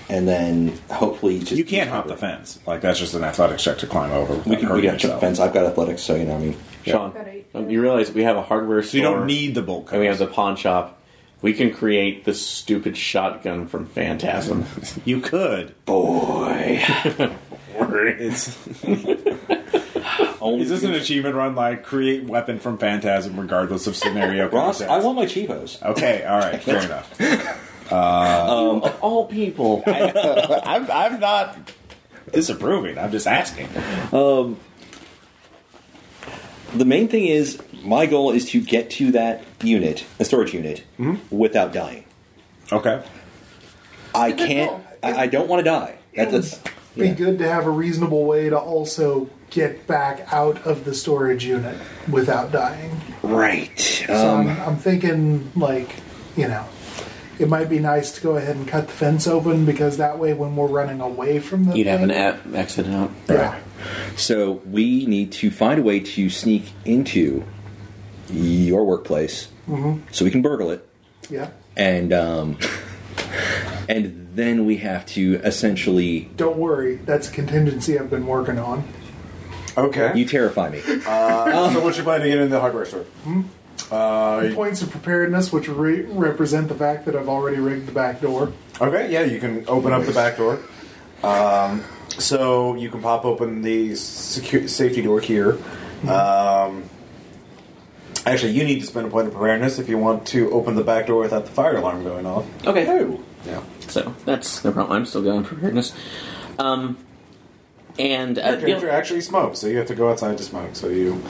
[SPEAKER 2] and then hopefully just
[SPEAKER 1] you can't hop the fence. Like that's just an athletic check to climb over.
[SPEAKER 2] We can we
[SPEAKER 1] hurting
[SPEAKER 2] got the
[SPEAKER 1] yourself.
[SPEAKER 2] fence. I've got athletics, so you know I mean.
[SPEAKER 3] Sean,
[SPEAKER 5] Got eight.
[SPEAKER 3] um, you realize we have a hardware store.
[SPEAKER 1] So you don't need the bolt
[SPEAKER 3] And we have
[SPEAKER 1] cutters.
[SPEAKER 3] the pawn shop. We can create this stupid shotgun from Phantasm.
[SPEAKER 1] you could.
[SPEAKER 2] Boy,
[SPEAKER 1] It's
[SPEAKER 2] only
[SPEAKER 1] is this an achievement run? Like create weapon from Phantasm, regardless of scenario.
[SPEAKER 2] Ross?
[SPEAKER 1] context?
[SPEAKER 2] I want my Chivos.
[SPEAKER 1] Okay, all right, fair enough.
[SPEAKER 3] Um, of all people.
[SPEAKER 1] I'm, I'm not disapproving. I'm just asking.
[SPEAKER 2] The main thing is my goal is to get to that unit, a storage unit,
[SPEAKER 1] Mm-hmm.
[SPEAKER 2] without dying.
[SPEAKER 1] Okay.
[SPEAKER 2] I
[SPEAKER 5] That's a good
[SPEAKER 2] can't.
[SPEAKER 5] goal.
[SPEAKER 2] I, I don't want to die. That, that's
[SPEAKER 4] Be
[SPEAKER 2] yeah.
[SPEAKER 4] good to have a reasonable way to also get back out of the storage unit without dying.
[SPEAKER 2] right.
[SPEAKER 4] So
[SPEAKER 2] Um,
[SPEAKER 4] I'm, I'm thinking, like, you know, it might be nice to go ahead and cut the fence open because that way, when we're running away from the,
[SPEAKER 3] You'd have an
[SPEAKER 4] thing-
[SPEAKER 3] a- exit out.
[SPEAKER 4] Yeah.
[SPEAKER 2] so we need to find a way to sneak into your workplace so we can burgle it,
[SPEAKER 4] Yeah.
[SPEAKER 2] and um, and then we have to essentially.
[SPEAKER 4] Don't worry, that's a contingency I've been working on.
[SPEAKER 1] Okay.
[SPEAKER 2] You terrify me.
[SPEAKER 1] so what's your plan to get into the hardware store?
[SPEAKER 4] Points of preparedness, which re- represent the fact that I've already rigged the back door.
[SPEAKER 1] Okay, yeah, you can open up the back door. Um, so you can pop open the secu- safety door here. Um, actually, you need to spend a point of preparedness if you want to open the back door without the fire alarm going off.
[SPEAKER 3] Okay.
[SPEAKER 2] Oh.
[SPEAKER 1] Yeah.
[SPEAKER 3] So that's no problem. I'm still going for preparedness. Um, And uh,
[SPEAKER 1] Your
[SPEAKER 3] the-
[SPEAKER 1] character actually smokes, so you have to go outside to smoke. So you,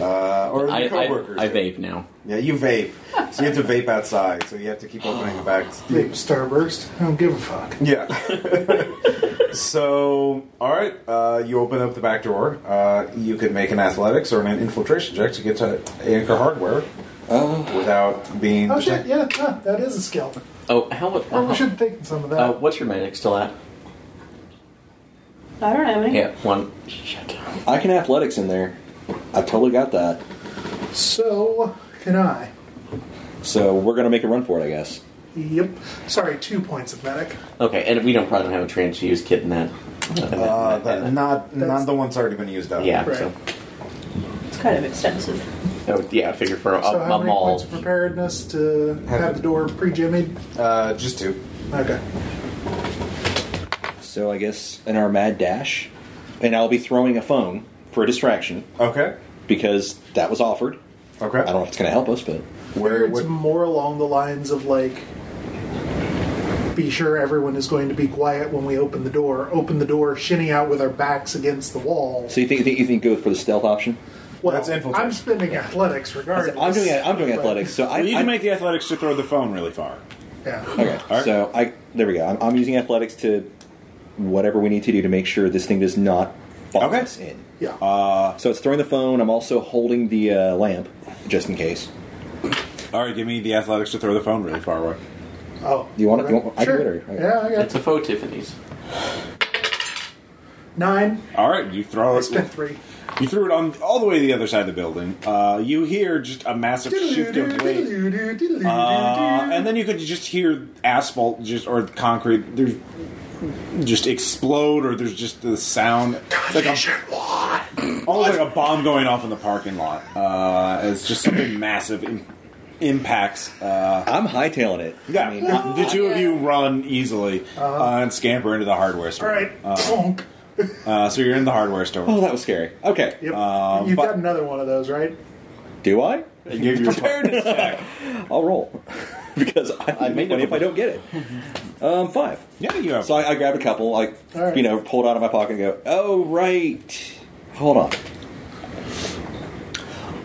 [SPEAKER 1] uh, or
[SPEAKER 3] I,
[SPEAKER 1] your
[SPEAKER 3] I,
[SPEAKER 1] coworkers.
[SPEAKER 3] I
[SPEAKER 1] do.
[SPEAKER 3] vape now.
[SPEAKER 1] Yeah, you vape. So you have to vape outside. So you have to keep opening the back.
[SPEAKER 4] Vape Starburst. I don't give a fuck.
[SPEAKER 1] Yeah. so, all right. Uh, you open up the back door. Uh, you can make an athletics or an infiltration check to get to anchor hardware
[SPEAKER 2] Uh,
[SPEAKER 1] without being.
[SPEAKER 4] Oh shit!
[SPEAKER 1] detected.
[SPEAKER 4] Yeah, huh, that is a skill.
[SPEAKER 3] Oh, how? would-
[SPEAKER 4] Oh, we should have taken some of that.
[SPEAKER 3] Uh, what's your medic still at?
[SPEAKER 5] I don't have any.
[SPEAKER 3] Yeah, one. Shit.
[SPEAKER 2] I can athletics in there. I totally got that.
[SPEAKER 4] So can I?
[SPEAKER 2] So we're gonna make a run for it, I guess.
[SPEAKER 4] Yep. Sorry, two points of medic.
[SPEAKER 3] Okay, and we don't probably have a transfuse kit in that. in
[SPEAKER 1] Uh,
[SPEAKER 3] that- in
[SPEAKER 1] that-
[SPEAKER 3] that-
[SPEAKER 1] not
[SPEAKER 4] That's-
[SPEAKER 1] not the one's already been used up.
[SPEAKER 3] yeah,
[SPEAKER 4] Right.
[SPEAKER 3] so
[SPEAKER 5] It's kind of extensive.
[SPEAKER 3] oh, yeah, I figure for a,
[SPEAKER 2] Uh,
[SPEAKER 4] So how
[SPEAKER 3] a
[SPEAKER 4] many
[SPEAKER 3] mall.
[SPEAKER 4] points of preparedness to
[SPEAKER 1] Have
[SPEAKER 4] have
[SPEAKER 1] it.
[SPEAKER 4] the door pre-jimmied?
[SPEAKER 1] Uh, just two.
[SPEAKER 4] Okay.
[SPEAKER 2] So I guess in our mad dash, and I'll be throwing a phone for a distraction
[SPEAKER 1] Okay.
[SPEAKER 2] because that was offered.
[SPEAKER 1] Okay.
[SPEAKER 2] I don't know if it's gonna help us, but
[SPEAKER 1] Where?
[SPEAKER 4] it's
[SPEAKER 1] what-
[SPEAKER 4] more along the lines of like be sure everyone is going to be quiet when we open the door open the door shinny out with our backs against the wall
[SPEAKER 2] so you think you think, you think go for the stealth option?
[SPEAKER 4] well
[SPEAKER 1] That's infiltrate.
[SPEAKER 4] i'm spending athletics regardless
[SPEAKER 2] I'm doing I'm doing
[SPEAKER 4] But-
[SPEAKER 2] athletics, so I,
[SPEAKER 1] Well, you
[SPEAKER 2] I
[SPEAKER 1] can make the athletics to throw the phone really far.
[SPEAKER 4] yeah
[SPEAKER 2] Okay,
[SPEAKER 1] All right.
[SPEAKER 2] so I there we go. I'm, I'm using athletics to whatever we need to do to make sure this thing does not fall
[SPEAKER 1] Okay.
[SPEAKER 2] us in. Uh,
[SPEAKER 4] yeah
[SPEAKER 2] So it's throwing the phone. I'm also holding the uh, lamp just in case.
[SPEAKER 1] All right, give me the athletics to throw the phone really far away.
[SPEAKER 4] oh
[SPEAKER 2] you want it- you
[SPEAKER 4] okay.
[SPEAKER 2] want- I can do
[SPEAKER 4] sure.
[SPEAKER 2] it, or- okay.
[SPEAKER 4] yeah i got
[SPEAKER 3] It's a faux Tiffany's.
[SPEAKER 4] nine
[SPEAKER 1] All right, you throw
[SPEAKER 4] i
[SPEAKER 1] it.
[SPEAKER 4] spent three
[SPEAKER 1] You threw it on all the way to the other side of the building. Uh, you hear just a massive shift of weight, uh, and
[SPEAKER 4] and
[SPEAKER 1] then you could just hear asphalt just or concrete there's just explode, or there's just the sound. It's like a, almost like a bomb going off in the parking lot. Uh, it's just something massive im- impacts. Uh,
[SPEAKER 2] I'm hightailing it.
[SPEAKER 1] yeah,
[SPEAKER 2] I mean, uh, not-
[SPEAKER 1] the two of you run easily uh, and scamper into the hardware
[SPEAKER 4] Uh-huh. all
[SPEAKER 1] store.
[SPEAKER 4] right
[SPEAKER 1] Uh,
[SPEAKER 4] Bonk.
[SPEAKER 1] uh, so you're in the hardware store.
[SPEAKER 2] oh, that was scary. Okay,
[SPEAKER 4] Yep.
[SPEAKER 1] uh,
[SPEAKER 4] you've
[SPEAKER 1] but-
[SPEAKER 4] got another one of those right
[SPEAKER 2] do I?
[SPEAKER 1] I gave you a preparedness check.
[SPEAKER 2] I'll roll because I, I
[SPEAKER 3] made
[SPEAKER 2] made funny
[SPEAKER 3] it.
[SPEAKER 2] if I don't get it. Um, five.
[SPEAKER 1] Yeah, you have.
[SPEAKER 2] So I, I grabbed a couple. I
[SPEAKER 4] All right.
[SPEAKER 2] you know pulled out of my pocket and go. Oh right. Hold on.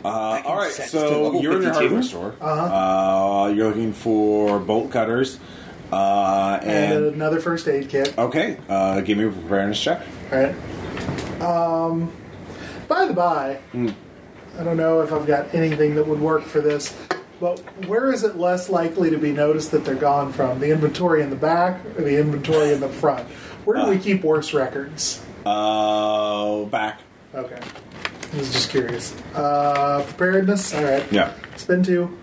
[SPEAKER 1] Uh, all right,
[SPEAKER 2] set this to
[SPEAKER 1] so
[SPEAKER 2] level
[SPEAKER 1] you're in your
[SPEAKER 2] 52.
[SPEAKER 1] hardware store.
[SPEAKER 4] Uh-huh.
[SPEAKER 1] Uh, you're looking for bolt cutters, uh,
[SPEAKER 4] and,
[SPEAKER 1] and
[SPEAKER 4] another first aid kit
[SPEAKER 1] okay, uh, give me a preparedness check.
[SPEAKER 4] All right. Um, by the by,
[SPEAKER 1] Hmm.
[SPEAKER 4] I don't know if I've got anything that would work for this, but where is it less likely to be noticed that they're gone from? The inventory in the back or the inventory in the front? Where do we keep worse records?
[SPEAKER 1] Uh, back,
[SPEAKER 4] Okay. I was just curious. Uh, preparedness? All right.
[SPEAKER 1] yeah.
[SPEAKER 4] Spin two.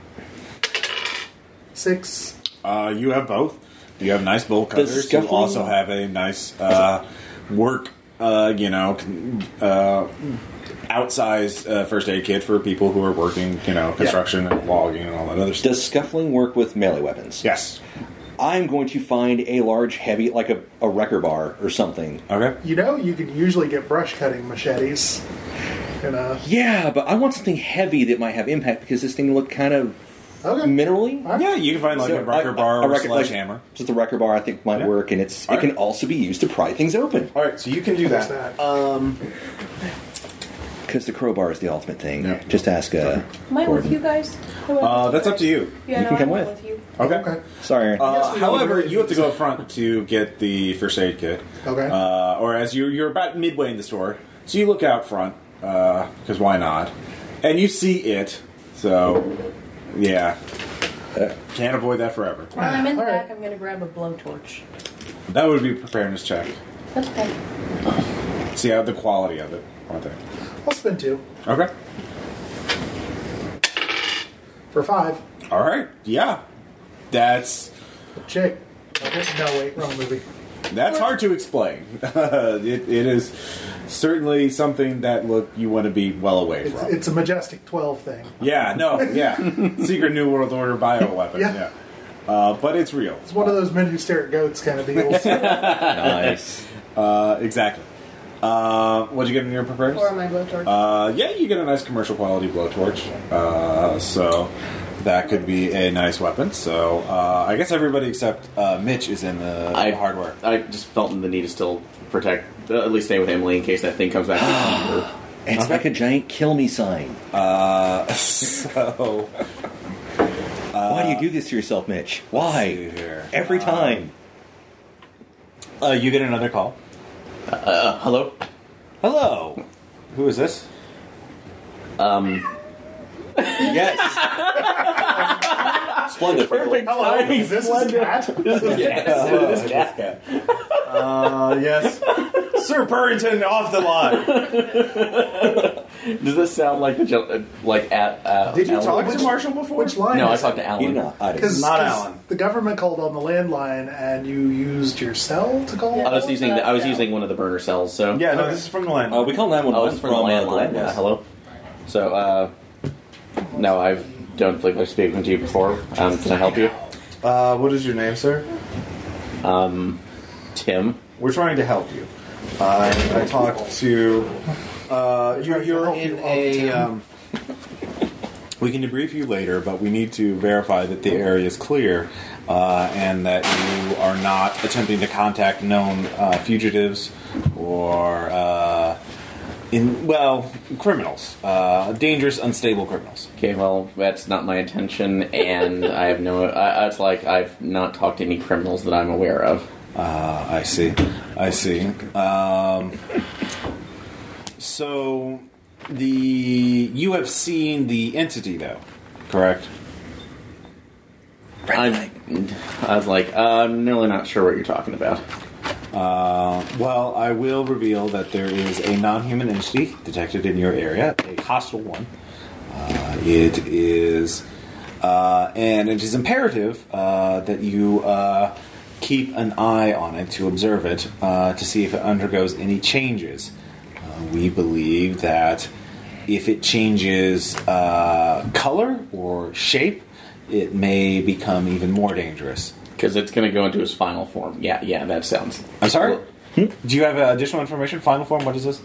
[SPEAKER 4] Six.
[SPEAKER 1] Uh, you have both. You have nice bolt
[SPEAKER 2] Does
[SPEAKER 1] cutters. You
[SPEAKER 2] scuffling-
[SPEAKER 1] also have a nice uh, work, uh, you know, con- uh, outsized uh, first aid kit for people who are working, you know, construction and logging and all that other stuff.
[SPEAKER 2] Does scuffling work with melee weapons?
[SPEAKER 1] Yes.
[SPEAKER 2] I'm going to find a large, heavy, like a, a wrecker bar or something.
[SPEAKER 1] Okay.
[SPEAKER 4] You know, you can usually get brush cutting machetes. And, uh,
[SPEAKER 2] Yeah, but I want something heavy that might have impact because this thing looked kind of
[SPEAKER 4] okay.
[SPEAKER 2] minerally.
[SPEAKER 1] Yeah, you can find like
[SPEAKER 2] So
[SPEAKER 1] a rocker
[SPEAKER 2] I-
[SPEAKER 1] bar
[SPEAKER 2] I- I
[SPEAKER 1] or a
[SPEAKER 2] reckon, like,
[SPEAKER 1] sledgehammer.
[SPEAKER 2] Just a wrecker bar, I think, might
[SPEAKER 1] Yeah.
[SPEAKER 2] work, and it's
[SPEAKER 1] All
[SPEAKER 2] it can
[SPEAKER 1] right.
[SPEAKER 2] also be used to pry things open
[SPEAKER 1] All right, so you can do
[SPEAKER 4] What's
[SPEAKER 1] that.
[SPEAKER 4] that?
[SPEAKER 2] because the crowbar is the ultimate thing.
[SPEAKER 1] Yeah.
[SPEAKER 2] Just ask. Uh,
[SPEAKER 5] Am I with
[SPEAKER 2] Gordon.
[SPEAKER 5] you guys?
[SPEAKER 1] Uh, that's up to you.
[SPEAKER 5] Yeah,
[SPEAKER 2] You
[SPEAKER 5] no,
[SPEAKER 2] can
[SPEAKER 5] I
[SPEAKER 2] come
[SPEAKER 5] went
[SPEAKER 2] with.
[SPEAKER 5] you.
[SPEAKER 1] Okay.
[SPEAKER 4] okay.
[SPEAKER 2] sorry,
[SPEAKER 1] Uh,
[SPEAKER 4] Yes, we
[SPEAKER 1] however,
[SPEAKER 4] really
[SPEAKER 1] you have to
[SPEAKER 4] need
[SPEAKER 1] go up front to get the first aid kit.
[SPEAKER 4] Okay.
[SPEAKER 1] Uh, or as you're, you're about midway in the store, so you look out front because why not? And you see it. So, yeah, Uh, can't avoid that forever.
[SPEAKER 5] When I'm in the
[SPEAKER 4] All
[SPEAKER 5] back,
[SPEAKER 4] right.
[SPEAKER 5] I'm going to grab a blowtorch.
[SPEAKER 1] That would be preparedness check.
[SPEAKER 5] That's okay.
[SPEAKER 1] See how the quality of it. Aren't they?
[SPEAKER 4] I'll spin two
[SPEAKER 1] Okay.
[SPEAKER 4] for five.
[SPEAKER 1] All right. Yeah. That's
[SPEAKER 4] Chick. Okay. No, wait, wrong movie.
[SPEAKER 1] That's hard to explain. it, it is certainly something that look you want to be well away
[SPEAKER 4] It's,
[SPEAKER 1] from.
[SPEAKER 4] it's a majestic twelve thing.
[SPEAKER 1] yeah, no, yeah, Secret New World Order bioweapon.
[SPEAKER 4] Yeah.
[SPEAKER 1] Yeah, Uh, but it's real.
[SPEAKER 4] It's one of those men who stare at goats kind of deals.
[SPEAKER 2] nice.
[SPEAKER 1] Uh, exactly. Uh, what'd you get in your preparedness?
[SPEAKER 5] Or my blowtorch.
[SPEAKER 1] Uh, yeah, you get a nice commercial quality blowtorch. Uh, so that could be a nice weapon. So uh, I guess everybody except uh, Mitch is in the
[SPEAKER 3] I
[SPEAKER 1] hardware.
[SPEAKER 3] I just felt the need to still protect uh, at least stay with Emily in case that thing comes back. to eat her.
[SPEAKER 2] It's
[SPEAKER 1] uh-huh.
[SPEAKER 2] like a giant kill me sign.
[SPEAKER 1] Uh, so
[SPEAKER 2] Why do you do this to yourself, Mitch? Why?
[SPEAKER 1] Let's see here.
[SPEAKER 2] Every time.
[SPEAKER 1] uh, you get another call.
[SPEAKER 3] Uh, hello.
[SPEAKER 1] Hello. Who is this?
[SPEAKER 3] Um,
[SPEAKER 2] Yes. Splendid.
[SPEAKER 3] perfect.
[SPEAKER 4] Hello,
[SPEAKER 3] timing.
[SPEAKER 4] this is Cat.
[SPEAKER 3] Yes.
[SPEAKER 1] Uh, yes. Sir Burrington off the line.
[SPEAKER 3] Does this sound like the gen- uh, like at? Uh,
[SPEAKER 1] Did you
[SPEAKER 3] Alan?
[SPEAKER 1] talk
[SPEAKER 4] Which-
[SPEAKER 1] to Marshall before?
[SPEAKER 4] Which line?
[SPEAKER 3] No, I
[SPEAKER 4] is
[SPEAKER 3] talked to
[SPEAKER 2] You
[SPEAKER 3] Alan.
[SPEAKER 2] know, I did.
[SPEAKER 4] Because
[SPEAKER 1] Not Alan.
[SPEAKER 4] the government called on the landline, and you used your cell to call.
[SPEAKER 3] I was using the, I was using one of the burner cells. So
[SPEAKER 1] Yeah, no, this is from the line.
[SPEAKER 2] Uh, we call
[SPEAKER 3] Oh,
[SPEAKER 2] 911
[SPEAKER 3] it's from the landline. Yeah, hello. So, uh, no, I don't think I've spoken to you before. Um, can I help you?
[SPEAKER 1] Uh, what is your name, sir?
[SPEAKER 3] Um, Tim.
[SPEAKER 1] We're trying to help you. Uh, I talked to. Uh, you're you're in a. Um, we can debrief you later, but we need to verify that the area is clear uh, and that you are not attempting to contact known uh, fugitives or. Uh, in well, criminals, uh, dangerous, unstable criminals.
[SPEAKER 3] Okay, well, that's not my intention, and I have no. I, it's like I've not talked to any criminals that I'm aware of.
[SPEAKER 1] Uh, I see. I see. Um, so the you have seen the entity though, correct?
[SPEAKER 3] I'm, I was like, I'm really not sure what you're talking about.
[SPEAKER 1] Uh, well, I will reveal that there is a non-human entity detected in your area, a hostile one. Uh, it is, uh, and it is imperative uh, that you uh, keep an eye on it to observe it uh, to see if it undergoes any changes. Uh, we believe that if it changes uh, color or shape, it may become even more dangerous.
[SPEAKER 3] Because it's going to go into its final form. Yeah, yeah, that sounds.
[SPEAKER 1] I'm sorry. Do you have uh, additional information? Final form. What is this?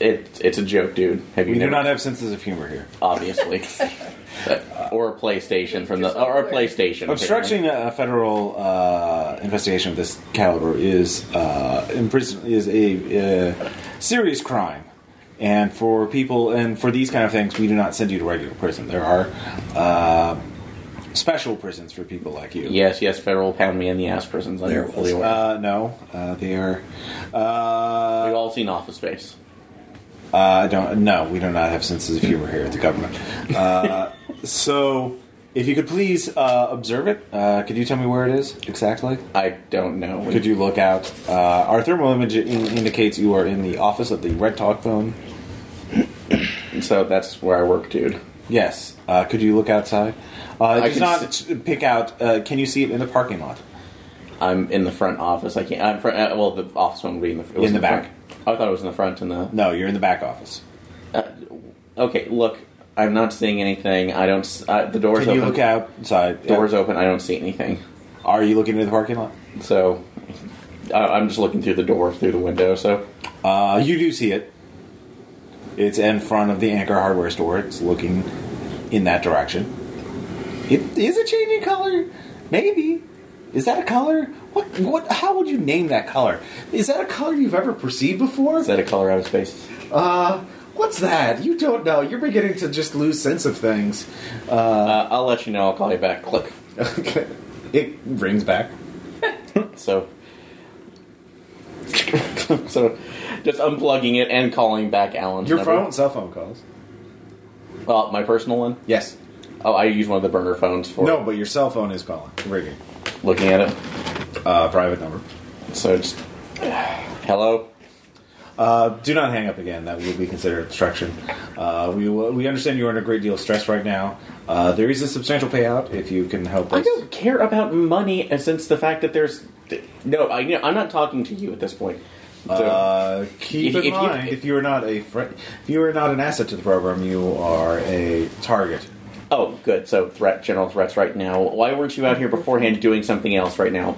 [SPEAKER 3] It, it's a joke, dude. Have you
[SPEAKER 1] We do
[SPEAKER 3] never-
[SPEAKER 1] not have senses of humor here.
[SPEAKER 3] obviously. But- or a PlayStation from the or a PlayStation.
[SPEAKER 1] Obstructing a federal uh, investigation of this caliber is uh, imprison- is a uh, serious crime, and for people and for these kind of things, we do not send you to regular prison. There are uh, special prisons for people like you.
[SPEAKER 3] Yes, yes, federal pound me in the ass prisons. I'm
[SPEAKER 2] There it
[SPEAKER 3] fully
[SPEAKER 2] was.
[SPEAKER 3] aware.
[SPEAKER 1] Uh, no, uh, they are. Uh,
[SPEAKER 3] We've all seen Office Space.
[SPEAKER 1] Uh, I don't. No, we do not have senses of humor here at the government. Uh, so, if you could please uh, observe it, uh, could you tell me where it is exactly?
[SPEAKER 3] I don't know.
[SPEAKER 1] Could you look out? Uh, our thermal image in- indicates you are in the office of the Red Talk Phone.
[SPEAKER 3] So that's where I work, dude.
[SPEAKER 1] Yes. Uh, could you look outside? Uh,
[SPEAKER 3] I
[SPEAKER 1] it does
[SPEAKER 3] can
[SPEAKER 1] not
[SPEAKER 3] s-
[SPEAKER 1] pick out. Uh, can you see it in the parking lot?
[SPEAKER 3] I'm in the front office. I can't. I'm front, uh, well, the office one would be in the it was
[SPEAKER 1] In the back.
[SPEAKER 3] front. I thought it was in the front and the.
[SPEAKER 1] No, you're in the back office.
[SPEAKER 3] Okay, look. I'm not seeing anything. I don't. s- Uh, the doors
[SPEAKER 1] Can you
[SPEAKER 3] open.
[SPEAKER 1] look outside?
[SPEAKER 3] Doors open. I don't see anything.
[SPEAKER 1] Are you looking in the parking lot?
[SPEAKER 3] So, I, I'm just looking through the door, through the window. So,
[SPEAKER 1] Uh, you do see it. It's in front of the Anchor Hardware store. It's looking in that direction. It is it changing color? Maybe. Is that a color? What? What? How would you name that color? Is that a color you've ever perceived before?
[SPEAKER 3] is that a color out of space?
[SPEAKER 1] Uh, what's that? You don't know. You're beginning to just lose sense of things.
[SPEAKER 3] Uh, I'll let you know. I'll call you back. Click.
[SPEAKER 1] Okay. It rings back.
[SPEAKER 3] So, so just unplugging it and calling back Alan's
[SPEAKER 1] Your
[SPEAKER 3] number.
[SPEAKER 1] phone, cell phone calls.
[SPEAKER 3] Oh, my personal one.
[SPEAKER 1] Yes.
[SPEAKER 3] Oh, I use one of the burner phones for
[SPEAKER 1] No, but your cell phone is calling, ringing.
[SPEAKER 3] looking at it.
[SPEAKER 1] Uh, private number.
[SPEAKER 3] So just hello.
[SPEAKER 1] Uh, do not hang up again. That will be considered obstruction. Uh, we will, we understand you are under a great deal of stress right now. Uh, there is a substantial payout if you can help
[SPEAKER 3] I
[SPEAKER 1] us.
[SPEAKER 3] don't care about money, and since the fact that there's no, I, I'm not talking to you at this point. So,
[SPEAKER 1] Uh, keep
[SPEAKER 3] If-
[SPEAKER 1] in
[SPEAKER 3] if you-
[SPEAKER 1] mind, if you are not a fri if you are not an asset to the program, you are a target.
[SPEAKER 3] oh, good. So threat, general threats right now. Why weren't you out here beforehand doing something else right now?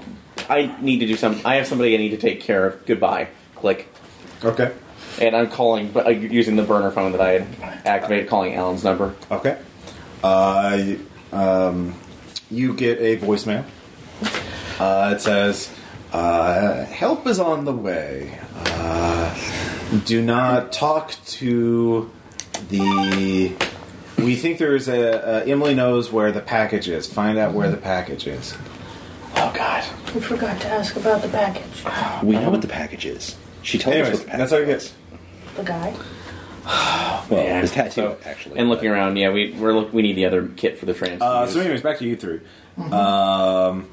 [SPEAKER 3] I need to do some. I have somebody I need to take care of. Goodbye. Click.
[SPEAKER 1] Okay.
[SPEAKER 3] And I'm calling, but uh, using the burner phone that I had activated, calling Alan's number.
[SPEAKER 1] Okay. Uh, y- um, you get a voicemail. Uh, it says, uh, "Help is on the way. Uh, do not talk to the. We think there is a. Uh, Emily knows where the package is. Find out where the package is. Oh God.
[SPEAKER 5] We forgot to ask about the package.
[SPEAKER 2] We know what the package is. She told us
[SPEAKER 1] Anyways,
[SPEAKER 2] what the package
[SPEAKER 1] that's our guess.
[SPEAKER 5] The guy.
[SPEAKER 2] is. Well,
[SPEAKER 3] Yeah.
[SPEAKER 2] his tattoo,
[SPEAKER 1] So-
[SPEAKER 2] actually.
[SPEAKER 3] And looking
[SPEAKER 2] but-
[SPEAKER 3] around, yeah, we we're look, we need the other kit for the trans.
[SPEAKER 1] Uh, so, anyways, back to you 3 Um,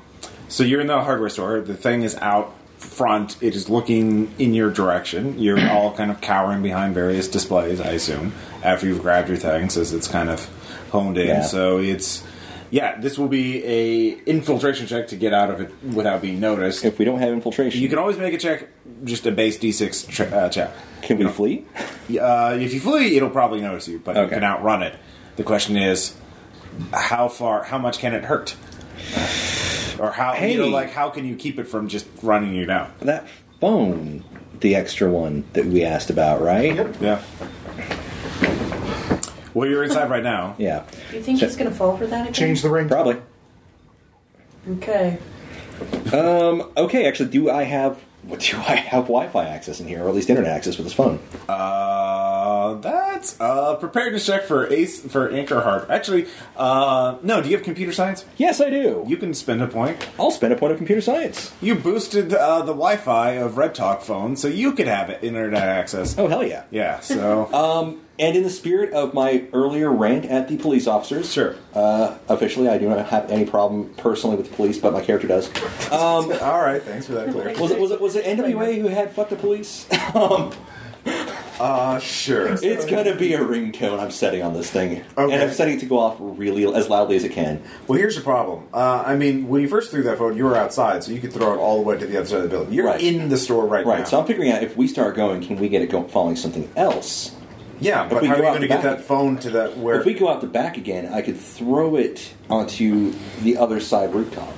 [SPEAKER 1] so you're in the hardware store. The thing is out front. It is looking in your direction. You're all kind of cowering behind various displays, I assume, after you've grabbed your things, as it's kind of honed in.
[SPEAKER 2] Yeah.
[SPEAKER 1] So it's yeah. This will be a infiltration check to get out of it without being noticed.
[SPEAKER 2] If we don't have infiltration,
[SPEAKER 1] you can always make a check, just a base D6 che- uh, check.
[SPEAKER 2] can we flee?
[SPEAKER 1] Uh, if you flee, it'll probably notice you, but you
[SPEAKER 2] Okay.
[SPEAKER 1] can outrun it. The question is, how far? How much can it hurt? Or how you know,
[SPEAKER 2] Hey.
[SPEAKER 1] like how can you keep it from just running you down?
[SPEAKER 2] That phone, the extra one that we asked about, right?
[SPEAKER 4] Yep.
[SPEAKER 1] Yeah. Well, you're inside right now.
[SPEAKER 2] Yeah,
[SPEAKER 5] Do you think
[SPEAKER 2] So-
[SPEAKER 5] he's gonna fall for that again?
[SPEAKER 4] Change the ring.
[SPEAKER 2] probably.
[SPEAKER 5] Okay.
[SPEAKER 2] Um, okay, actually, do I have what do I have Wi-Fi access in here, or at least internet access with this phone?
[SPEAKER 1] Uh, that's uh preparedness check for Ace for Anchor Harp. Actually, uh, no. Do you have computer science?
[SPEAKER 2] Yes, I do.
[SPEAKER 1] You can spend a point.
[SPEAKER 2] I'll spend a point of computer science.
[SPEAKER 1] You boosted uh, the Wi-Fi of Red Talk phone, so you could have internet access.
[SPEAKER 2] Oh Uh, hell yeah!
[SPEAKER 1] Yeah. So.
[SPEAKER 2] And in the spirit of my earlier rant at the police officers,
[SPEAKER 1] Sure.
[SPEAKER 2] Uh, officially, I do not have any problem personally with the police, but my character does.
[SPEAKER 1] All right, thanks for that clarity.
[SPEAKER 2] Was it was it was it NWA who had fuck the police? um,
[SPEAKER 1] Uh, sure.
[SPEAKER 2] it's gonna be a ringtone I'm setting on this thing,
[SPEAKER 1] Okay.
[SPEAKER 2] and I'm setting it to go off really as loudly as it can.
[SPEAKER 1] Well, here's the problem. Uh, I mean, when you first threw that phone, you were outside, so you could throw it all the way to the other side of the building. You're
[SPEAKER 2] Right.
[SPEAKER 1] in the store right,
[SPEAKER 2] Right.
[SPEAKER 1] now.
[SPEAKER 2] So I'm figuring out if we start going, can we get it going following something else?
[SPEAKER 1] yeah, but
[SPEAKER 2] we
[SPEAKER 1] how are
[SPEAKER 2] go
[SPEAKER 1] you
[SPEAKER 2] out
[SPEAKER 1] going to
[SPEAKER 2] the
[SPEAKER 1] get
[SPEAKER 2] back-
[SPEAKER 1] that phone to that where?
[SPEAKER 2] If we go out the back again, I could throw it onto the other side rooftop.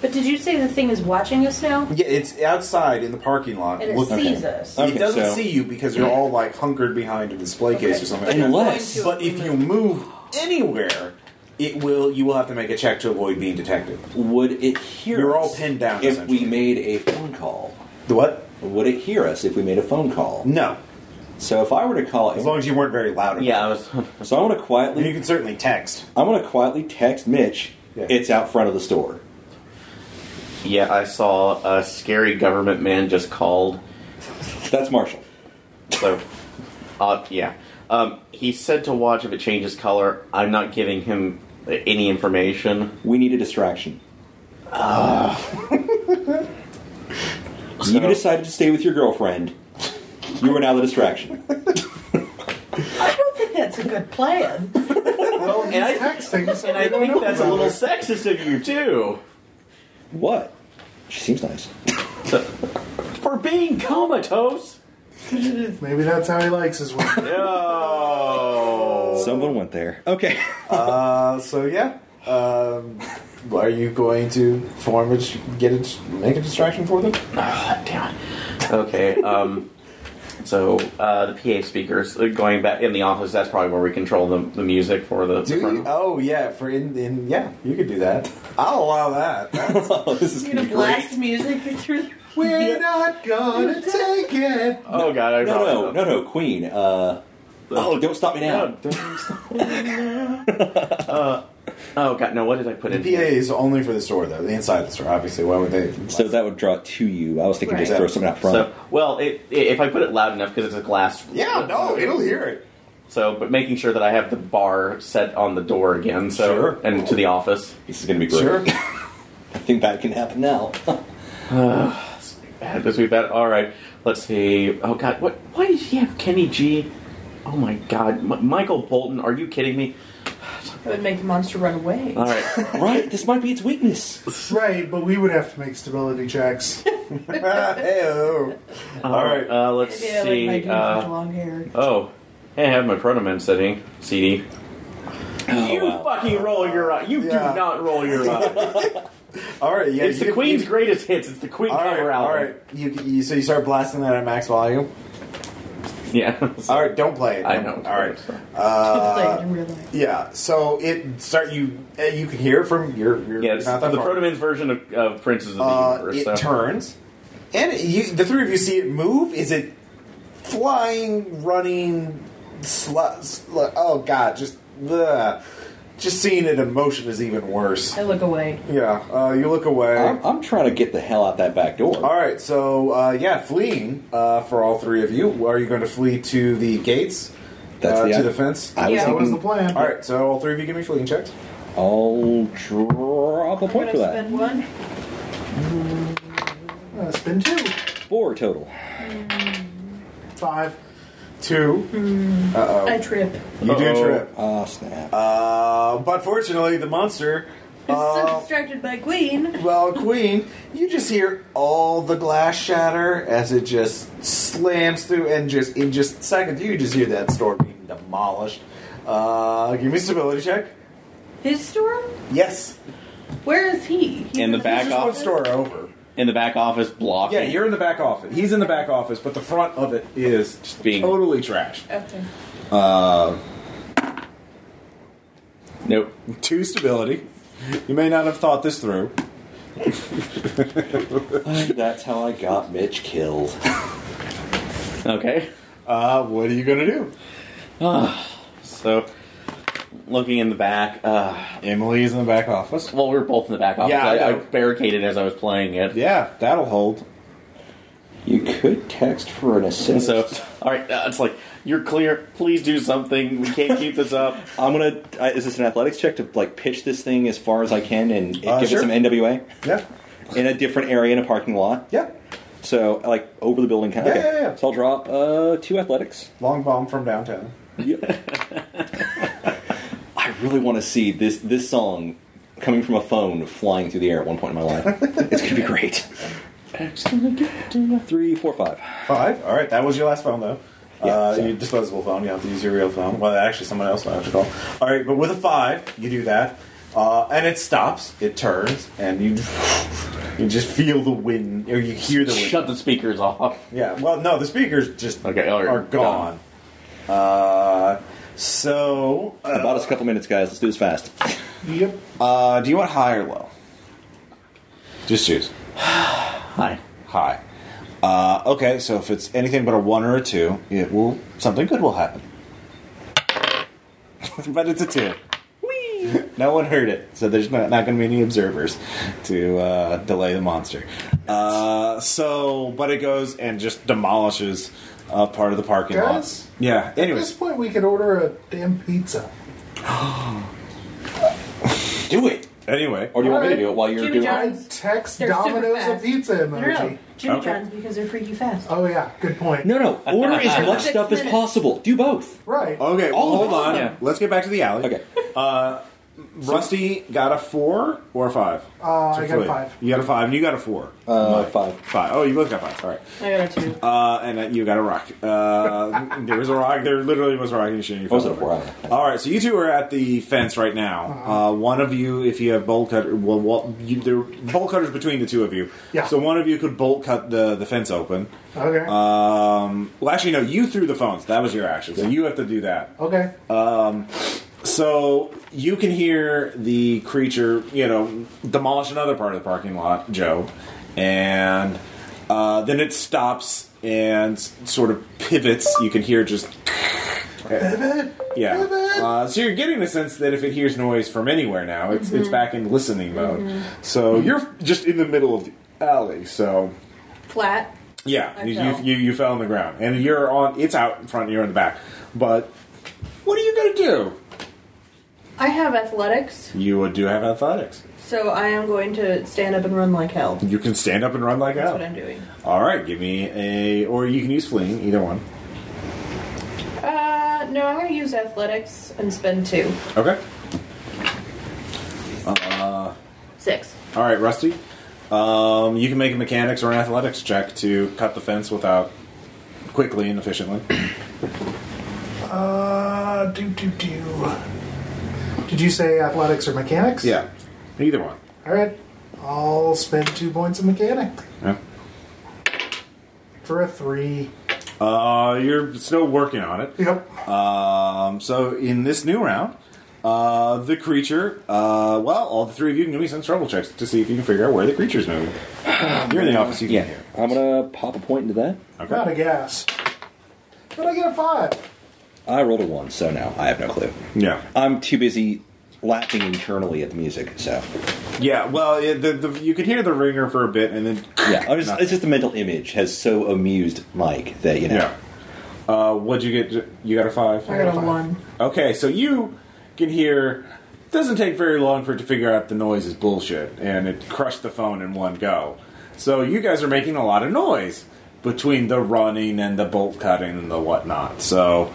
[SPEAKER 5] But did you say the thing is watching us now?
[SPEAKER 1] yeah, it's outside in the parking lot.
[SPEAKER 5] And it
[SPEAKER 1] looking-
[SPEAKER 5] sees us.
[SPEAKER 2] Okay.
[SPEAKER 1] It doesn't
[SPEAKER 2] so-
[SPEAKER 1] see you because you're all like hunkered behind a display case or something. like that.
[SPEAKER 2] Unless-
[SPEAKER 1] but if you move anywhere, it will. You will have to make a check to avoid being detected.
[SPEAKER 2] Would it hear
[SPEAKER 1] You're
[SPEAKER 2] us
[SPEAKER 1] all pinned down,
[SPEAKER 2] if we
[SPEAKER 1] essentially.
[SPEAKER 2] made a phone call?
[SPEAKER 1] The what?
[SPEAKER 2] Would it hear us if we made a phone call?
[SPEAKER 1] No,
[SPEAKER 2] So if I were to call it,
[SPEAKER 1] as long as you weren't very loud. about
[SPEAKER 3] yeah, I was.
[SPEAKER 2] so I want to
[SPEAKER 1] it. you
[SPEAKER 2] quietly,
[SPEAKER 1] can certainly text.
[SPEAKER 2] I want to quietly text Mitch.
[SPEAKER 1] Yeah.
[SPEAKER 2] It's out front of the store.
[SPEAKER 3] Yeah, I saw a scary government man just called.
[SPEAKER 2] That's Marshall.
[SPEAKER 3] So, uh, yeah, um, he said to watch if it changes color. I'm not giving him any information.
[SPEAKER 2] We need a distraction. Ah.
[SPEAKER 3] So-
[SPEAKER 2] You decided to stay with your girlfriend. You are now the distraction.
[SPEAKER 6] I don't think that's a good plan.
[SPEAKER 4] Well, he's
[SPEAKER 3] And I-
[SPEAKER 4] texting, so
[SPEAKER 3] and I
[SPEAKER 4] we don't
[SPEAKER 3] think
[SPEAKER 4] know
[SPEAKER 3] that's a
[SPEAKER 4] about
[SPEAKER 3] little
[SPEAKER 4] it.
[SPEAKER 3] sexist of you too,
[SPEAKER 2] What? She seems nice.
[SPEAKER 3] for being comatose.
[SPEAKER 4] Maybe that's how he likes his women.
[SPEAKER 3] No.
[SPEAKER 2] Someone went there. Okay.
[SPEAKER 1] Uh, so yeah. Um, are you going to form a get a, make a distraction for them?
[SPEAKER 3] Ah, damn it. Okay. Um, so uh, the PA speakers uh, going back in the office. That's probably where we control the, the music for the.
[SPEAKER 1] Do you? Oh yeah, for in, in yeah, you could do that. I'll allow that.
[SPEAKER 2] oh, this is
[SPEAKER 6] You gonna
[SPEAKER 2] gonna be
[SPEAKER 6] blast
[SPEAKER 2] great.
[SPEAKER 6] music through the
[SPEAKER 4] We're not gonna take it.
[SPEAKER 3] oh god! I
[SPEAKER 2] No, no, no, no, Queen. Uh, oh, don't stop me now.
[SPEAKER 3] No, don't stop it now. uh, oh god! No, what did I put
[SPEAKER 1] The
[SPEAKER 3] in?
[SPEAKER 1] PA
[SPEAKER 3] here?
[SPEAKER 1] is only for the store though, the inside the store. Obviously, why would they?
[SPEAKER 2] So that would draw it to you. I was thinking just
[SPEAKER 5] Right.
[SPEAKER 2] throw something out front.
[SPEAKER 3] So well, it, i if I put it loud enough because it's a glass.
[SPEAKER 1] yeah, no, it'll hear it.
[SPEAKER 3] So, but making sure that I have the bar set on the door again. So
[SPEAKER 1] Sure.
[SPEAKER 3] and to the office.
[SPEAKER 2] this is gonna be great.
[SPEAKER 1] Sure.
[SPEAKER 2] I think that can happen now.
[SPEAKER 3] Bad, This week bad. All right, let's see. Oh God, what? Why did he have Kenny G? Oh my God, M- Michael Bolton. Are you kidding me?
[SPEAKER 5] It would make the monster run away.
[SPEAKER 3] All right, uh,
[SPEAKER 2] right? This might be its weakness.
[SPEAKER 4] Right, but we would have to make stability checks.
[SPEAKER 1] Hey-oh. All right.
[SPEAKER 3] Uh, let's
[SPEAKER 6] Maybe I like
[SPEAKER 3] see.
[SPEAKER 6] my dude with
[SPEAKER 3] uh,
[SPEAKER 6] long hair.
[SPEAKER 3] oh, hey, I have my pronomen setting CD. you
[SPEAKER 2] Oh, wow.
[SPEAKER 3] fucking roll your eye. You
[SPEAKER 1] Yeah.
[SPEAKER 3] do not roll your eye.
[SPEAKER 1] all right. Yeah,
[SPEAKER 3] it's
[SPEAKER 1] you
[SPEAKER 3] the
[SPEAKER 1] can-
[SPEAKER 3] Queen's
[SPEAKER 1] you-
[SPEAKER 3] greatest hits. It's the Queen
[SPEAKER 1] All right,
[SPEAKER 3] cover album.
[SPEAKER 1] all right. You, you so you start blasting that at max volume.
[SPEAKER 3] Yeah.
[SPEAKER 1] All right, don't play it.
[SPEAKER 3] I know.
[SPEAKER 1] All right.
[SPEAKER 6] Play
[SPEAKER 1] Uh,
[SPEAKER 6] it in real life.
[SPEAKER 1] Yeah, so it start you uh, you can hear from your your
[SPEAKER 3] Yeah, it's
[SPEAKER 1] not that
[SPEAKER 3] the
[SPEAKER 1] far.
[SPEAKER 3] pronomen's version of, of Princes of the
[SPEAKER 1] Uh,
[SPEAKER 3] Universe.
[SPEAKER 1] it
[SPEAKER 3] so.
[SPEAKER 1] turns, and it, you, the three of you see it move. Is it flying, running, slu- slu- oh god, just the just seeing it in motion is even worse.
[SPEAKER 5] I look away.
[SPEAKER 1] Yeah, uh, you look away.
[SPEAKER 2] I'm, I'm trying to get the hell out that back door.
[SPEAKER 1] all right, so uh, yeah, fleeing uh, for all three of you. Are you going to flee to the gates?
[SPEAKER 2] That's
[SPEAKER 1] uh,
[SPEAKER 2] the-
[SPEAKER 1] to the fence.
[SPEAKER 2] I was
[SPEAKER 5] Yeah.
[SPEAKER 4] That was the
[SPEAKER 2] thinking
[SPEAKER 4] plan.
[SPEAKER 1] all right, so all three of you give me fleeing checks.
[SPEAKER 2] I'll drop a point
[SPEAKER 5] Gonna
[SPEAKER 2] for that.
[SPEAKER 5] spend one.
[SPEAKER 4] Uh, spin two.
[SPEAKER 2] Four total.
[SPEAKER 4] Five.
[SPEAKER 1] Two.
[SPEAKER 2] Hmm.
[SPEAKER 5] I trip.
[SPEAKER 1] You do trip.
[SPEAKER 2] Ah, snap.
[SPEAKER 1] Uh, but fortunately, the monster.
[SPEAKER 5] so
[SPEAKER 1] Uh,
[SPEAKER 5] distracted by Queen.
[SPEAKER 1] well, Queen, you just hear all the glass shatter as it just slams through, and just in just seconds, you just hear that store being demolished. Uh, give me a stability check.
[SPEAKER 5] His store?
[SPEAKER 1] Yes,
[SPEAKER 5] Where is he? He's
[SPEAKER 3] In the back
[SPEAKER 1] There's just one
[SPEAKER 3] office.
[SPEAKER 1] store over.
[SPEAKER 3] In the back office blocking.
[SPEAKER 1] Yeah, you're in the back office. He's in the back office, but the front of it is just
[SPEAKER 3] Being-
[SPEAKER 1] totally trashed.
[SPEAKER 5] Okay.
[SPEAKER 3] Nope.
[SPEAKER 1] Two stability. You may not have thought this through.
[SPEAKER 2] That's how I got Mitch killed.
[SPEAKER 3] Okay.
[SPEAKER 1] Uh, what are you gonna do?
[SPEAKER 3] So, looking in the back, uh,
[SPEAKER 1] Emily's in the back office.
[SPEAKER 3] well, we were both in the back office.
[SPEAKER 1] Yeah, I
[SPEAKER 3] I, I
[SPEAKER 1] know.
[SPEAKER 3] barricaded as I was playing it.
[SPEAKER 1] Yeah, that'll hold.
[SPEAKER 2] You could text for an
[SPEAKER 3] And
[SPEAKER 2] assist.
[SPEAKER 3] so, all right, uh, it's like you're clear. Please do something. We can't keep this up.
[SPEAKER 2] I'm gonna. I, is this an athletics check to like pitch this thing as far as I can and
[SPEAKER 1] Uh,
[SPEAKER 2] give
[SPEAKER 1] sure.
[SPEAKER 2] it some NWA
[SPEAKER 1] Yeah,
[SPEAKER 2] in a different area in a parking lot?
[SPEAKER 1] yeah.
[SPEAKER 2] So like over the building kind of.
[SPEAKER 1] Yeah,
[SPEAKER 2] okay.
[SPEAKER 1] yeah, yeah.
[SPEAKER 2] So I'll drop uh, two athletics.
[SPEAKER 1] Long bomb from downtown.
[SPEAKER 2] Yep. I really want to see this this song coming from a phone flying through the air at one point in my life. it's gonna be great. Three, four, five.
[SPEAKER 1] Five. All right, that was your last phone though. uh,
[SPEAKER 2] Yeah, so-
[SPEAKER 1] Your disposable phone. You have to use your real phone. Well, actually, someone else might have to call. All right, but with a five, you do that, uh, and it stops. It turns, and you you just feel the wind, or you hear the wind.
[SPEAKER 3] Shut the speakers off.
[SPEAKER 1] Yeah. Well, no, the speakers just
[SPEAKER 3] Okay, all
[SPEAKER 1] are,
[SPEAKER 3] right,
[SPEAKER 1] gone. Uh, so, uh,
[SPEAKER 2] About us a couple minutes, guys. Let's do this fast.
[SPEAKER 4] Yep.
[SPEAKER 1] uh, do you want high or low? Just choose
[SPEAKER 3] Hi.
[SPEAKER 1] high. Uh, okay, so if it's anything but a one or a two, it will something good will happen. but it's a two. No one heard it, so there's not, not going to be any observers to uh, delay the monster. Uh, so, but it goes and just demolishes uh, part of the parking
[SPEAKER 4] Guys?
[SPEAKER 1] lot. Yeah.
[SPEAKER 4] At this
[SPEAKER 1] Anyways,
[SPEAKER 4] point, we could order a damn pizza.
[SPEAKER 2] do it.
[SPEAKER 1] anyway,
[SPEAKER 2] Or do you want me to do it while you're
[SPEAKER 5] Jimmy
[SPEAKER 2] doing
[SPEAKER 5] John.
[SPEAKER 2] it?
[SPEAKER 4] I text
[SPEAKER 5] They're super
[SPEAKER 4] Domino's a
[SPEAKER 5] fast.
[SPEAKER 4] pizza
[SPEAKER 5] No,
[SPEAKER 4] emoji.
[SPEAKER 5] no, Jimmy
[SPEAKER 1] Okay.
[SPEAKER 5] John's because they're freaky fast.
[SPEAKER 4] Oh yeah, good point.
[SPEAKER 2] No, no. Order as much
[SPEAKER 5] Six
[SPEAKER 2] stuff as
[SPEAKER 5] minutes.
[SPEAKER 2] possible. Do both.
[SPEAKER 4] Right.
[SPEAKER 1] Okay, well,
[SPEAKER 2] All
[SPEAKER 1] hold
[SPEAKER 2] of it.
[SPEAKER 1] on.
[SPEAKER 3] Yeah.
[SPEAKER 1] Let's get back to the alley.
[SPEAKER 2] Okay.
[SPEAKER 1] Rusty got a four or a five?
[SPEAKER 4] Uh, I
[SPEAKER 1] To
[SPEAKER 4] got a
[SPEAKER 1] flip.
[SPEAKER 4] five.
[SPEAKER 1] You got a five, and you got a four.
[SPEAKER 2] Uh, five.
[SPEAKER 1] Five. Oh, you both got five. All right.
[SPEAKER 5] I got a two.
[SPEAKER 1] Uh, and uh, you got a rock. Uh, there was a rock. There literally was a rock in your shoe. and you
[SPEAKER 2] Oh, was
[SPEAKER 1] fell
[SPEAKER 2] it a four?
[SPEAKER 1] over. All right, so you two are at the fence right
[SPEAKER 4] Uh-huh.
[SPEAKER 1] now. Uh, one of you, if you have bolt cutter, well, well you, there are bolt cutters between the two of you.
[SPEAKER 4] Yeah.
[SPEAKER 1] So one of you could bolt cut the, the fence open.
[SPEAKER 4] Okay.
[SPEAKER 2] Uh,
[SPEAKER 1] Um, well, actually, no, you threw the phones. That was your action, so you have to do that.
[SPEAKER 4] okay.
[SPEAKER 1] So you can hear the creature, you know, demolish another part of the parking lot, Joe, and uh, then it stops and s- sort of pivots. You can hear just
[SPEAKER 4] Pivot.
[SPEAKER 1] yeah.
[SPEAKER 4] Pivot.
[SPEAKER 1] Uh, so you're getting the sense that if it hears noise from anywhere now, it's
[SPEAKER 5] Mm-hmm.
[SPEAKER 1] it's back in listening mode. So
[SPEAKER 4] Mm-hmm.
[SPEAKER 1] you're just in the middle of the alley. So
[SPEAKER 5] Flat.
[SPEAKER 1] yeah,
[SPEAKER 5] I
[SPEAKER 1] you, you,
[SPEAKER 5] fell.
[SPEAKER 1] you you fell on the ground, and you're on. It's out in front, you're in the back. But what are you gonna do?
[SPEAKER 5] I have athletics,
[SPEAKER 1] You do have athletics.
[SPEAKER 5] so I am going to stand up and run like hell.
[SPEAKER 1] You can stand up and run like
[SPEAKER 5] That's
[SPEAKER 1] hell.
[SPEAKER 5] what I'm doing.
[SPEAKER 1] All right, give me a, or you can use fleeing, either one.
[SPEAKER 5] Uh, no, I'm going to use athletics and spend two.
[SPEAKER 1] Okay.
[SPEAKER 5] Six.
[SPEAKER 1] All right, Rusty. Um, you can make a mechanics or an athletics check to cut the fence without quickly and efficiently.
[SPEAKER 4] Uh, do do do. Did you say athletics or mechanics?
[SPEAKER 1] yeah, either one.
[SPEAKER 4] All right. I'll spend two points of mechanic
[SPEAKER 1] Yeah.
[SPEAKER 4] for a three.
[SPEAKER 1] Uh, you're still working on it.
[SPEAKER 4] Yep.
[SPEAKER 1] Um, so in this new round, uh, the creature. Uh, well, all the three of you can give me some trouble checks to see if you can figure out where the creature's moving. You're in the office. You can
[SPEAKER 2] Yeah.
[SPEAKER 1] hear.
[SPEAKER 2] I'm gonna pop a point into that.
[SPEAKER 1] Okay.
[SPEAKER 4] Not a gas. But I get a five.
[SPEAKER 2] I rolled a one, so no, I have no clue.
[SPEAKER 1] Yeah.
[SPEAKER 2] I'm too busy laughing internally at the music, so
[SPEAKER 1] Yeah, well, it, the, the, you could hear the ringer for a bit, and then
[SPEAKER 2] yeah. I'm just,
[SPEAKER 1] Nothing.
[SPEAKER 2] it's just the mental image has so amused Mike that you know.
[SPEAKER 1] yeah. Uh, what'd you get? You got a five.
[SPEAKER 5] I got a one.
[SPEAKER 1] Okay, so you can hear. Doesn't take very long for it to figure out the noise is bullshit, and it crushed the phone in one go. So you guys are making a lot of noise between the running and the bolt cutting and the whatnot. So,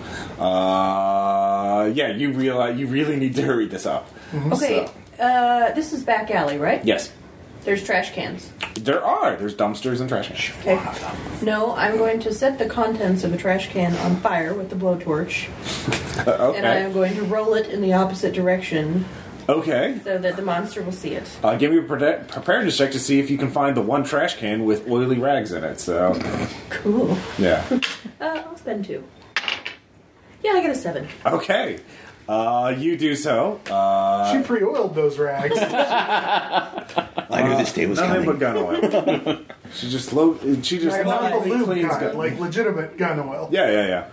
[SPEAKER 1] uh, yeah, you realize you really need to hurry this up.
[SPEAKER 5] Mm-hmm. Okay, uh, this is back alley, right?
[SPEAKER 1] Yes,
[SPEAKER 5] There's trash cans.
[SPEAKER 1] there are. There's dumpsters and trash cans.
[SPEAKER 5] Okay. No, I'm going to set the contents of a trash can on fire with the blowtorch,
[SPEAKER 1] Uh,
[SPEAKER 5] and I am
[SPEAKER 1] okay.
[SPEAKER 5] going to roll it in the opposite direction
[SPEAKER 1] Okay.
[SPEAKER 5] so that the monster will see it.
[SPEAKER 1] Uh, give me a prede- preparedness check to see if you can find the one trash can with oily rags in it. So,
[SPEAKER 5] Cool.
[SPEAKER 1] yeah.
[SPEAKER 5] Uh, I'll spend two. Yeah, I got a seven.
[SPEAKER 1] Okay. Uh, you do so. Uh,
[SPEAKER 4] She pre-oiled those rags.
[SPEAKER 2] I knew this day was
[SPEAKER 1] nothing
[SPEAKER 2] coming.
[SPEAKER 1] but gun oil. she just low. She just
[SPEAKER 4] like not the
[SPEAKER 1] lightly
[SPEAKER 4] lube
[SPEAKER 1] cleans
[SPEAKER 4] kind,
[SPEAKER 1] gun.
[SPEAKER 4] like legitimate gun oil.
[SPEAKER 1] yeah, yeah, yeah.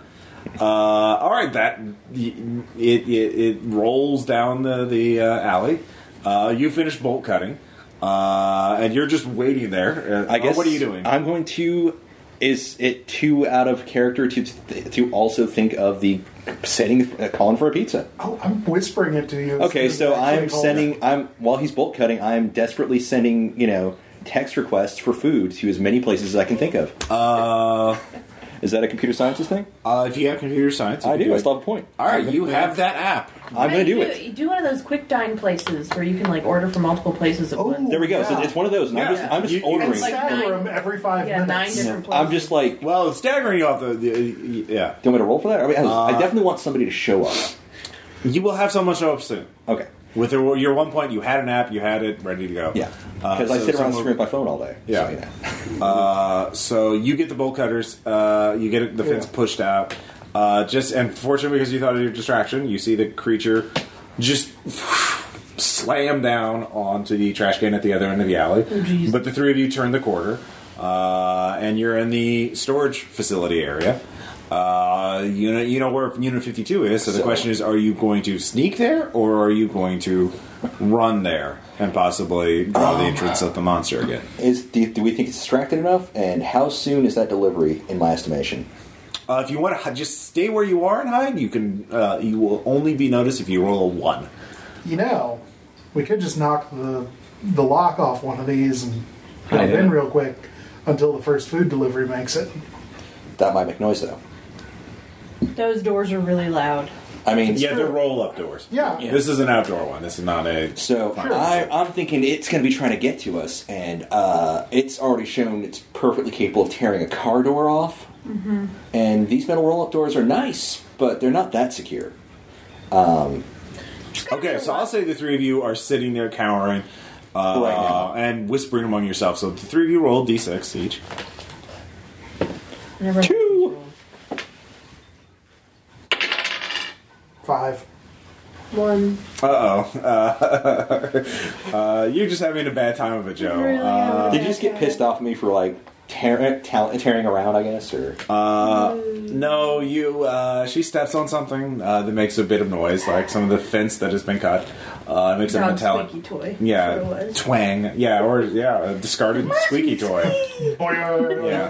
[SPEAKER 1] Uh, all right, that it it, it rolls down the the uh, alley. Uh, you finish bolt cutting, uh, and you're just waiting there. Uh,
[SPEAKER 2] I guess.
[SPEAKER 1] What are you doing?
[SPEAKER 2] I'm going to. Is it too out of character to to also think of the setting uh, calling for a pizza?
[SPEAKER 4] Oh, I'm whispering it to you.
[SPEAKER 2] Okay, so I'm
[SPEAKER 4] Actually,
[SPEAKER 2] sending. I'm while he's bolt cutting, I'm desperately sending you know text requests for food to as many places as I can think of.
[SPEAKER 1] uh,
[SPEAKER 2] Is that a computer sciences thing?
[SPEAKER 1] uh, if you have computer science, you
[SPEAKER 2] I
[SPEAKER 1] can
[SPEAKER 2] do. I still have a point.
[SPEAKER 1] All right, you have that app.
[SPEAKER 2] I'm going to do
[SPEAKER 5] you
[SPEAKER 2] it.
[SPEAKER 5] You do one of those quick dine places where you can like order from multiple places at
[SPEAKER 4] Oh.
[SPEAKER 5] once.
[SPEAKER 2] There we go. So
[SPEAKER 4] Yeah.
[SPEAKER 2] it's one of those. And I'm
[SPEAKER 1] Yeah.
[SPEAKER 2] just, I'm just
[SPEAKER 1] You- you
[SPEAKER 4] And
[SPEAKER 2] ordering.
[SPEAKER 5] Like
[SPEAKER 4] stagger
[SPEAKER 5] nine-
[SPEAKER 4] them every five
[SPEAKER 5] Yeah, nine
[SPEAKER 4] minutes.
[SPEAKER 5] different places.
[SPEAKER 2] I'm just like, do
[SPEAKER 1] Well, staggering off the, the yeah.
[SPEAKER 2] you want me to roll for that? I, mean, I, I
[SPEAKER 1] Uh,
[SPEAKER 2] definitely want somebody to show up.
[SPEAKER 1] You will have someone show up soon.
[SPEAKER 2] Okay.
[SPEAKER 1] With your, your one point, you had an app, you had it ready to go.
[SPEAKER 2] Yeah.
[SPEAKER 1] Uh,
[SPEAKER 2] Because I
[SPEAKER 1] so
[SPEAKER 2] sit around
[SPEAKER 1] someone-
[SPEAKER 2] screwing up my phone all day. So,
[SPEAKER 1] Yeah.
[SPEAKER 2] you know.
[SPEAKER 1] Uh, so you get the bolt cutters. Uh, you get it, the fence
[SPEAKER 4] Yeah.
[SPEAKER 1] pushed out. Uh, just and fortunately, because you thought of your distraction, you see the creature just slam down onto the trash can at the other end of the alley.
[SPEAKER 5] jeez.
[SPEAKER 1] but the three of you turn the corner, uh, and you're in the storage facility area. Uh, you know, you know where Unit 52 is. So the
[SPEAKER 2] So-
[SPEAKER 1] question is, are you going to sneak there, or are you going to run there and possibly draw the entrance of the monster again?
[SPEAKER 2] Is do, do we think it's distracted enough? And how soon is that delivery, in my estimation?
[SPEAKER 1] Uh, if you want to just stay where you are and hide, you can. Uh, you will only be noticed if you roll a one.
[SPEAKER 4] You know, we could just knock the the lock off one of these and
[SPEAKER 3] I
[SPEAKER 4] jump
[SPEAKER 3] did.
[SPEAKER 4] in real quick until the first food delivery makes it.
[SPEAKER 2] That might make noise, though.
[SPEAKER 5] Those doors are really loud.
[SPEAKER 2] I mean,
[SPEAKER 1] Yeah, they're roll up doors.
[SPEAKER 4] Yeah.
[SPEAKER 1] this is an outdoor one. This is not a.
[SPEAKER 2] So I, I'm thinking it's going to be trying to get to us, and uh, it's already shown it's perfectly capable of tearing a car door off. And these metal roll-up doors are nice, but they're not that secure.
[SPEAKER 1] Okay, so I'll say the three of you are sitting there cowering uh,
[SPEAKER 2] Right now.
[SPEAKER 1] and whispering among yourselves. So the three of you roll d6 each.
[SPEAKER 5] Never
[SPEAKER 2] Two.
[SPEAKER 4] Five.
[SPEAKER 5] One.
[SPEAKER 1] Uh oh. Uh, you're just having a bad time of it, Joe.
[SPEAKER 5] Really
[SPEAKER 1] Uh,
[SPEAKER 2] Did you just get pissed off at me for like tear, tal- tearing around? I guess, or
[SPEAKER 1] no, you. Uh, she steps on something uh, that makes a bit of noise, like some of the fence that has been cut. Uh, it makes a
[SPEAKER 5] Dog
[SPEAKER 1] metallic.
[SPEAKER 5] squeaky toy. That's what it
[SPEAKER 1] Yeah,
[SPEAKER 5] was.
[SPEAKER 1] twang. Yeah, or yeah, a discarded squeaky toy. Yeah.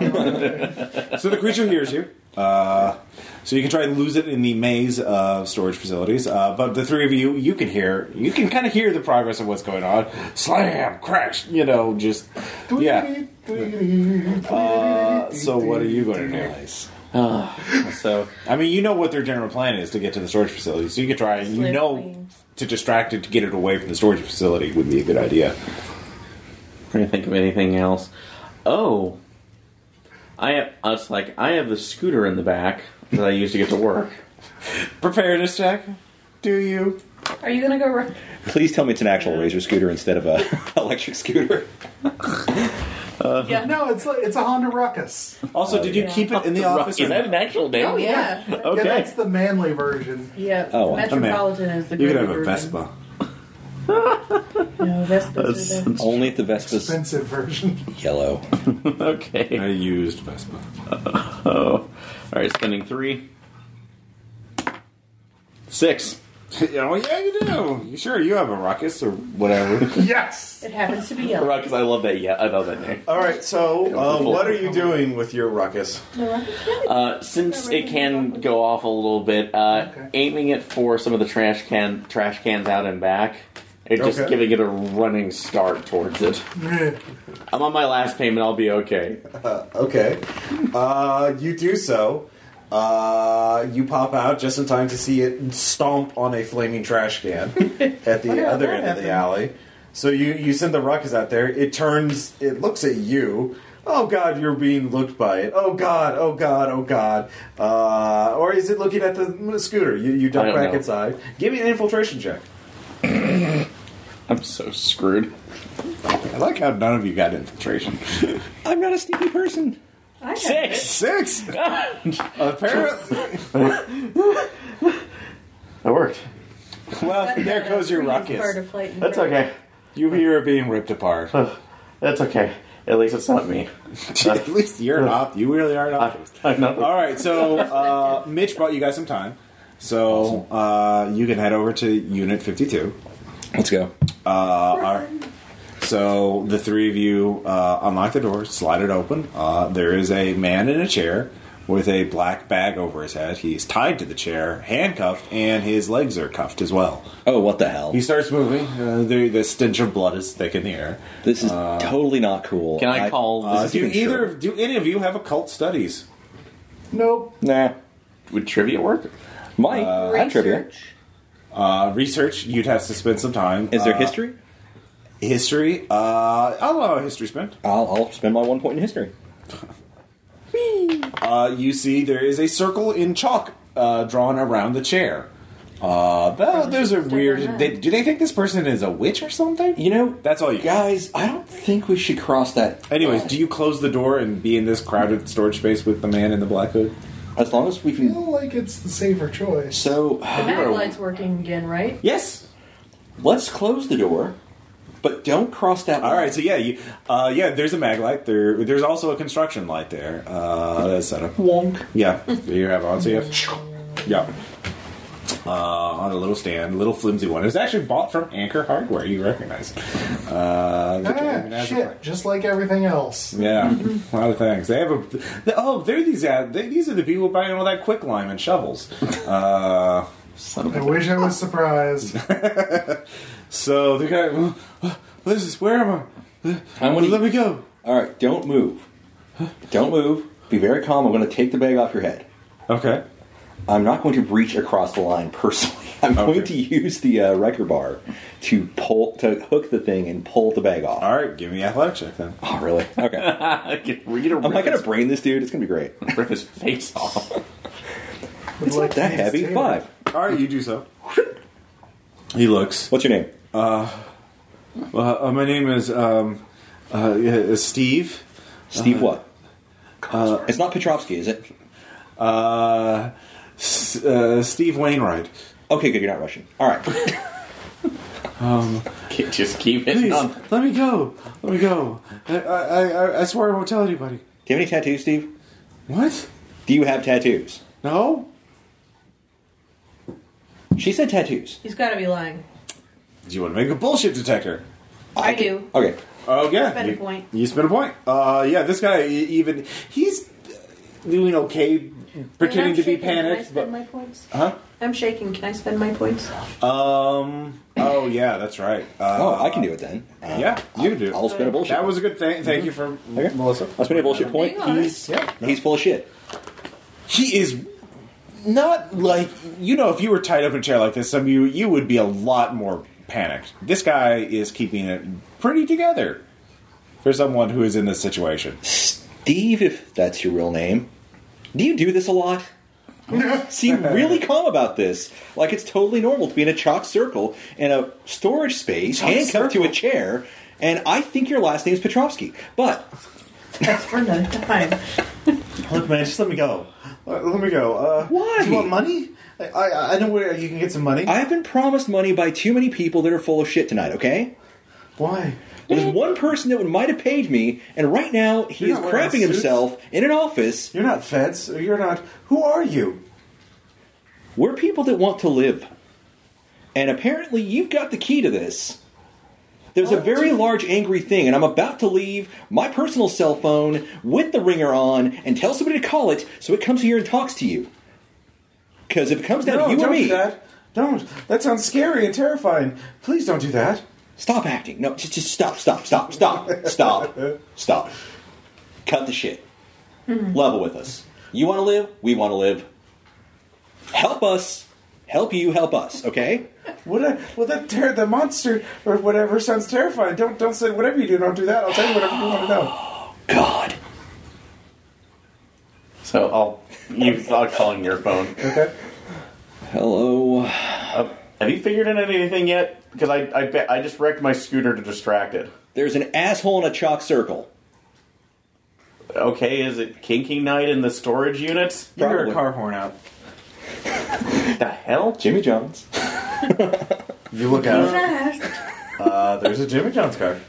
[SPEAKER 1] so the creature hears you. Uh, so you can try and lose it in the maze of storage facilities. Uh, but the three of you, you can hear, you can kind of hear the progress of what's going on. Slam, crash. You know, just yeah. Uh, so what are you going to do?
[SPEAKER 2] so.
[SPEAKER 1] I mean, you know what their general plan is to get to the storage facility, so you could try. You
[SPEAKER 5] Slip
[SPEAKER 1] know,
[SPEAKER 5] lanes.
[SPEAKER 1] to distract it to get it away from the storage facility would be a good idea.
[SPEAKER 3] trying to think of anything else. Oh, I have, I was like, I have the scooter in the back that I used to get to work.
[SPEAKER 1] Preparedness check. Do you?
[SPEAKER 5] Are you gonna go? Run?
[SPEAKER 2] Please tell me it's an actual razor scooter instead of a electric scooter.
[SPEAKER 5] yeah.
[SPEAKER 4] No, it's like, it's a Honda Ruckus.
[SPEAKER 1] Also, did you
[SPEAKER 5] yeah.
[SPEAKER 1] keep it in the office?
[SPEAKER 3] Is
[SPEAKER 1] or
[SPEAKER 3] that
[SPEAKER 1] not?
[SPEAKER 3] an actual name?
[SPEAKER 5] Oh yeah.
[SPEAKER 4] Yeah,
[SPEAKER 3] Okay.
[SPEAKER 4] that's the manly version.
[SPEAKER 5] Yeah.
[SPEAKER 2] Oh,
[SPEAKER 5] Metropolitan is the.
[SPEAKER 1] You could
[SPEAKER 5] greater
[SPEAKER 1] have a
[SPEAKER 5] version.
[SPEAKER 1] Vespa.
[SPEAKER 6] No, that's the
[SPEAKER 3] That's-
[SPEAKER 6] that's,
[SPEAKER 2] Only if the Vespa's
[SPEAKER 4] Expensive version.
[SPEAKER 2] yellow.
[SPEAKER 3] okay.
[SPEAKER 8] I used Vespa.
[SPEAKER 3] Oh. Alright, spending three. Six.
[SPEAKER 8] oh yeah, you do. Sure, you have a ruckus or whatever.
[SPEAKER 4] Yes.
[SPEAKER 6] It happens to be yellow.
[SPEAKER 3] Ruckus, I love that. Yeah, I love that name.
[SPEAKER 8] All right, so uh, what are you doing with your ruckus?
[SPEAKER 3] Uh, since it can go off a little bit, uh,
[SPEAKER 4] Okay.
[SPEAKER 3] aiming it for some of the trash can trash cans out and back, and just
[SPEAKER 8] Okay.
[SPEAKER 3] giving it a running start towards it.
[SPEAKER 4] Eh.
[SPEAKER 3] I'm on my last payment. I'll be okay.
[SPEAKER 8] Okay, uh, you do so. Uh, you pop out just in time to see it stomp on a flaming trash can at the
[SPEAKER 6] Wonder how
[SPEAKER 8] other
[SPEAKER 6] Oh, that
[SPEAKER 8] end of
[SPEAKER 6] happened.
[SPEAKER 8] the alley. So you you send the ruckus out there. It turns. It looks at you. Oh God, you're being looked by it. Oh God, oh God, oh God. Uh, or is it looking at the scooter? You you
[SPEAKER 3] I
[SPEAKER 8] duck
[SPEAKER 3] don't
[SPEAKER 8] back
[SPEAKER 3] know.
[SPEAKER 8] inside. Give me an infiltration check.
[SPEAKER 3] I'm so screwed.
[SPEAKER 1] I like how none of you got infiltration.
[SPEAKER 2] I'm not a sneaky person.
[SPEAKER 6] I have it.
[SPEAKER 3] Six.
[SPEAKER 1] Six. Apparently,
[SPEAKER 3] That worked.
[SPEAKER 1] well, there goes your
[SPEAKER 6] Part
[SPEAKER 1] ruckus.
[SPEAKER 6] of flight and
[SPEAKER 3] That's
[SPEAKER 6] birth.
[SPEAKER 3] okay.
[SPEAKER 1] You here are being ripped apart.
[SPEAKER 3] That's okay. At least it's not me.
[SPEAKER 1] At least you're not. You really are not.
[SPEAKER 3] I'm not.
[SPEAKER 1] All right, so uh, Mitch brought you guys some time, so uh, you can head over to Unit Fifty Two.
[SPEAKER 2] Let's go.
[SPEAKER 1] Uh, our- so the three of you uh, unlock the door, slide it open. Uh, there is a man in a chair with a black bag over his head. He's tied to the chair, handcuffed, and his legs are cuffed as well.
[SPEAKER 2] Oh, what the hell?
[SPEAKER 1] He starts moving. Uh, the, the stench of blood is thick in the air.
[SPEAKER 2] This is totally not cool.
[SPEAKER 3] Can I call?
[SPEAKER 1] Uh,
[SPEAKER 3] this
[SPEAKER 1] do
[SPEAKER 2] even
[SPEAKER 1] either
[SPEAKER 2] sure.
[SPEAKER 1] of- do any of you have occult studies?
[SPEAKER 4] Nope.
[SPEAKER 2] Nah.
[SPEAKER 3] would trivia work?
[SPEAKER 2] Mike, I had trivia.
[SPEAKER 6] Research.
[SPEAKER 1] Uh, research you'd have to spend some time.
[SPEAKER 2] Is there
[SPEAKER 1] Uh,
[SPEAKER 2] history?
[SPEAKER 1] History. Uh, I'll allow history spent.
[SPEAKER 2] I'll, I'll spend my one point in history.
[SPEAKER 1] Uh, you see, there is a circle in chalk uh, drawn around the chair. Uh, that, those are weird. They, do they think this person is a witch or something?
[SPEAKER 2] You know,
[SPEAKER 1] That's all you-
[SPEAKER 2] guys. I don't think we should cross that.
[SPEAKER 1] Anyways, do you close the door and be in this crowded storage space with the man in the black hood?
[SPEAKER 2] As long as we
[SPEAKER 4] I
[SPEAKER 2] can.
[SPEAKER 4] feel like it's the safer choice.
[SPEAKER 2] So
[SPEAKER 5] The back light's working again, right?
[SPEAKER 1] Yes.
[SPEAKER 2] let's close the door, but don't cross that.
[SPEAKER 1] All
[SPEAKER 2] line.
[SPEAKER 1] right. So yeah, you, uh, yeah. There's a mag light. There, there's also a construction light there. Uh, that's set up.
[SPEAKER 2] Wonk.
[SPEAKER 1] Yeah, you have on. So you have. Yeah. Uh, on a little stand, a little flimsy one. It was actually bought from Anchor Hardware. You recognize it. Uh, the Dragon
[SPEAKER 4] Ah,
[SPEAKER 1] has a
[SPEAKER 4] shit. Just like everything else.
[SPEAKER 1] Yeah, a lot of things. They have a they- oh, they're these ad, they, these are the people buying all that quicklime and shovels. Uh,
[SPEAKER 4] I wish I was surprised.
[SPEAKER 1] so the guy, "Oh, oh, what is this? Where am I?
[SPEAKER 2] I'm gonna-
[SPEAKER 1] Let me go.
[SPEAKER 2] All right. Don't move. Don't move. Be very calm. I'm going to take the bag off your head.
[SPEAKER 1] Okay.
[SPEAKER 2] I'm not going to reach across the line personally. I'm
[SPEAKER 1] Okay.
[SPEAKER 2] going to use the uh, wrecker bar to pull to hook the thing and pull the bag off.
[SPEAKER 1] All right. Give me athletic check then.
[SPEAKER 2] Oh, really? Okay. Am
[SPEAKER 3] I could read a
[SPEAKER 2] I going to brain this dude? It's going to be great.
[SPEAKER 3] rip his face off.
[SPEAKER 2] It's not that heavy. Five.
[SPEAKER 1] All right, you do so. He looks.
[SPEAKER 2] What's your name?
[SPEAKER 1] Uh, uh, my name is um, uh, yeah, is Steve.
[SPEAKER 2] Steve what? Uh, it's not Petrovsky, is it?
[SPEAKER 1] Uh, S- uh, Steve Wainwright.
[SPEAKER 2] Okay, good. You're not Russian. All right.
[SPEAKER 3] Can't just keep it.
[SPEAKER 1] Please
[SPEAKER 3] on.
[SPEAKER 1] let me go. Let me go. I, I, I, I swear I won't tell anybody.
[SPEAKER 2] Do you have any tattoos, Steve?
[SPEAKER 1] What?
[SPEAKER 2] Do you have tattoos?
[SPEAKER 1] No.
[SPEAKER 2] She said tattoos.
[SPEAKER 6] He's got to be lying.
[SPEAKER 1] Do you want to make a bullshit detector?
[SPEAKER 6] I do.
[SPEAKER 2] Okay.
[SPEAKER 1] Oh yeah,
[SPEAKER 6] Spend a
[SPEAKER 1] you,
[SPEAKER 6] point.
[SPEAKER 1] You spin a point. Uh, yeah, this guy e- even he's doing okay, pretending to be panicked.
[SPEAKER 5] Can I spend
[SPEAKER 1] But
[SPEAKER 5] my points?
[SPEAKER 1] huh?
[SPEAKER 5] I'm shaking. Can I spend my points?
[SPEAKER 1] Um. Oh yeah, that's right. Uh,
[SPEAKER 2] Oh, I can do it then. Uh,
[SPEAKER 1] Yeah, you can do. it.
[SPEAKER 2] I'll spin a bullshit.
[SPEAKER 1] That was a good thing. Thank you for
[SPEAKER 2] Okay.
[SPEAKER 1] Melissa.
[SPEAKER 2] I'll spin a bullshit point.
[SPEAKER 5] Hang on.
[SPEAKER 1] Yeah.
[SPEAKER 2] He's full of shit.
[SPEAKER 1] He is not like you know. If you were tied up in a chair like this, some of you you would be a lot more panicked. This guy is keeping it pretty together for someone who is in this situation.
[SPEAKER 2] Steve, if that's your real name. Do you do this a lot? Seem really calm about this. Like it's totally normal to be in a chalk circle in a storage space, handcuffed to a chair, and I think your last name's Petrovsky. But
[SPEAKER 6] That's for another time.
[SPEAKER 1] Look, man, just let me go. Let, let me go. Uh,
[SPEAKER 2] Why?
[SPEAKER 1] Do you want money? I, I know where you can get some money.
[SPEAKER 2] I've been promised money by too many people that are full of shit tonight, okay?
[SPEAKER 1] Why?
[SPEAKER 2] There's one person that would, might have paid me, and right now he
[SPEAKER 1] You're
[SPEAKER 2] is
[SPEAKER 1] not wearing
[SPEAKER 2] crapping
[SPEAKER 1] suits.
[SPEAKER 2] himself in an office.
[SPEAKER 1] You're not feds. You're not. Who are you?
[SPEAKER 2] We're people that want to live. And apparently you've got the key to this. There's a very large angry thing, and I'm about to leave my personal cell phone with the ringer on and tell somebody to call it so it comes here and talks to you. Because if it comes down
[SPEAKER 1] no,
[SPEAKER 2] to you
[SPEAKER 1] don't
[SPEAKER 2] and me,
[SPEAKER 1] do that. Don't. That sounds scary and terrifying. Please don't do that.
[SPEAKER 2] Stop acting. No, just, just stop, stop, stop, stop, stop, stop. Cut the shit.
[SPEAKER 1] Mm-hmm.
[SPEAKER 2] Level with us. You want to live? We want to live. Help us. Help you. Help us. Okay.
[SPEAKER 1] What? I, well, that ter- the monster or whatever sounds terrifying. Don't don't say whatever you do. Don't do that. I'll tell you whatever you want to know.
[SPEAKER 2] God.
[SPEAKER 3] So I'll you I'll calling your phone.
[SPEAKER 1] Okay.
[SPEAKER 2] Hello.
[SPEAKER 3] Uh, have you figured in anything yet? Because I I, bet I just wrecked my scooter to distract it.
[SPEAKER 2] There's an asshole in a chalk circle.
[SPEAKER 3] Okay, is it kinky night in the storage units?
[SPEAKER 1] Give her
[SPEAKER 2] Probably.
[SPEAKER 1] a car horn out.
[SPEAKER 3] What the hell?
[SPEAKER 2] Jimmy Jones.
[SPEAKER 1] If you look out, uh, there's a Jimmy John's car.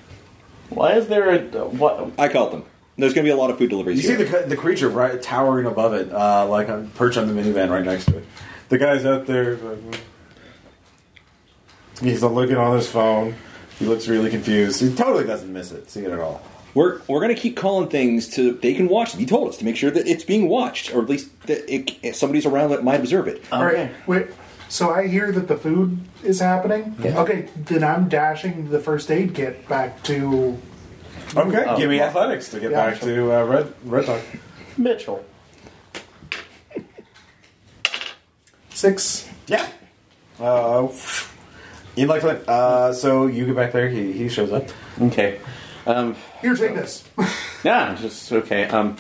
[SPEAKER 3] Why is there a what?
[SPEAKER 2] I called them. There's going to be a lot of food deliveries
[SPEAKER 1] You see
[SPEAKER 2] here.
[SPEAKER 1] the cu- the creature right towering above it, uh, like on perch on the minivan right next to it. The guy's out there. like, He's looking on his phone. He looks really confused. He totally doesn't miss it, see it at all.
[SPEAKER 2] we're we're going to keep calling things to they can watch them. You told us to make sure that it's being watched, or at least that it, somebody's around that might observe it.
[SPEAKER 4] All right, wait. So I hear that the food is happening. Okay, then I'm dashing the first aid kit back to.
[SPEAKER 1] Okay,
[SPEAKER 3] Oh,
[SPEAKER 1] give me
[SPEAKER 3] well.
[SPEAKER 1] athletics to get
[SPEAKER 4] Yeah.
[SPEAKER 1] back to uh, Red Red Dog.
[SPEAKER 3] Mitchell.
[SPEAKER 4] Six.
[SPEAKER 1] Yeah. Uh, in like uh, so you get back there. He he shows up.
[SPEAKER 3] Okay. Um.
[SPEAKER 4] Here, take this.
[SPEAKER 3] Yeah. Just okay. Um.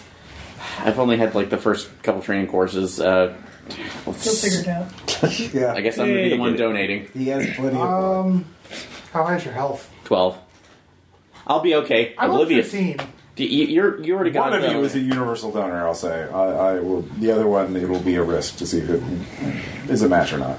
[SPEAKER 3] I've only had like the first couple training courses. Uh,
[SPEAKER 5] You'll figure it out.
[SPEAKER 1] Yeah.
[SPEAKER 3] I guess I'm gonna be the one donating.
[SPEAKER 1] he has plenty of.
[SPEAKER 4] Um, how high's your health?
[SPEAKER 3] Twelve. I'll be okay.
[SPEAKER 4] I'm
[SPEAKER 3] Oblivious.
[SPEAKER 4] fifteen.
[SPEAKER 3] You, you, you already got
[SPEAKER 1] one of
[SPEAKER 3] the-
[SPEAKER 1] you is a universal donor. I'll say. I, I will. The other one, it will be a risk to see if it is a match or not.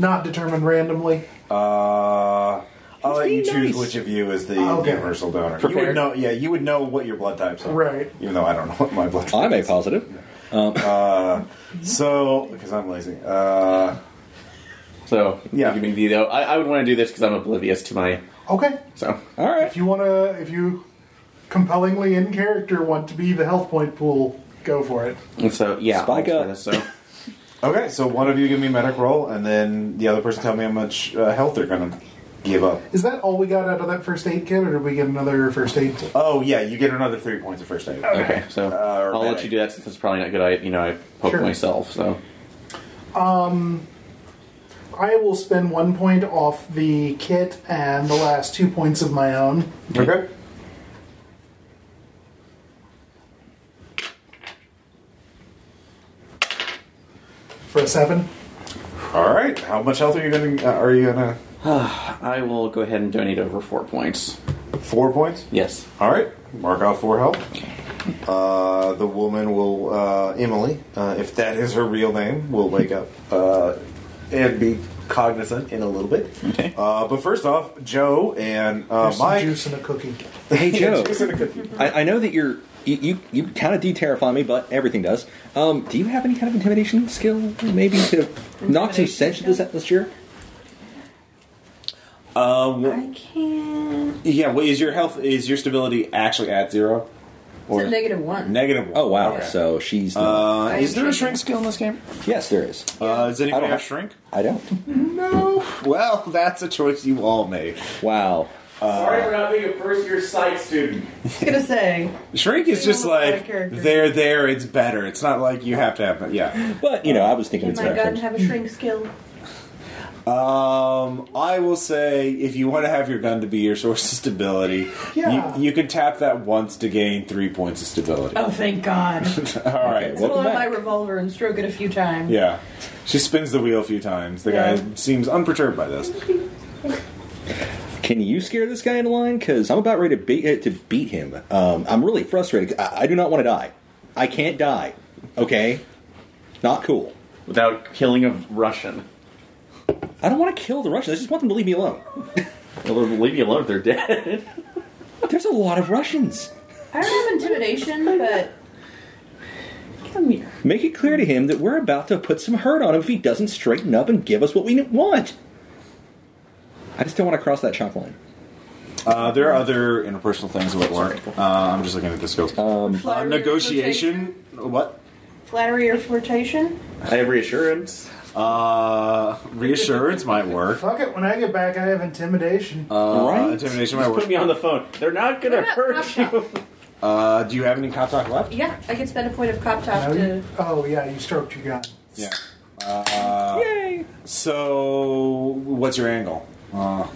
[SPEAKER 4] Not determined randomly.
[SPEAKER 1] Uh, I'll let you
[SPEAKER 2] being
[SPEAKER 1] choose
[SPEAKER 2] nice.
[SPEAKER 1] which of you is the
[SPEAKER 4] Okay.
[SPEAKER 1] universal donor. You would
[SPEAKER 3] Prepared.
[SPEAKER 1] know. Yeah, you would know what your blood types are.
[SPEAKER 4] Right.
[SPEAKER 1] Even though I don't know what my blood. type
[SPEAKER 2] I'm a
[SPEAKER 1] is.
[SPEAKER 2] positive.
[SPEAKER 1] So, because I'm lazy. Uh,
[SPEAKER 3] So
[SPEAKER 1] Yeah.
[SPEAKER 3] give me the though. I, I would want to do this because I'm oblivious to my
[SPEAKER 4] Okay.
[SPEAKER 3] so.
[SPEAKER 2] All right.
[SPEAKER 4] If you wanna, if you compellingly in character want to be the health point pool, go for it.
[SPEAKER 3] And so yeah.
[SPEAKER 2] Spike
[SPEAKER 3] I'll try
[SPEAKER 2] up.
[SPEAKER 3] this, so
[SPEAKER 1] okay, so one of you give me medic roll, and then the other person tell me how much uh, health they're gonna give up.
[SPEAKER 4] Is that all we got out of that first aid kit, or did we get another first aid kit?
[SPEAKER 1] Oh yeah, you get another three points of first aid.
[SPEAKER 3] okay. So
[SPEAKER 1] Uh,
[SPEAKER 3] I'll
[SPEAKER 1] medic.
[SPEAKER 3] let you do that since it's probably not good. I you know I poked
[SPEAKER 4] Sure.
[SPEAKER 3] myself so.
[SPEAKER 4] I will spend one point off the kit and the last two points of my own.
[SPEAKER 1] Okay.
[SPEAKER 4] For a seven?
[SPEAKER 1] All right. How much health are you gonna? Uh, are you gonna?
[SPEAKER 3] I will go ahead and donate over four points.
[SPEAKER 1] Four points.
[SPEAKER 3] Yes.
[SPEAKER 1] All right, mark out for help. Uh, the woman will, uh, Emily, uh, if that is her real name, will wake up uh, and be cognizant in a little bit.
[SPEAKER 3] Okay.
[SPEAKER 1] Uh, but first off, Joe and uh,
[SPEAKER 4] There's some
[SPEAKER 1] Mike.
[SPEAKER 4] juice and a cookie.
[SPEAKER 2] Hey Joe.
[SPEAKER 1] Juice and a cookie.
[SPEAKER 2] I, I know that you're you you, you kind of de-terrify me, but everything does. Um, do you have any kind of intimidation skill, maybe to knock some sense into this atmosphere?
[SPEAKER 6] Uh, wh-
[SPEAKER 5] I can't.
[SPEAKER 6] yeah. What is your health? Is your stability actually at zero?
[SPEAKER 5] It's a negative one.
[SPEAKER 6] Negative.
[SPEAKER 2] Oh wow!
[SPEAKER 6] Okay.
[SPEAKER 2] So she's
[SPEAKER 6] Uh, is there a shrink skill in this game?
[SPEAKER 2] yes, there is.
[SPEAKER 6] Uh, does
[SPEAKER 2] I
[SPEAKER 6] anybody
[SPEAKER 2] don't
[SPEAKER 6] have
[SPEAKER 2] have-
[SPEAKER 6] shrink?
[SPEAKER 2] I don't.
[SPEAKER 6] No. Well, that's a choice you all made.
[SPEAKER 2] Wow.
[SPEAKER 3] Sorry for not being a first year psych student.
[SPEAKER 5] I was gonna say.
[SPEAKER 6] Shrink is
[SPEAKER 5] You
[SPEAKER 6] just
[SPEAKER 5] don't look
[SPEAKER 6] like
[SPEAKER 5] like a character.
[SPEAKER 6] they're there. It's better. It's not like you have to have. Yeah.
[SPEAKER 2] But you know, I was thinking
[SPEAKER 5] Can
[SPEAKER 2] it's
[SPEAKER 5] my gun
[SPEAKER 2] better.
[SPEAKER 5] have a shrink skill?
[SPEAKER 6] Um, I will say if you want to have your gun to be your source of stability,
[SPEAKER 4] Yeah.
[SPEAKER 6] you, you can tap that once to gain three points of stability.
[SPEAKER 5] Oh, thank God.
[SPEAKER 6] All right.
[SPEAKER 2] Okay,
[SPEAKER 6] well,
[SPEAKER 2] Welcome
[SPEAKER 5] Pull out my
[SPEAKER 2] back.
[SPEAKER 5] revolver and stroke it a few times.
[SPEAKER 6] yeah. She spins the wheel a few times. The
[SPEAKER 5] Yeah.
[SPEAKER 6] guy seems unperturbed by this.
[SPEAKER 2] Can you scare this guy into line? Because I'm about ready to beat uh, to beat him. Um, I'm really frustrated. I, I do not want to die. I can't die. Okay. Not cool.
[SPEAKER 3] without killing a Russian.
[SPEAKER 2] I don't want to kill the Russians. I just want them to leave me alone.
[SPEAKER 3] Well, they'll leave you alone if they're dead.
[SPEAKER 2] There's a lot of Russians.
[SPEAKER 5] I don't have intimidation, but come here.
[SPEAKER 2] Make it clear to him that we're about to put some hurt on him if he doesn't straighten up and give us what we want. I just don't want to cross that chalk line.
[SPEAKER 1] Uh, there are other interpersonal things that would work. Uh, I'm just looking at the skills.
[SPEAKER 2] Um,
[SPEAKER 1] uh,
[SPEAKER 6] Flattery or
[SPEAKER 1] negotiation. uh, What?
[SPEAKER 6] flirtation? Flattery or flirtation?
[SPEAKER 3] I have reassurance.
[SPEAKER 1] Uh, reassurance might work.
[SPEAKER 4] Fuck it. When I get back, I have intimidation.
[SPEAKER 1] Uh,
[SPEAKER 2] Right?
[SPEAKER 1] Intimidation might
[SPEAKER 3] Just put
[SPEAKER 1] work.
[SPEAKER 3] me on the phone. They're not gonna
[SPEAKER 5] They're not
[SPEAKER 3] hurt
[SPEAKER 5] laptop.
[SPEAKER 3] you.
[SPEAKER 1] Uh, do you have any cop talk left?
[SPEAKER 5] Yeah, I could spend a point of cop
[SPEAKER 4] Now
[SPEAKER 5] top
[SPEAKER 4] you-
[SPEAKER 5] to.
[SPEAKER 4] oh yeah, you stroked your gun.
[SPEAKER 1] Yeah. Uh,
[SPEAKER 2] Yay!
[SPEAKER 1] so, what's your angle? Uh,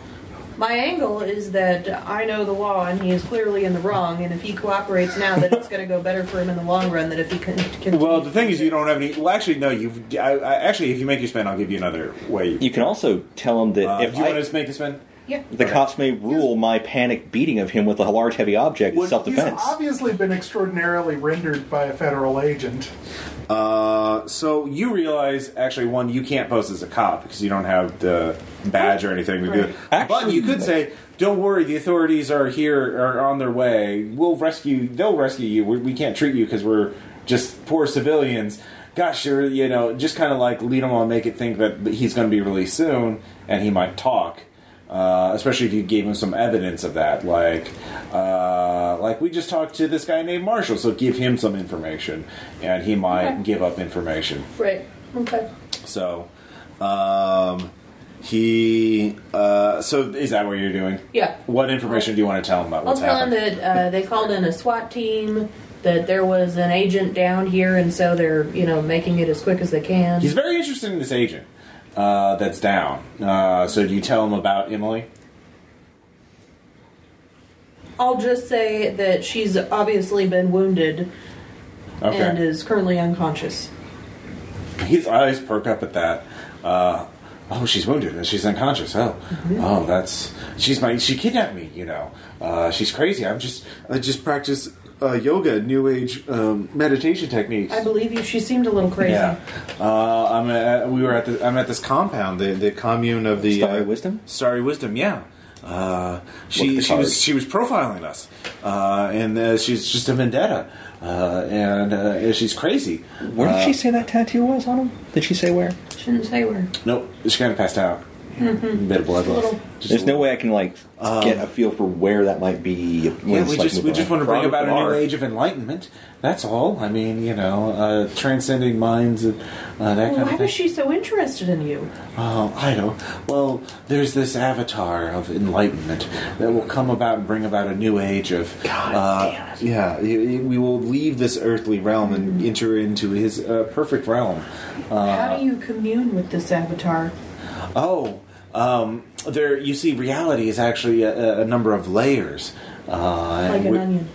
[SPEAKER 5] My angle is that I know the law, and he is clearly in the wrong. And if he cooperates now, then it's going to go better for him in the long run. Than if he can. can
[SPEAKER 1] well, the thing is, you don't have any. Well, actually, no. You I, I, actually, if you make your spin, I'll give you another way.
[SPEAKER 2] You can also tell him that
[SPEAKER 1] Uh,
[SPEAKER 2] if
[SPEAKER 1] do you
[SPEAKER 2] I-
[SPEAKER 1] want to make a spin?
[SPEAKER 5] yeah.
[SPEAKER 2] the cops may rule my panic beating of him with a large heavy object
[SPEAKER 1] Well,
[SPEAKER 2] as self-defense.
[SPEAKER 4] He's obviously been extraordinarily rendered by a federal agent.
[SPEAKER 1] Uh, so you realize actually one you can't post as a cop because you don't have the badge or anything. to do it.
[SPEAKER 2] Right.
[SPEAKER 1] but you could say, "Don't worry, the authorities are here, are on their way. We'll rescue. They'll rescue you. We, we can't treat you because we're just poor civilians." Gosh, you're you know just kind of like lead him on, make it think that he's going to be released soon, and he might talk. Uh, especially if you gave him some evidence of that, like uh, like we just talked to this guy named Marshall, so give him some information, and he might
[SPEAKER 5] Okay.
[SPEAKER 1] give up information.
[SPEAKER 5] Right. Okay.
[SPEAKER 1] So, um, he uh, so is that what you're doing?
[SPEAKER 5] Yeah.
[SPEAKER 1] What information do you want to tell him about
[SPEAKER 5] I'll
[SPEAKER 1] what's
[SPEAKER 5] tell
[SPEAKER 1] happened?
[SPEAKER 5] him that uh, they called in a SWAT team. That there was an agent down here, and so they're you know making it as quick as they can.
[SPEAKER 1] He's very interested in this agent uh, that's down. Uh, so do you tell him about Emily?
[SPEAKER 5] I'll just say that she's obviously been wounded
[SPEAKER 1] Okay.
[SPEAKER 5] and is currently unconscious.
[SPEAKER 1] His eyes perk up at that. Uh, oh, she's wounded and she's unconscious. Oh, oh, that's she's my she kidnapped me. You know, uh, she's crazy. I'm just I just practice uh, yoga, new age um, meditation techniques.
[SPEAKER 5] I believe you. She seemed a little crazy.
[SPEAKER 1] Yeah, uh, I'm at, we were at the I'm at this compound, the the commune of the
[SPEAKER 2] Starry
[SPEAKER 1] uh,
[SPEAKER 2] Wisdom?
[SPEAKER 1] Starry Wisdom, yeah. Uh,
[SPEAKER 2] Look at
[SPEAKER 1] she
[SPEAKER 2] the
[SPEAKER 1] she was
[SPEAKER 2] cards.
[SPEAKER 1] she was profiling us, uh, and uh, she's just a vendetta, uh, and uh, she's crazy.
[SPEAKER 2] where did she say that tattoo was on him? Did she say where?
[SPEAKER 5] Shouldn't say where.
[SPEAKER 1] Nope, she kind of passed out. Bit of blood loss.
[SPEAKER 5] Mm-hmm. Little-
[SPEAKER 1] Just
[SPEAKER 2] There's
[SPEAKER 1] a
[SPEAKER 2] no
[SPEAKER 1] little-
[SPEAKER 2] way I can like get a feel for where that might be.
[SPEAKER 1] Yeah, we just we just want to bring
[SPEAKER 3] Product
[SPEAKER 1] about
[SPEAKER 3] of
[SPEAKER 1] a new
[SPEAKER 3] art.
[SPEAKER 1] age of enlightenment. That's all. I mean, you know, uh, transcending minds and uh, that kind
[SPEAKER 5] Why
[SPEAKER 1] of thing.
[SPEAKER 5] was she so interested in you?
[SPEAKER 1] Oh, I don't. Well, there's this avatar of enlightenment that will come about and bring about a new age of. God
[SPEAKER 3] damn it.
[SPEAKER 1] Yeah, y- y- we will leave this earthly realm and
[SPEAKER 5] Mm-hmm.
[SPEAKER 1] enter into his uh, perfect realm.
[SPEAKER 5] How do you commune with this avatar?
[SPEAKER 1] Oh, um, there. You see, reality is actually a, a- a number of layers. Uh,
[SPEAKER 5] Like
[SPEAKER 1] and
[SPEAKER 5] an
[SPEAKER 1] we-
[SPEAKER 5] onion.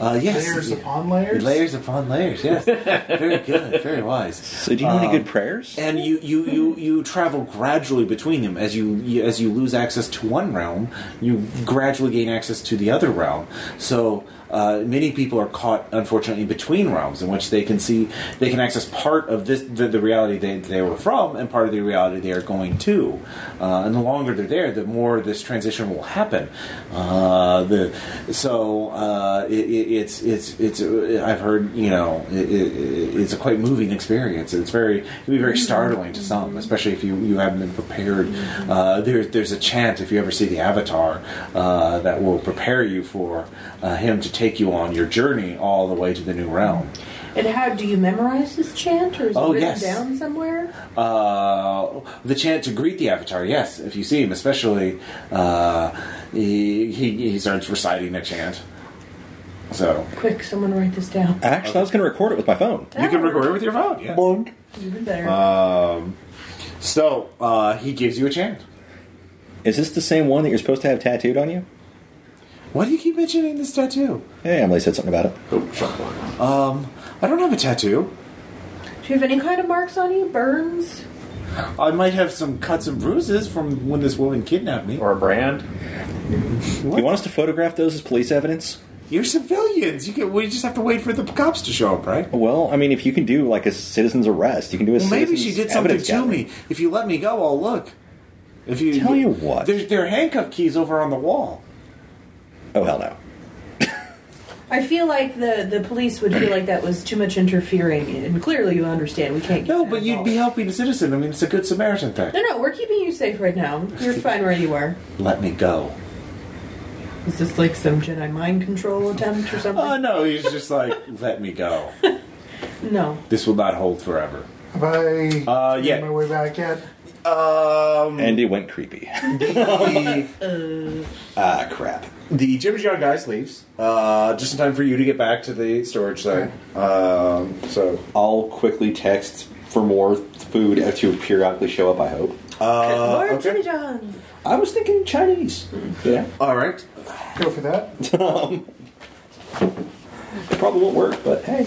[SPEAKER 1] Uh, yes.
[SPEAKER 4] Layers upon layers.
[SPEAKER 1] Layers upon layers. Yes. very good. Very wise.
[SPEAKER 2] So do you know any good prayers?
[SPEAKER 1] and you, you, you, you travel gradually between them as you, you as you lose access to one realm you gradually gain access to the other realm so uh, many people are caught unfortunately between realms in which they can see they can access part of this the, the reality they, they were from and part of the reality they are going to uh, and the longer they're there the more this transition will happen uh, the so uh, it, it, it's it's it's uh, I've heard you know it, it, it's a quite moving experience. It's very it can be very startling to some, especially if you, you haven't been prepared. Uh, there, there's a chant if you ever see the Avatar uh, that will prepare you for uh, him to take you on your journey all the way to the new realm.
[SPEAKER 5] And how do you memorize this chant, or is
[SPEAKER 1] Oh,
[SPEAKER 5] it written
[SPEAKER 1] yes.
[SPEAKER 5] down somewhere?
[SPEAKER 1] uh, the chance to greet the avatar. Yes, if you see him, especially uh, he, he he starts reciting a chant. So
[SPEAKER 5] Quick, someone write this down.
[SPEAKER 6] Uh,
[SPEAKER 2] Actually, I was going to record it with my phone.
[SPEAKER 1] you can record it with your phone. Yeah.
[SPEAKER 5] Even better.
[SPEAKER 1] So uh, he gives you a chant.
[SPEAKER 2] Is this the same one that you're supposed to have tattooed on you?
[SPEAKER 1] Why do you keep mentioning this tattoo?
[SPEAKER 2] Hey, Emily said something about it.
[SPEAKER 1] I don't have a tattoo.
[SPEAKER 5] do you have any kind of marks on you? Burns?
[SPEAKER 1] I might have some cuts and bruises from when this woman kidnapped me.
[SPEAKER 3] Or a brand.
[SPEAKER 2] You want us to photograph those as police evidence?
[SPEAKER 6] You're civilians. You can. We just have to wait for the cops to show up, right?
[SPEAKER 2] Well, I mean, if you can do like a citizen's arrest, you can do a
[SPEAKER 6] Well, maybe she
[SPEAKER 2] citizen's
[SPEAKER 6] did something to
[SPEAKER 2] evidence gathering.
[SPEAKER 6] me. If you let me go, I'll look. If you
[SPEAKER 2] Tell you what.
[SPEAKER 6] there, there are handcuff keys over on the wall.
[SPEAKER 2] Oh hell no!
[SPEAKER 5] I feel like the, the police would feel like that was too much interfering, and clearly you understand we can't. Get
[SPEAKER 6] No,
[SPEAKER 5] that
[SPEAKER 6] but you'd be
[SPEAKER 5] involved.
[SPEAKER 6] helping a citizen. I mean, it's a good Samaritan thing.
[SPEAKER 5] No, no, we're keeping you safe right now. You're fine where you are.
[SPEAKER 6] Let me go.
[SPEAKER 5] Is this like some Jedi mind control attempt or something?
[SPEAKER 6] Oh
[SPEAKER 1] Uh,
[SPEAKER 6] no, he's just like, let me go.
[SPEAKER 5] no.
[SPEAKER 6] This will not hold forever.
[SPEAKER 4] Have I
[SPEAKER 6] Uh,
[SPEAKER 4] made
[SPEAKER 6] yeah.
[SPEAKER 4] my way back yet?
[SPEAKER 6] Um,
[SPEAKER 2] And it went creepy.
[SPEAKER 1] Ah, crap. The Jimmy John guys leaves uh, just in time for you to get back to the storage side. Um, so
[SPEAKER 2] I'll quickly text for more food to periodically show up. I hope.
[SPEAKER 1] uh,
[SPEAKER 5] Lord
[SPEAKER 1] okay.
[SPEAKER 5] Jimmy John's.
[SPEAKER 2] I was thinking Chinese. Yeah,
[SPEAKER 1] All right.
[SPEAKER 4] Go for that.
[SPEAKER 2] it probably won't work, but hey.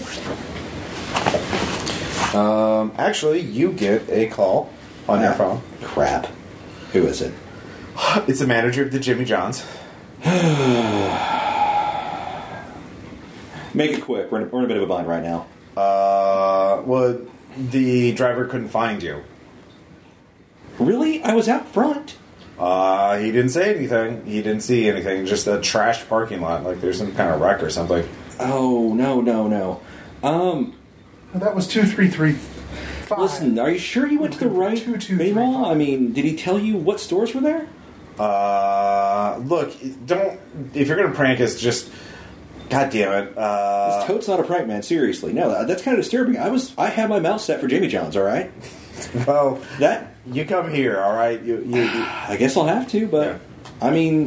[SPEAKER 1] Um, actually, you get a call on your phone.
[SPEAKER 2] Crap. Who is it?
[SPEAKER 1] It's the manager of the Jimmy Johns.
[SPEAKER 2] Make it quick. We're in a, we're in a bit of a bind right now.
[SPEAKER 1] Uh, well, the driver couldn't find you.
[SPEAKER 2] Really? I was out front.
[SPEAKER 1] Uh, he didn't say anything. He didn't see anything. Just a trashed parking lot. Like there's some kind of wreck or something.
[SPEAKER 2] Oh no no no. Um,
[SPEAKER 4] That was two three three five.
[SPEAKER 2] listen. Are you sure you went to the right
[SPEAKER 4] Two, two, three,
[SPEAKER 2] mall?
[SPEAKER 4] five.
[SPEAKER 2] I mean, did he tell you what stores were there?
[SPEAKER 1] Uh, look, don't. If you're gonna prank us, just. God damn it.
[SPEAKER 2] This
[SPEAKER 1] Uh,
[SPEAKER 2] tote's not a prank, man. Seriously, no. that- That's kind of disturbing. I was I had my mouth set for Jimmy John's. All right.
[SPEAKER 1] well,
[SPEAKER 2] That
[SPEAKER 1] you come here, all right? You, you, you-
[SPEAKER 2] I guess I'll have to, but
[SPEAKER 1] Yeah.
[SPEAKER 2] I mean,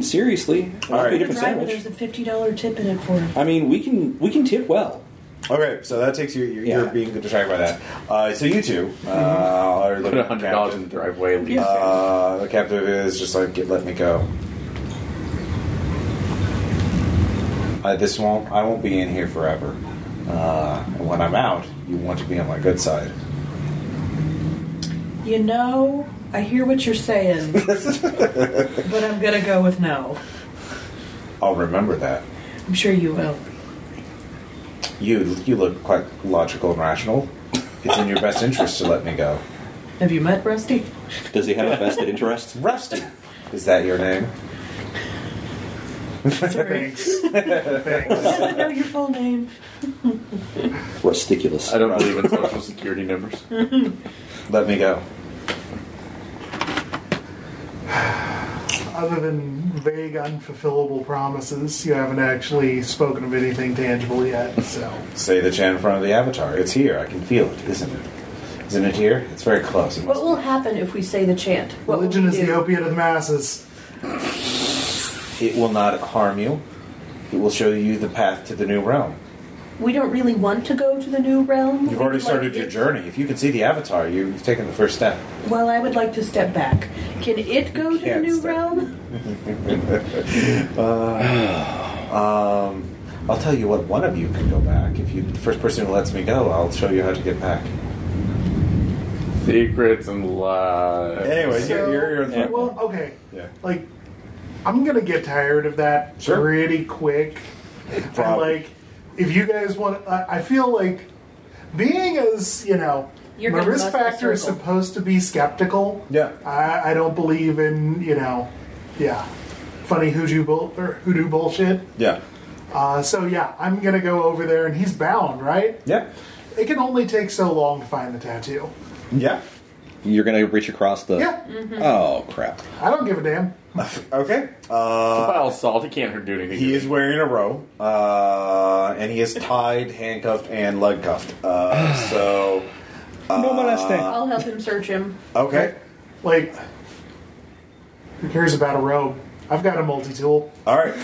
[SPEAKER 1] All
[SPEAKER 2] seriously, I'll have to
[SPEAKER 1] right.
[SPEAKER 2] be a
[SPEAKER 5] The
[SPEAKER 2] different
[SPEAKER 5] driver, there's
[SPEAKER 2] sandwich.
[SPEAKER 5] a fifty dollar tip in it for him.
[SPEAKER 2] I mean, we can we can tip well.
[SPEAKER 1] okay, so that takes you. You're,
[SPEAKER 2] Yeah.
[SPEAKER 1] you're being distracted by that. Uh, so you two uh, are
[SPEAKER 3] Put
[SPEAKER 1] looking at
[SPEAKER 3] a
[SPEAKER 1] the
[SPEAKER 3] hundred dollars in the
[SPEAKER 1] captain.
[SPEAKER 3] driveway. Leave.
[SPEAKER 1] Uh, the captain is just like, "Get- let me go. Uh, this won't. I won't be in here forever. Uh, and when I'm out, you want to be on my good side.
[SPEAKER 9] You know, I hear what you're saying, but I'm gonna go with no.
[SPEAKER 1] I'll remember that.
[SPEAKER 9] I'm sure you will.
[SPEAKER 1] You you look quite logical and rational. It's in your best interest to let me go.
[SPEAKER 9] Have you met Rusty?
[SPEAKER 2] Does he have a vested interest?
[SPEAKER 1] Rusty, is that your name?
[SPEAKER 9] Sorry,
[SPEAKER 4] Thanks.
[SPEAKER 9] I
[SPEAKER 4] Thanks.
[SPEAKER 9] don't know your full name.
[SPEAKER 2] Rusticulous.
[SPEAKER 3] I don't believe in social security numbers.
[SPEAKER 1] Let me go.
[SPEAKER 4] Other than vague, unfulfillable promises, you haven't actually spoken of anything tangible yet. So
[SPEAKER 1] Say the chant in front of the avatar. It's here. I can feel it, isn't it? Isn't it here? It's very close. It must
[SPEAKER 5] What will happen if we say the chant? What
[SPEAKER 4] religion
[SPEAKER 5] will
[SPEAKER 4] is the
[SPEAKER 5] we do?
[SPEAKER 4] opiate of the masses.
[SPEAKER 1] It will not harm you. It will show you the path to the new realm.
[SPEAKER 5] We don't really want to go to the new realm.
[SPEAKER 1] You've already started your journey. If you can see the avatar, you've taken the first step.
[SPEAKER 5] Well, I would like to step back. Can it go to the
[SPEAKER 1] Can't
[SPEAKER 5] new
[SPEAKER 1] step.
[SPEAKER 5] realm?
[SPEAKER 1] Um, I'll tell you what. One of you can go back. If you, the first person who lets me go, I'll show you how to get back.
[SPEAKER 3] Secrets and lies.
[SPEAKER 1] Anyway, you're, you're, you're in front.
[SPEAKER 4] Well, okay.
[SPEAKER 1] Yeah.
[SPEAKER 4] Like, I'm gonna get tired of that
[SPEAKER 1] Sure.
[SPEAKER 4] pretty quick. And,
[SPEAKER 1] Probably.
[SPEAKER 4] like, if you guys want, I, I feel like being as you know,
[SPEAKER 5] You're
[SPEAKER 4] my
[SPEAKER 5] gonna
[SPEAKER 4] risk
[SPEAKER 5] bust the
[SPEAKER 4] factor is
[SPEAKER 5] circle.
[SPEAKER 4] supposed to be skeptical.
[SPEAKER 1] Yeah.
[SPEAKER 4] I, I don't believe in you know, yeah, funny hoodoo bull or hoodoo bullshit.
[SPEAKER 1] Yeah.
[SPEAKER 4] Uh, so yeah, I'm gonna go over there, and he's bound, right?
[SPEAKER 1] Yeah.
[SPEAKER 4] It can only take so long to find the tattoo.
[SPEAKER 1] Yeah.
[SPEAKER 2] You're gonna reach across the.
[SPEAKER 4] Yeah.
[SPEAKER 5] Mm-hmm.
[SPEAKER 2] Oh crap!
[SPEAKER 4] I don't give a damn.
[SPEAKER 1] Okay. Uh,
[SPEAKER 3] Pile of salt. He can't do anything.
[SPEAKER 1] He
[SPEAKER 3] to
[SPEAKER 1] is wearing a robe, uh, and he is tied, handcuffed, and leg cuffed. Uh, so,
[SPEAKER 2] no molesting.
[SPEAKER 5] I'll help him search him.
[SPEAKER 1] okay,
[SPEAKER 4] Like, who cares about a robe? I've got a multi tool.
[SPEAKER 1] all right.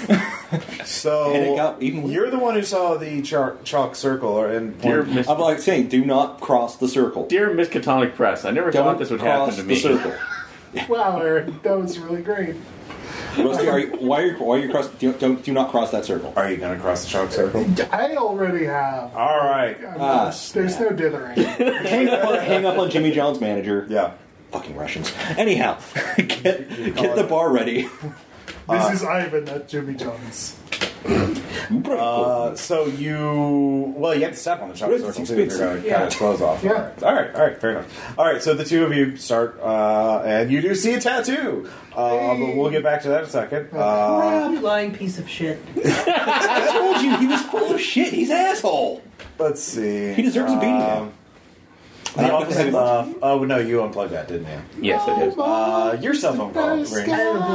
[SPEAKER 1] So
[SPEAKER 2] And it got even-
[SPEAKER 1] you're the one who saw the chalk, chalk circle, or and
[SPEAKER 3] Dear
[SPEAKER 1] point.
[SPEAKER 3] Miss,
[SPEAKER 2] I'm like saying, do not cross the circle.
[SPEAKER 3] dear Miss Catonic Press, I never
[SPEAKER 2] don't
[SPEAKER 3] thought this would
[SPEAKER 2] cross
[SPEAKER 3] happen to
[SPEAKER 2] the
[SPEAKER 3] me.
[SPEAKER 2] circle.
[SPEAKER 4] Wow, Aaron, that was really great.
[SPEAKER 2] Rusty, are you, why are you, why are you cross? Do, don't do not cross that circle.
[SPEAKER 1] Are you going to cross the chalk circle?
[SPEAKER 4] I already have.
[SPEAKER 1] All right.
[SPEAKER 4] I'm
[SPEAKER 2] Ah,
[SPEAKER 4] not- there's no dithering.
[SPEAKER 2] hang, up on, hang up on Jimmy John's manager.
[SPEAKER 1] Yeah.
[SPEAKER 2] Fucking Russians. Anyhow, get get the bar ready.
[SPEAKER 1] Ah.
[SPEAKER 4] This is Ivan, not Jimmy Jones.
[SPEAKER 1] Uh, so you, well, you have to step on the chop
[SPEAKER 8] You have to
[SPEAKER 1] circle too.
[SPEAKER 8] keep
[SPEAKER 1] if You're
[SPEAKER 8] spacing.
[SPEAKER 1] going to
[SPEAKER 6] Yeah.
[SPEAKER 1] cut his clothes off.
[SPEAKER 4] Yeah.
[SPEAKER 1] All right. All right. Fair enough. All right. So the two of you start, uh, and you do see a tattoo, uh, but we'll get back to that in a second. Uh,
[SPEAKER 6] You lying piece of shit.
[SPEAKER 2] I told you he was full of shit. He's an asshole.
[SPEAKER 1] let's see.
[SPEAKER 2] He deserves a beating.
[SPEAKER 1] Um, the opposite of love. Oh no, you unplugged that, didn't you?
[SPEAKER 3] Yes, I did.
[SPEAKER 1] Uh, your cell phone call
[SPEAKER 5] I
[SPEAKER 1] rings.
[SPEAKER 5] don't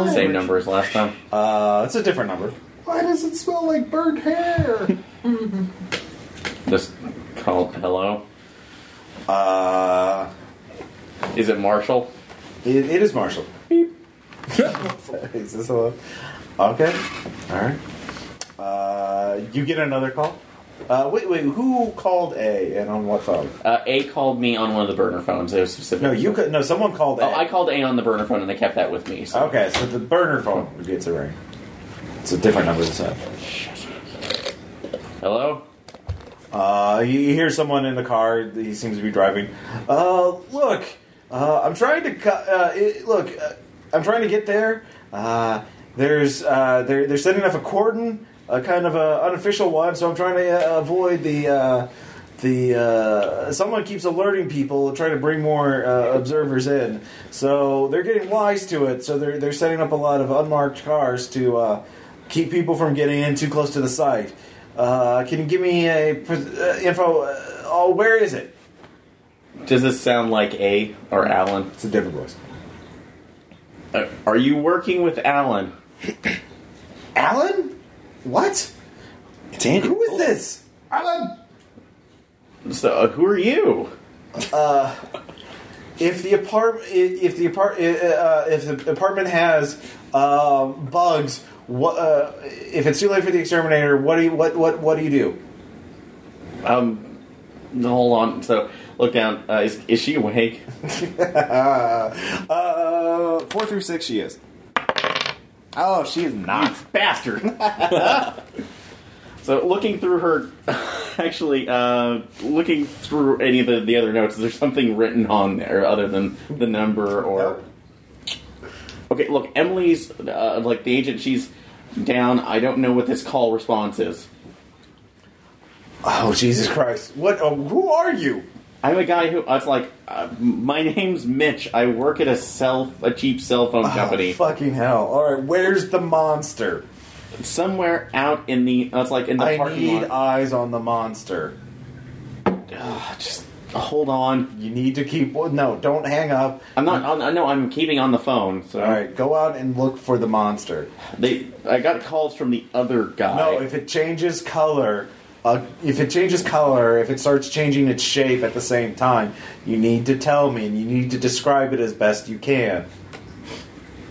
[SPEAKER 5] know.
[SPEAKER 3] Same number as last time.
[SPEAKER 1] Uh, it's a different number.
[SPEAKER 4] Why does it smell like burnt hair?
[SPEAKER 3] Just call hello.
[SPEAKER 1] Uh,
[SPEAKER 3] Is it Marshall?
[SPEAKER 1] it, it is Marshall. is this hello? Okay. All right. Uh, you get another call. Uh, wait, wait. Who called A and on what phone?
[SPEAKER 3] Uh, a called me on one of the burner phones. It was specific.
[SPEAKER 1] No, you could. No, someone called A.
[SPEAKER 3] Oh, I called A on the burner phone, and they kept that with me. So.
[SPEAKER 1] Okay, so the burner phone gets a ring. It's a different number this time.
[SPEAKER 3] Hello.
[SPEAKER 1] Uh, you you hear someone in the car. He seems to be driving. Uh, look, uh, I'm trying to co- uh, it, look. Uh, I'm trying to get there. Uh, there's uh, they're they're setting up a cordon, a kind of a unofficial one. So I'm trying to uh, avoid the. Uh, the uh, someone keeps alerting people, trying to bring more uh, observers in. So they're getting wise to it. So they're they're setting up a lot of unmarked cars to uh, keep people from getting in too close to the site. Uh, can you give me a pres- uh, info? Uh, oh, where is it?
[SPEAKER 3] Does this sound like A or Alan?
[SPEAKER 1] It's a different voice.
[SPEAKER 3] Uh, are you working with Alan?
[SPEAKER 1] Alan? What?
[SPEAKER 2] It's Andy.
[SPEAKER 1] Who is this?
[SPEAKER 4] Alan!
[SPEAKER 3] So uh, who are you?
[SPEAKER 1] If the apart, i- if the apart, i- uh, if the apartment has um, bugs, what? Uh, if it's too late for the exterminator, what do you what what what do you do?
[SPEAKER 3] Um, no, hold on. So look down. Uh, is is she awake?
[SPEAKER 1] Uh, four through six, she is. Oh, she is not.
[SPEAKER 3] bastard. so, looking through her, actually, uh, looking through any of the, the other notes, is there something written on there other than the number or? Okay, look, Emily's uh, like the agent. She's down. I don't know what this call response is.
[SPEAKER 1] Oh, Jesus Christ! What? Oh, who are you?
[SPEAKER 3] I'm a guy who I was like, uh, my name's Mitch. I work at a cell, a cheap cell phone
[SPEAKER 1] Oh,
[SPEAKER 3] company
[SPEAKER 1] fucking hell! All right, where's the monster?
[SPEAKER 3] somewhere out in the. I was like in the
[SPEAKER 1] I
[SPEAKER 3] parking
[SPEAKER 1] need
[SPEAKER 3] lot.
[SPEAKER 1] eyes on the monster.
[SPEAKER 3] Ugh, just hold on.
[SPEAKER 1] You need to keep. well, No, don't hang up.
[SPEAKER 3] I'm not. I know I'm keeping on the phone. So.
[SPEAKER 1] All right, go out and look for the monster.
[SPEAKER 3] They, I got calls from the other guy.
[SPEAKER 1] No, if it changes color, uh, if it changes color, if it starts changing its shape at the same time, you need to tell me, and you need to describe it as best you can.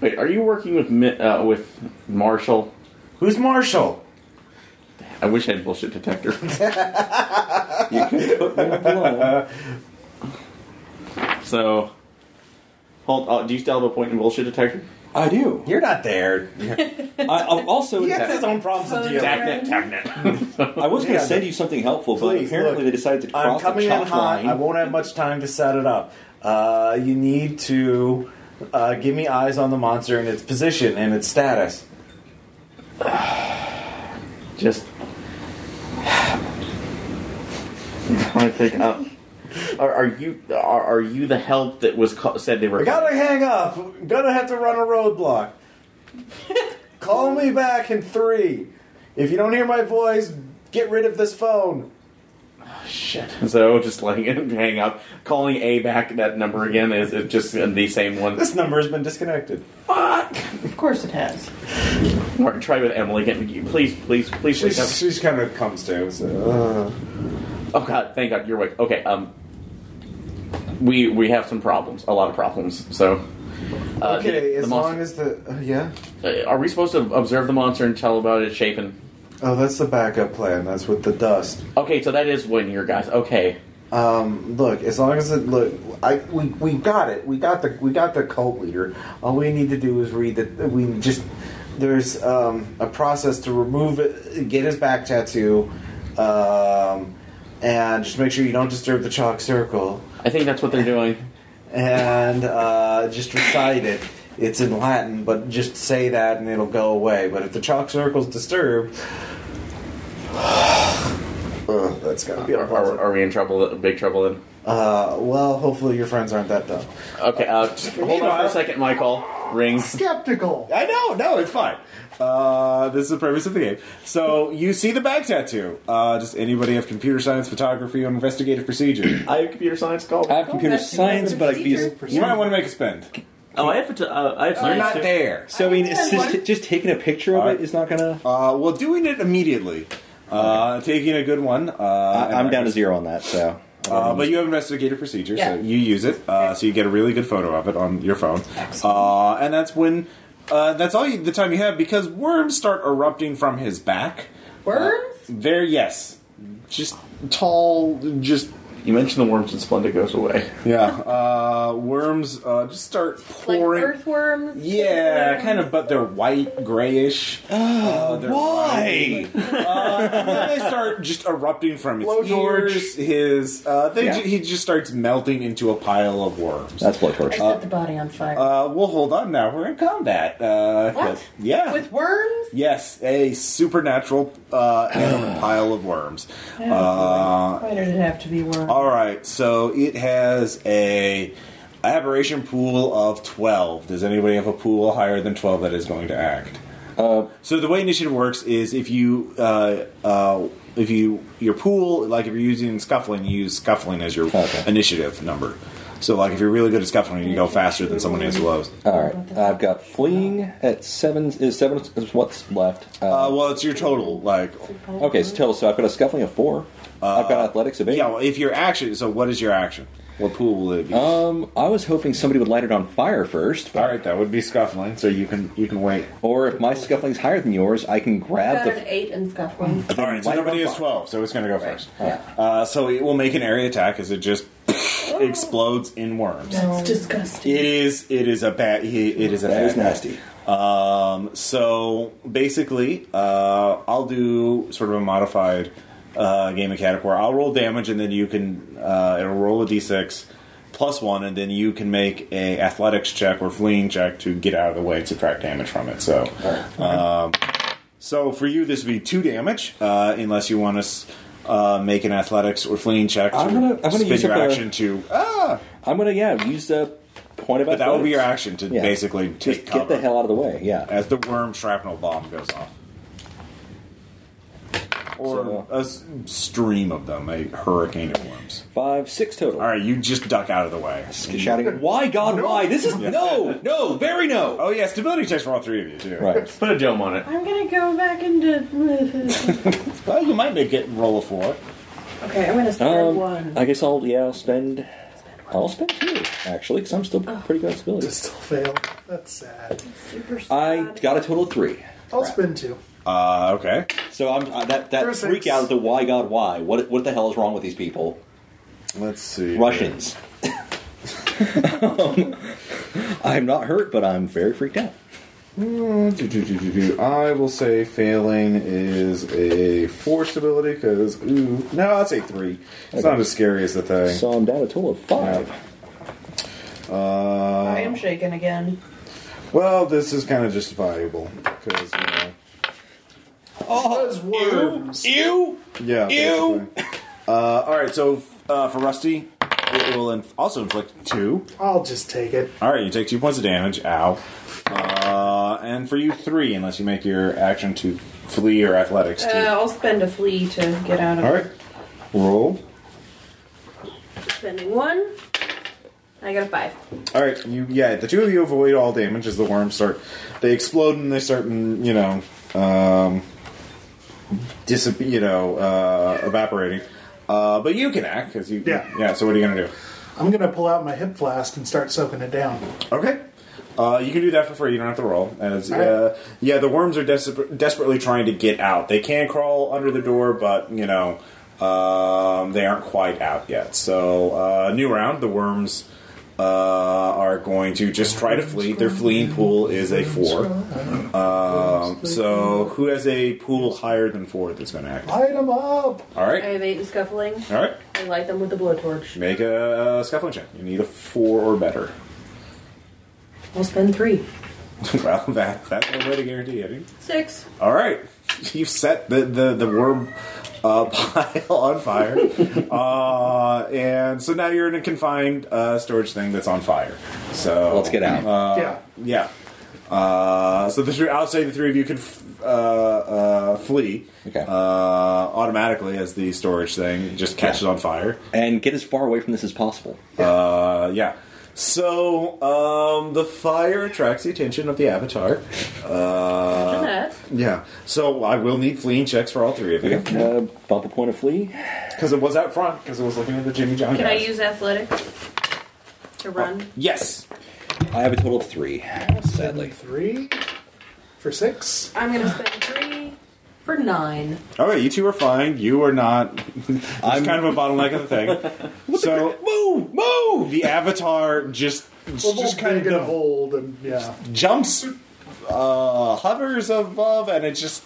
[SPEAKER 3] Wait, are you working with Mi- uh, with Marshall?
[SPEAKER 1] Who's Marshall?
[SPEAKER 3] I wish I had bullshit detector. so, hold. Uh, do you still have a point in bullshit detector?
[SPEAKER 2] I do.
[SPEAKER 1] You're not there.
[SPEAKER 2] I, I'm also.
[SPEAKER 1] He has his own problems to deal with.
[SPEAKER 3] Tacnet, tacnet.
[SPEAKER 2] I was going to
[SPEAKER 1] Yeah,
[SPEAKER 2] send you something helpful, but
[SPEAKER 1] Please, look.
[SPEAKER 2] apparently they decided to cross
[SPEAKER 1] I'm coming
[SPEAKER 2] the
[SPEAKER 1] in
[SPEAKER 2] chalk
[SPEAKER 1] hot.
[SPEAKER 2] line.
[SPEAKER 1] I won't have much time to set it up. Uh, you need to uh, give me eyes on the monster and its position and its status.
[SPEAKER 3] Just. I think. Uh, are, are you are, are you the help that was ca- said they were?
[SPEAKER 1] I gotta hang up. Gonna have to run a roadblock. Call me back in three. If you don't hear my voice, get rid of this phone.
[SPEAKER 3] Shit. So just letting him hang up, calling A back that number again is it just the same one.
[SPEAKER 1] This number has been disconnected.
[SPEAKER 6] Of course it has.
[SPEAKER 3] Martin, try with Emily. Can you- Please, please, please wake up.
[SPEAKER 1] She's, she's kind of comes to. So.
[SPEAKER 3] Oh God, thank God you're awake. Okay, um, we we have some problems, a lot of problems. So. Uh,
[SPEAKER 1] okay,
[SPEAKER 3] the- the
[SPEAKER 1] as
[SPEAKER 3] monster-
[SPEAKER 1] long as the uh, yeah.
[SPEAKER 3] Uh, are we supposed to observe the monster and tell about its shape and?
[SPEAKER 1] Oh, that's the backup plan. That's with the dust.
[SPEAKER 3] Okay, so that is when your guys. Okay,
[SPEAKER 1] Um, look, as long as it look, I we we got it. We got the we got the cult leader. All we need to do is read that. We just there's um, a process to remove it, get his back tattoo, um, and just make sure you don't disturb the chalk circle,
[SPEAKER 3] I think that's what they're doing.
[SPEAKER 1] and uh, just recite it.
[SPEAKER 8] It's in Latin, but just say that and it'll go away. But if the chalk circle's disturbed, Ugh, that's gotta be
[SPEAKER 3] Are, are,
[SPEAKER 8] unpleasant.
[SPEAKER 3] are we in trouble? Big trouble then?
[SPEAKER 8] Uh, well, hopefully your friends aren't that dumb.
[SPEAKER 3] Okay, uh, just hold on for a second. My call rings.
[SPEAKER 4] Skeptical.
[SPEAKER 1] I know, no, it's fine. Uh, this is the premise of the game. So you see the bag tattoo. Uh, does anybody have computer science, photography, or investigative
[SPEAKER 2] Uh,
[SPEAKER 1] procedure?
[SPEAKER 3] I have computer suse call.
[SPEAKER 2] I have computer
[SPEAKER 5] back to
[SPEAKER 2] science,
[SPEAKER 5] the
[SPEAKER 2] but I've
[SPEAKER 5] procedure.
[SPEAKER 2] used.
[SPEAKER 1] You might want to make a spend.
[SPEAKER 3] oh, I have. photo- Uh, I have
[SPEAKER 1] You're
[SPEAKER 3] science
[SPEAKER 1] not
[SPEAKER 3] too.
[SPEAKER 1] there.
[SPEAKER 2] So I mean, it's
[SPEAKER 5] I
[SPEAKER 2] just, just taking a picture of
[SPEAKER 1] All right.
[SPEAKER 2] it is not gonna.
[SPEAKER 1] Uh, well, doing it immediately, uh, taking a good one. Uh,
[SPEAKER 2] I,
[SPEAKER 1] and
[SPEAKER 2] I'm down to zero on that. So
[SPEAKER 1] Uh, but you have investigative procedure,
[SPEAKER 5] Yeah.
[SPEAKER 1] so you use it, uh, so you get a really good photo of it on your phone, uh, and that's when uh, that's all you, the time you have because worms start erupting from his back.
[SPEAKER 5] Worms?
[SPEAKER 1] There, yes, just tall, just
[SPEAKER 3] You mentioned the worms and Splenda goes away.
[SPEAKER 1] yeah, uh, worms uh, just start
[SPEAKER 5] Like
[SPEAKER 1] pouring.
[SPEAKER 5] earthworms?
[SPEAKER 1] yeah, kind of, but they're white, grayish. Uh, they're
[SPEAKER 2] Oh,
[SPEAKER 1] Uh,
[SPEAKER 2] why?
[SPEAKER 1] And they start just erupting from his
[SPEAKER 4] Blowtorch.
[SPEAKER 1] ears. His uh, they
[SPEAKER 2] Yeah.
[SPEAKER 1] ju- he just starts melting into a pile of worms.
[SPEAKER 2] That's
[SPEAKER 5] I
[SPEAKER 2] blowtorch.
[SPEAKER 5] set the body on fire.
[SPEAKER 1] Uh, well, hold on. Now we're in combat. Uh,
[SPEAKER 5] What?
[SPEAKER 1] Yeah.
[SPEAKER 5] With worms?
[SPEAKER 1] yes, a supernatural uh, animal pile of worms.
[SPEAKER 5] Oh,
[SPEAKER 1] Uh,
[SPEAKER 6] Why did it have to be worm?
[SPEAKER 1] all right. So it has a aberration pool of twelve. Does anybody have a pool higher than twelve that is going to act? So the way initiative works is if you uh, uh, if you your pool like if you're using scuffling, you use scuffling as your
[SPEAKER 2] Okay.
[SPEAKER 1] initiative number. So like if you're really good at scuffling, you go faster than someone who's lowest.
[SPEAKER 2] All right, I've got fleeing at seven. Is seven is what's left?
[SPEAKER 1] Uh,
[SPEAKER 2] Uh,
[SPEAKER 1] well, it's your total. Like,
[SPEAKER 2] okay, so total. So I've got a scuffling of four. I've got athletics of eight.
[SPEAKER 1] Uh, yeah. Well, if your action, so what is your action? What pool will it be?
[SPEAKER 2] Um, I was hoping somebody would light it on fire first,
[SPEAKER 1] All right, that would be scuffling. So you can you can wait.
[SPEAKER 2] or if my scuffling's higher than yours, I can grab
[SPEAKER 5] Got an
[SPEAKER 2] the.
[SPEAKER 5] eight and scuffling.
[SPEAKER 1] All right, so
[SPEAKER 2] light it
[SPEAKER 1] nobody is
[SPEAKER 2] on fire.
[SPEAKER 1] twelve, so it's going to go first.
[SPEAKER 5] Yeah.
[SPEAKER 1] Uh, so it will make an area attack as it just explodes in worms.
[SPEAKER 5] That's disgusting.
[SPEAKER 1] It is it is a bad he- it is a
[SPEAKER 2] That
[SPEAKER 1] bad
[SPEAKER 2] is nasty.
[SPEAKER 1] Um, so basically, uh, I'll do sort of a modified uh, game of Caterpillar. I'll roll damage, and then you can uh, it'll roll a d6 plus one, and then you can make a athletics check or fleeing check to get out of the way and subtract damage from it. So, um, so for you, this would be two damage, uh, unless you want to uh, make an athletics or fleeing check. To
[SPEAKER 2] I'm gonna- I'm gonna
[SPEAKER 1] spend
[SPEAKER 2] use
[SPEAKER 1] your
[SPEAKER 2] up a-
[SPEAKER 1] action to ah,
[SPEAKER 2] I'm gonna yeah use the point of.
[SPEAKER 1] but that will be your
[SPEAKER 2] athletics.
[SPEAKER 1] action to
[SPEAKER 2] Yeah.
[SPEAKER 1] basically take
[SPEAKER 2] Just
[SPEAKER 1] cover
[SPEAKER 2] get the hell out of the way. Yeah.
[SPEAKER 1] as the worm shrapnel bomb goes off. Or
[SPEAKER 2] So-
[SPEAKER 1] a s- stream of them, a hurricane of worms.
[SPEAKER 2] Five, six total.
[SPEAKER 1] All right, you just duck out of the way.
[SPEAKER 2] Shouting, why, God, why? This is no, no, very no.
[SPEAKER 1] Oh yeah, stability checks for all three of you too.
[SPEAKER 2] Right.
[SPEAKER 3] Put a dome on it.
[SPEAKER 6] I'm gonna go back into.
[SPEAKER 1] Well, Oh, you might make it roll a four.
[SPEAKER 6] okay, I'm gonna start
[SPEAKER 2] Um,
[SPEAKER 6] one.
[SPEAKER 2] I guess I'll yeah I'll spend. I'll spend two Oh. actually because I'm still pretty good at abilities.
[SPEAKER 4] Still fail. That's sad.
[SPEAKER 6] Super
[SPEAKER 2] I
[SPEAKER 6] sad.
[SPEAKER 2] got a total of three.
[SPEAKER 4] I'll spin two.
[SPEAKER 1] Uh, okay.
[SPEAKER 2] So I'm uh, that that
[SPEAKER 4] Perfect.
[SPEAKER 2] freak out of the why God why what what the hell is wrong with these people
[SPEAKER 1] Let's see.
[SPEAKER 2] Russians. Um, I'm not hurt, but I'm very freaked out.
[SPEAKER 1] Do-do-do-do-do. I will say failing is a four stability because ooh, no, I'll say three. It's
[SPEAKER 2] Okay.
[SPEAKER 1] not as scary as the thing.
[SPEAKER 2] So I'm down a total of five.
[SPEAKER 1] uh,
[SPEAKER 6] I am shaken again.
[SPEAKER 1] well, this is kind of justifiable because you know. Oh,
[SPEAKER 4] Because worms.
[SPEAKER 2] Ew!
[SPEAKER 1] Yeah.
[SPEAKER 2] Ew.
[SPEAKER 1] basically. Uh, all right. So uh, for Rusty, it will inf- also inflict two.
[SPEAKER 4] I'll just take it.
[SPEAKER 1] All right, you take two points of damage. Ow. Uh, and for you, three, unless you make your action to flee or athletics.
[SPEAKER 5] Uh,
[SPEAKER 1] To-
[SPEAKER 5] I'll spend a flea to get out of
[SPEAKER 1] all right. Roll.
[SPEAKER 5] Spending one. I got a five.
[SPEAKER 1] All right. You yeah. The two of you avoid all damage as the worms start. They explode and they start. mm, You know. Um, disap- You know. Uh, evaporating. Uh, but you can act because you.
[SPEAKER 4] Yeah.
[SPEAKER 1] Yeah. So what are you gonna do?
[SPEAKER 4] I'm gonna pull out my hip flask and start soaking it down.
[SPEAKER 1] Okay. Uh, you can do that for free. You don't have to roll. As uh, yeah, the worms are desper- desperately trying to get out. They can crawl under the door, but you know um, they aren't quite out yet. So uh, new round. The worms uh, are going to just try to flee. Their fleeing pool is a four. Um, so who has a pool higher than four that's going to act? All
[SPEAKER 4] Light 'em up.
[SPEAKER 5] I
[SPEAKER 1] right.
[SPEAKER 5] have eight and scuffling.
[SPEAKER 1] All right.
[SPEAKER 5] I light them with a blowtorch.
[SPEAKER 1] Make a uh, scuffling check. You need a four or better.
[SPEAKER 5] I'll spend three.
[SPEAKER 1] well, that, that's no way to guarantee it.
[SPEAKER 5] Six.
[SPEAKER 1] All right, you've set the the, the worm uh, pile on fire, uh, and so now you're in a confined uh, storage thing that's on fire. So
[SPEAKER 2] Let's get out.
[SPEAKER 1] Uh,
[SPEAKER 4] Yeah.
[SPEAKER 1] yeah. Uh, so the three, I'll say the three of you can f- uh, uh, flee
[SPEAKER 2] Okay.
[SPEAKER 1] uh, automatically as the storage thing just catches on fire.
[SPEAKER 2] and get as far away from this as possible.
[SPEAKER 1] Uh, yeah. So um, the fire attracts the attention of the avatar.
[SPEAKER 5] After
[SPEAKER 1] Uh,
[SPEAKER 5] that,
[SPEAKER 1] yeah. So I will need fleeing checks for all three of you
[SPEAKER 2] Uh, bump a point of flee.
[SPEAKER 1] because it was out front because it was looking at the Jimmy John.
[SPEAKER 5] can I
[SPEAKER 1] guys.
[SPEAKER 5] use athletics to run?
[SPEAKER 1] Yes.
[SPEAKER 2] I have a total of three, sadly.
[SPEAKER 4] Three for six.
[SPEAKER 5] I'm gonna spend three for nine.
[SPEAKER 1] All right, you two are fine. You are not. I'm
[SPEAKER 2] I'm-
[SPEAKER 1] kind of a bottleneck of the thing. so
[SPEAKER 2] Move, move.
[SPEAKER 1] the avatar just just kind
[SPEAKER 4] gonna
[SPEAKER 1] of
[SPEAKER 4] hold and yeah.
[SPEAKER 1] jumps, uh, hovers above, and it just.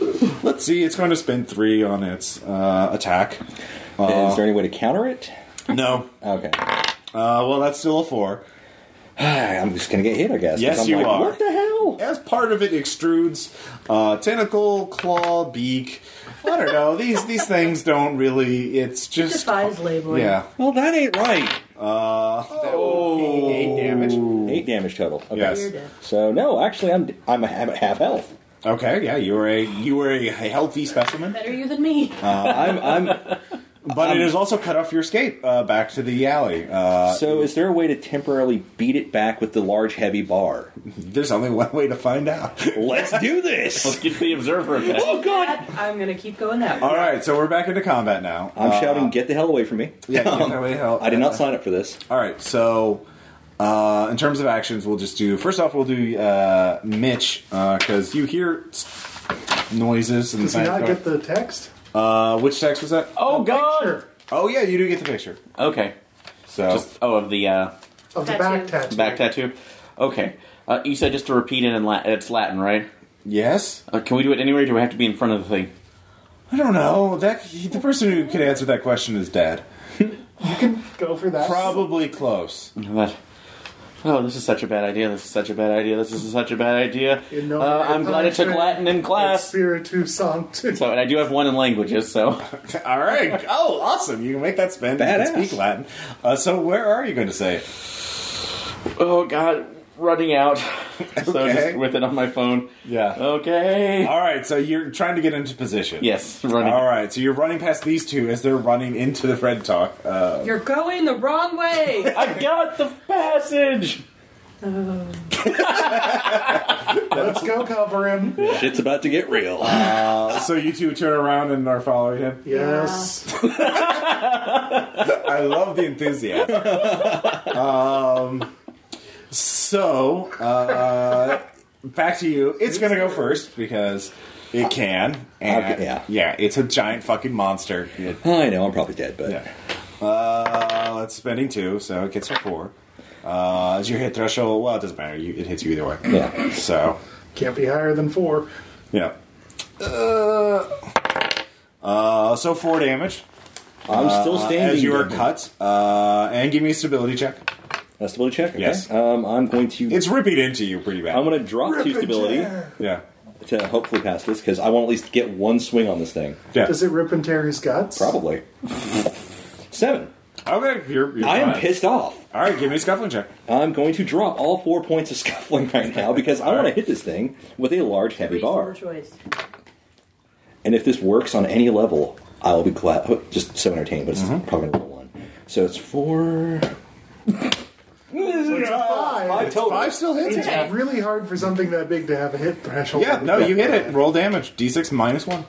[SPEAKER 1] Let's see. It's going to spend three on its uh, attack. Uh,
[SPEAKER 2] Is there any way to counter it?
[SPEAKER 1] No.
[SPEAKER 2] Okay.
[SPEAKER 1] Uh, well, that's still a four.
[SPEAKER 2] I'm just gonna get hit, I guess. 'cause
[SPEAKER 1] Yes,
[SPEAKER 2] I'm
[SPEAKER 1] you
[SPEAKER 2] like,
[SPEAKER 1] are.
[SPEAKER 2] What the hell?
[SPEAKER 1] As part of it extrudes uh, tentacle, claw, beak. I don't know. these these things don't really. It's just
[SPEAKER 5] Defies labeling.
[SPEAKER 1] yeah.
[SPEAKER 2] Well, that ain't right.
[SPEAKER 1] Oh, eight damage.
[SPEAKER 2] Eight damage total. Okay.
[SPEAKER 1] Yes.
[SPEAKER 2] So no, actually, I'm I'm I'm at half health.
[SPEAKER 1] Okay. Yeah. You were a you were a healthy specimen,
[SPEAKER 5] Better you than me.
[SPEAKER 2] I'm I'm.
[SPEAKER 1] but
[SPEAKER 2] Um,
[SPEAKER 1] it has also cut off your escape uh, back to the alley. Uh,
[SPEAKER 2] So is there a way to temporarily beat it back with the large heavy bar?
[SPEAKER 1] there's only one way to find out.
[SPEAKER 2] Let's do
[SPEAKER 3] Let's
[SPEAKER 2] this.
[SPEAKER 3] get the observer effect.
[SPEAKER 2] Oh God!
[SPEAKER 5] That, I'm gonna keep going that way.
[SPEAKER 1] All right. So we're back into combat now.
[SPEAKER 2] I'm
[SPEAKER 1] Uh,
[SPEAKER 2] shouting, "Get the hell away from me!"
[SPEAKER 1] Yeah.
[SPEAKER 2] Um,
[SPEAKER 1] Get that way out.
[SPEAKER 2] I did not sign up for this.
[SPEAKER 1] All right, so uh, in terms of actions, we'll just do first off, we'll do uh, Mitch because you hear s- noises and
[SPEAKER 4] Does he
[SPEAKER 1] things
[SPEAKER 4] not
[SPEAKER 1] going-
[SPEAKER 4] get the text?
[SPEAKER 1] uh, which text was that?
[SPEAKER 3] Oh God!
[SPEAKER 4] Picture
[SPEAKER 1] Oh yeah, you do get the picture.
[SPEAKER 3] Okay.
[SPEAKER 1] So
[SPEAKER 3] Just oh, of the uh,
[SPEAKER 4] of the
[SPEAKER 5] Tattoo.
[SPEAKER 4] back tattoo.
[SPEAKER 3] back tattoo. Okay. Uh, you said just to repeat it in Latin. It's Latin, right?
[SPEAKER 1] yes,
[SPEAKER 3] Uh, can we do it anywhere? Or do we have to be in front of the thing?
[SPEAKER 1] I don't know that the person who could answer that question is dead.
[SPEAKER 4] You can go for that.
[SPEAKER 1] Probably close.
[SPEAKER 3] But oh, this is such a bad idea. This is such a bad idea. This is such a bad idea.
[SPEAKER 4] You know,
[SPEAKER 3] uh, I'm glad I took
[SPEAKER 4] it's-
[SPEAKER 3] Latin in class.
[SPEAKER 4] Spiritu Sanctus.
[SPEAKER 3] So, and I do have one in languages. So,
[SPEAKER 1] All right. Oh, awesome! You can make that spin. You can
[SPEAKER 2] Badass.
[SPEAKER 1] speak Latin. Uh, so where are you going to say? it?
[SPEAKER 3] oh God, running out. So
[SPEAKER 1] Okay.
[SPEAKER 3] just with it on my phone.
[SPEAKER 1] Yeah.
[SPEAKER 3] Okay.
[SPEAKER 1] All right. So you're trying to get into position.
[SPEAKER 3] Yes, running.
[SPEAKER 1] All right, so you're running past these two as they're running into the red talk. Uh,
[SPEAKER 5] You're going the wrong way.
[SPEAKER 3] I got the passage.
[SPEAKER 4] Let's go cover him.
[SPEAKER 2] Shit's about to get real.
[SPEAKER 3] Ah,
[SPEAKER 1] so you two turn around and are following him.
[SPEAKER 4] Yes.
[SPEAKER 1] I love the enthusiasm. um, so uh, back to you. It's gonna go first because it can. And
[SPEAKER 2] Okay, yeah.
[SPEAKER 1] it's a giant fucking monster.
[SPEAKER 2] I know I'm probably dead, but
[SPEAKER 1] Yeah. Uh, it's spending two, so it gets a four. Uh, is your hit threshold? Well, it doesn't matter. You, it hits you either way.
[SPEAKER 2] Yeah.
[SPEAKER 1] So
[SPEAKER 4] Can't be higher than four.
[SPEAKER 1] Yeah. Uh, uh, so four damage.
[SPEAKER 2] I'm still
[SPEAKER 1] Uh,
[SPEAKER 2] standing.
[SPEAKER 1] as you are
[SPEAKER 2] there.
[SPEAKER 1] cut. Uh, and give me a stability check.
[SPEAKER 2] A stability check. Okay.
[SPEAKER 1] Yes.
[SPEAKER 2] Um, I'm going to.
[SPEAKER 1] It's ripping into you pretty bad.
[SPEAKER 2] I'm going to drop two stability
[SPEAKER 1] yeah.
[SPEAKER 2] to hopefully pass this because I want to at least get one swing on this thing.
[SPEAKER 1] Yeah.
[SPEAKER 4] Does it rip and tear his guts?
[SPEAKER 2] Probably seven.
[SPEAKER 1] Okay, you're, you're
[SPEAKER 2] I am
[SPEAKER 1] fine.
[SPEAKER 2] pissed off.
[SPEAKER 1] All right, give me a scuffling check.
[SPEAKER 2] I'm going to drop all four points of scuffling right now because I want to hit this thing with a large, heavy
[SPEAKER 5] Reasonable
[SPEAKER 2] bar.
[SPEAKER 5] choice.
[SPEAKER 2] And if this works on any level, I'll be glad. oh, Just so entertained, but it's probably gonna roll one. So it's four.
[SPEAKER 4] Five.
[SPEAKER 1] Five still hits
[SPEAKER 4] It's
[SPEAKER 1] you.
[SPEAKER 5] Okay.
[SPEAKER 4] really hard for something that big to have a hit threshold.
[SPEAKER 1] Yeah, no, you hit it. Roll damage. D6 minus one.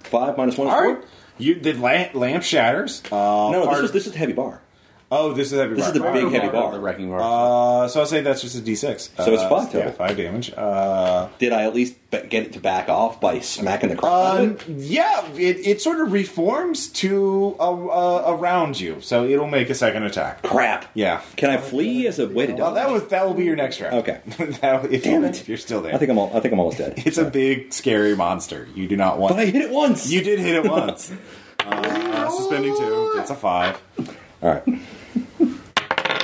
[SPEAKER 2] Five minus one is
[SPEAKER 1] All
[SPEAKER 2] four.
[SPEAKER 1] right. You the lamp, lamp shatters. Uh,
[SPEAKER 2] No, this
[SPEAKER 1] part-
[SPEAKER 2] is this is heavy bar.
[SPEAKER 1] oh, this is heavy.
[SPEAKER 2] This is
[SPEAKER 1] rock.
[SPEAKER 2] the big heavy bar.
[SPEAKER 3] The wrecking bar.
[SPEAKER 1] Uh, so I'll say that's just a D6.
[SPEAKER 2] So it's
[SPEAKER 1] Uh,
[SPEAKER 2] five total.
[SPEAKER 1] Yeah, five damage. Uh,
[SPEAKER 2] Did I at least be- get it to back off by smacking the crap out
[SPEAKER 1] Um,
[SPEAKER 2] of it?
[SPEAKER 1] yeah, it, it sort of reforms to uh, uh, around you, so it'll make a second attack.
[SPEAKER 2] Crap.
[SPEAKER 1] Yeah.
[SPEAKER 2] Can I flee as a way to
[SPEAKER 1] Well,
[SPEAKER 2] dodge?
[SPEAKER 1] that was that will be your next round.
[SPEAKER 2] Okay.
[SPEAKER 1] that, if
[SPEAKER 2] Damn
[SPEAKER 1] you,
[SPEAKER 2] it.
[SPEAKER 1] If you're still there.
[SPEAKER 2] I think I'm. All, I think I'm almost dead.
[SPEAKER 1] it's a big, scary monster. You do not want.
[SPEAKER 2] But I hit it once.
[SPEAKER 1] you did hit it once. uh, suspending two. It's a five.
[SPEAKER 2] All right.